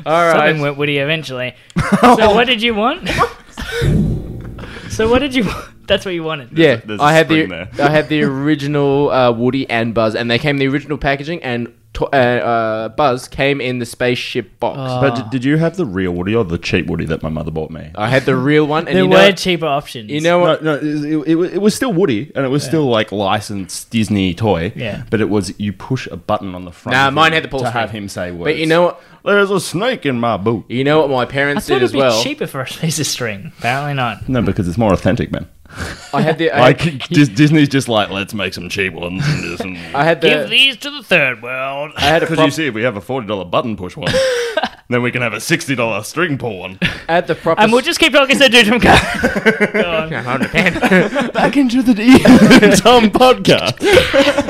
All right. something went Woody eventually. so what did you want? so what did you? want? That's what you wanted. Yeah, I I had the I had the original uh, Woody and Buzz, and they came in the original packaging, and to- uh, uh, Buzz came in the spaceship box. Uh, But d- did you have the real Woody or the cheap Woody that my mother bought me? I had the real one, and there you know were what? cheaper options. You know what? No, it, it, it was still Woody, and it was still like licensed Disney toy. Yeah. But it was you push a button on the front. Nah, of him mine had the pull to string. have him say words. But you know what? There's a snake in my boot. You know what my parents thought did it'd as be well. cheaper for a laser string. Apparently not. No, because it's more authentic, man. I had the I, like had, Dis- Disney's just like let's make some cheap ones. And do some... I had Give the these to the third world. I had a because prop- you see, if we have a forty dollar button push one, then we can have a sixty dollar string pull one. I had the proper. And we'll just keep talking so dude from go. Back into the Ian Tom podcast.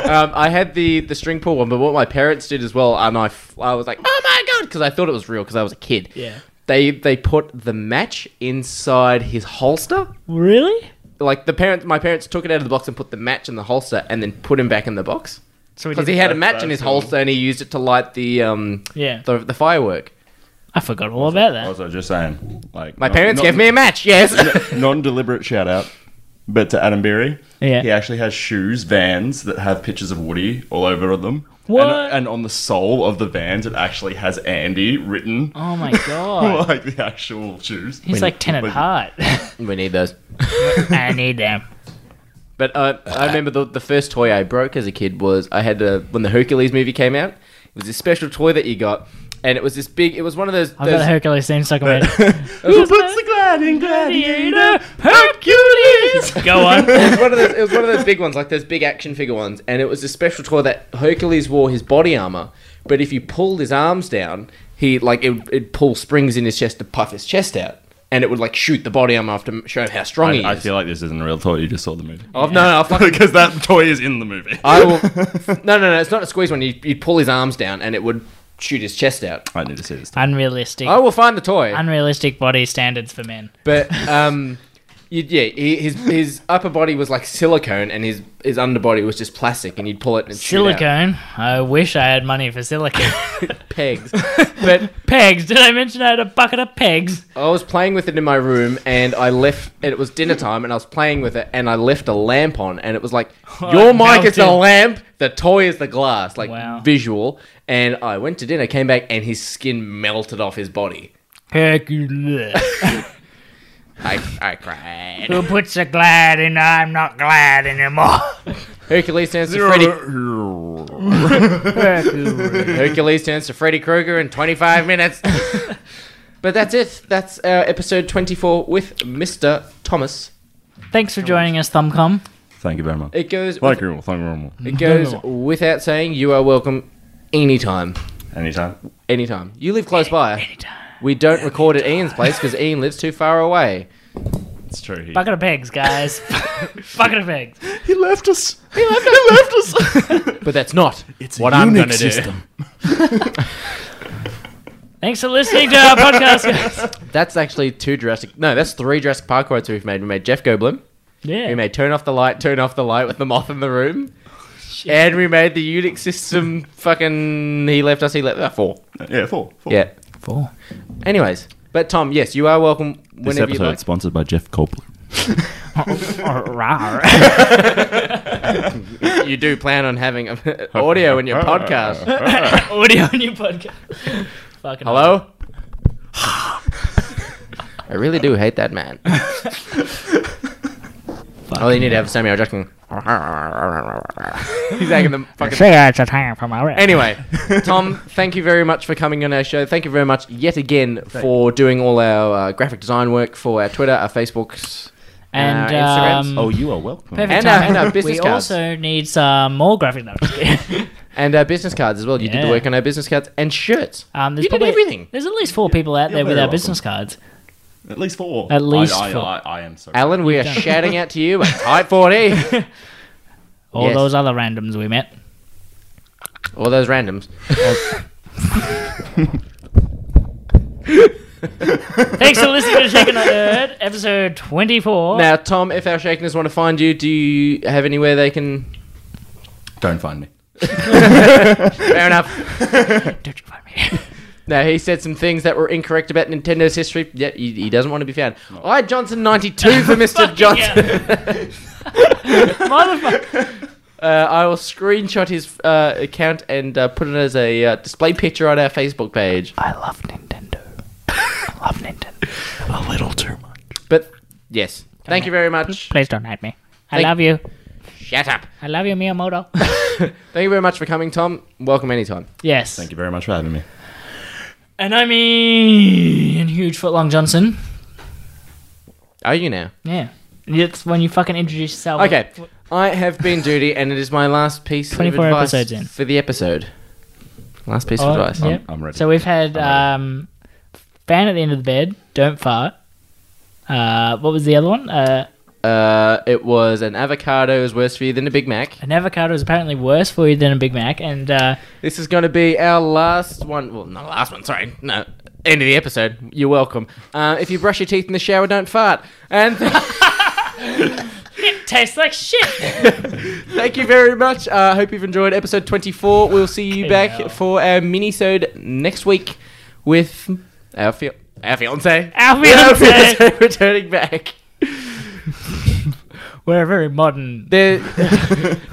um, I had the the string pull one, but what my parents did as well, and I, f- I was like, oh my god, because I thought it was real because I was a kid. Yeah. They they put the match inside his holster. Really? Like the parents, my parents took it out of the box and put the match in the holster, and then put him back in the box. So we Because did he had a that. match in his holster and he used it to light the um Yeah. the, the firework. I forgot all about that. Also, just saying, like My parents gave me a match. Yes. non-deliberate shout out, but to Adam Berry. Yeah. He actually has shoes, Vans that have pictures of Woody all over them. What? And, and on the sole of the Vans, it actually has Andy written. Oh my god. like the actual shoes. He's like ten at But- heart. we need those. I need them. But uh, I remember the, the first toy I broke as a kid was I had a, when the Hercules movie came out. It was this special toy that you got, and it was this big. It was one of those. I've got a those Hercules theme stuck in my head. Who puts the gliding gladiator? Hercules! Go on. it was one of those. It was one of those big ones, like those big action figure ones, and it was a special toy that Hercules wore his body armor. But if you pulled his arms down, he like it, it'd pull springs in his chest to puff his chest out, and it would like shoot the body armor off to show how strong I, he is. I feel like this isn't a real toy. You just saw the movie. Oh, no, no, I fucking- because that toy is in the movie. I will. no, no, no. It's not a squeeze one. You you pull his arms down, and it would shoot his chest out. I need to see this. Unrealistic. I will find the toy. Unrealistic body standards for men. But um, you, yeah, he, his his upper body was like silicone, and his his underbody was just plastic, and you'd pull it and it'd Shoot out. Silicone. I wish I had money for silicone. pegs. But pegs. Did I mention I had a bucket of pegs? I was playing with it in my room, and I left. And it was dinner time, and I was playing with it, and I left a lamp on, and it was like, Oh, "Your it mic is the melted. lamp, the toy is the glass," like visual. And I went to dinner, came back, and his skin melted off his body. Hercules. I, I cried. Who puts a glad in I'm not glad anymore? Hercules stands to Freddy. Hercules turns to Freddy Krueger in 25 minutes. but that's it. That's our episode 24 with Mr. Thomas. Thanks for joining us, Thumbcom. Thank you very much. It goes. Thank you. Thank you very much. It goes without saying you are welcome anytime. Anytime. Anytime. You live close by. Anytime. We don't record at Ian's place because Ian lives too far away. It's true. Bucket of pegs, guys. Bucket of pegs. He left us. He left us. but that's not it's what a I'm Unix going to do. system. Thanks for listening to our podcast, guys. That's actually two Jurassic. No, that's three Jurassic Park quotes we've made. We made Jeff Goldblum. Yeah. We made turn off the light, turn off the light with the moth in the room. And we made the Unix system fucking. He left us. He left. Uh, four. Yeah, four. four. Yeah. Four. Anyways, but Tom, yes, you are welcome This whenever you episode like. is sponsored by Jeff Copeland. you do plan on having a- audio in your podcast. Audio on your podcast. Fucking Hello? I really do hate that man. oh, you need to have Samuel Jackson. He's acting the fucking. it's a time for my Anyway, Tom, thank you very much for coming on our show. Thank you very much yet again for doing all our uh, graphic design work for our Twitter, our Facebooks, And, our uh, Instagrams. um, Oh, you are welcome. Perfect And our- time. and our business we cards. also need some more graphic notes. and our business cards as well. You did Yeah. the work on our business cards and shirts. Um, there's You did probably, everything. There's at least four people out You're there with very our welcome. business cards. At least four. At least I, I, four. I, I am sorry. Alan, we are done. shouting out to you at Type 40. All Yes. those other randoms we met. All those randoms. Thanks for listening to Shaken Not Nerd, episode 24. Now, Tom, if our Shakeners want to find you, do you have anywhere they can? Don't find me. Fair enough. Don't you find me. Now he said some things that were incorrect about Nintendo's history. Yet he, he doesn't want to be found. I Johnson ninety two for Mister Johnson. Motherfucker. Uh, I will screenshot his uh, account and uh, put it as a uh, display picture on our Facebook page. I love Nintendo. I love Nintendo. A little too much. But yes, thank you very much. Please don't hate me. I Thank- love you. Shut up. I love you, Miyamoto. Thank you very much for coming, Tom. Welcome anytime. Yes. Thank you very much for having me. and I mean, huge footlong Johnson. Are you now? Yeah. It's when you fucking introduce yourself. Okay. I have been duty, and it is my last piece of 24 advice episodes in. for the episode. Last piece Oh, of advice. yeah. So we've had um, fan at the end of the bed. Don't fart. Uh, what was the other one? Uh, Uh, it was an avocado is worse for you than a Big Mac. an avocado is apparently worse for you than a Big Mac, and uh, This is going to be our last one. Well, not last one. Sorry. No. End of the episode. You're welcome. Uh, if you brush your teeth in the shower, don't fart. And it tastes like shit. thank you very much. I uh, hope you've enjoyed episode 24. We'll see you back for our mini-sode next week with our fi- our fiance. Our fiancé. fiancé returning back. We're very modern. There,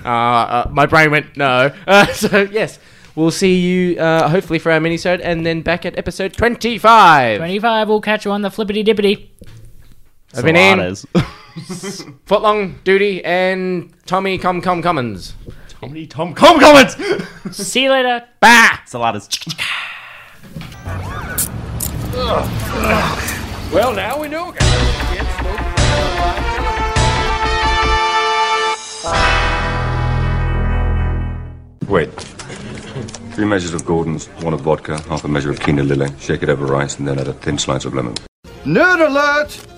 uh, uh, my brain went no. Uh, so yes, we'll see you uh, hopefully for our minisode, and then back at episode twenty-five. Twenty-five. We'll catch you on the flippity dippity. I've been in footlong duty and Tommy Com Com Commons. Tommy Tom Com Commons. See you later. Bah. Saladas. Well, now we know. Wait. Three measures of Gordon's, one of vodka, half a measure of quinoa lily, shake it over rice, and then add a thin slice of lemon. Nerd alert!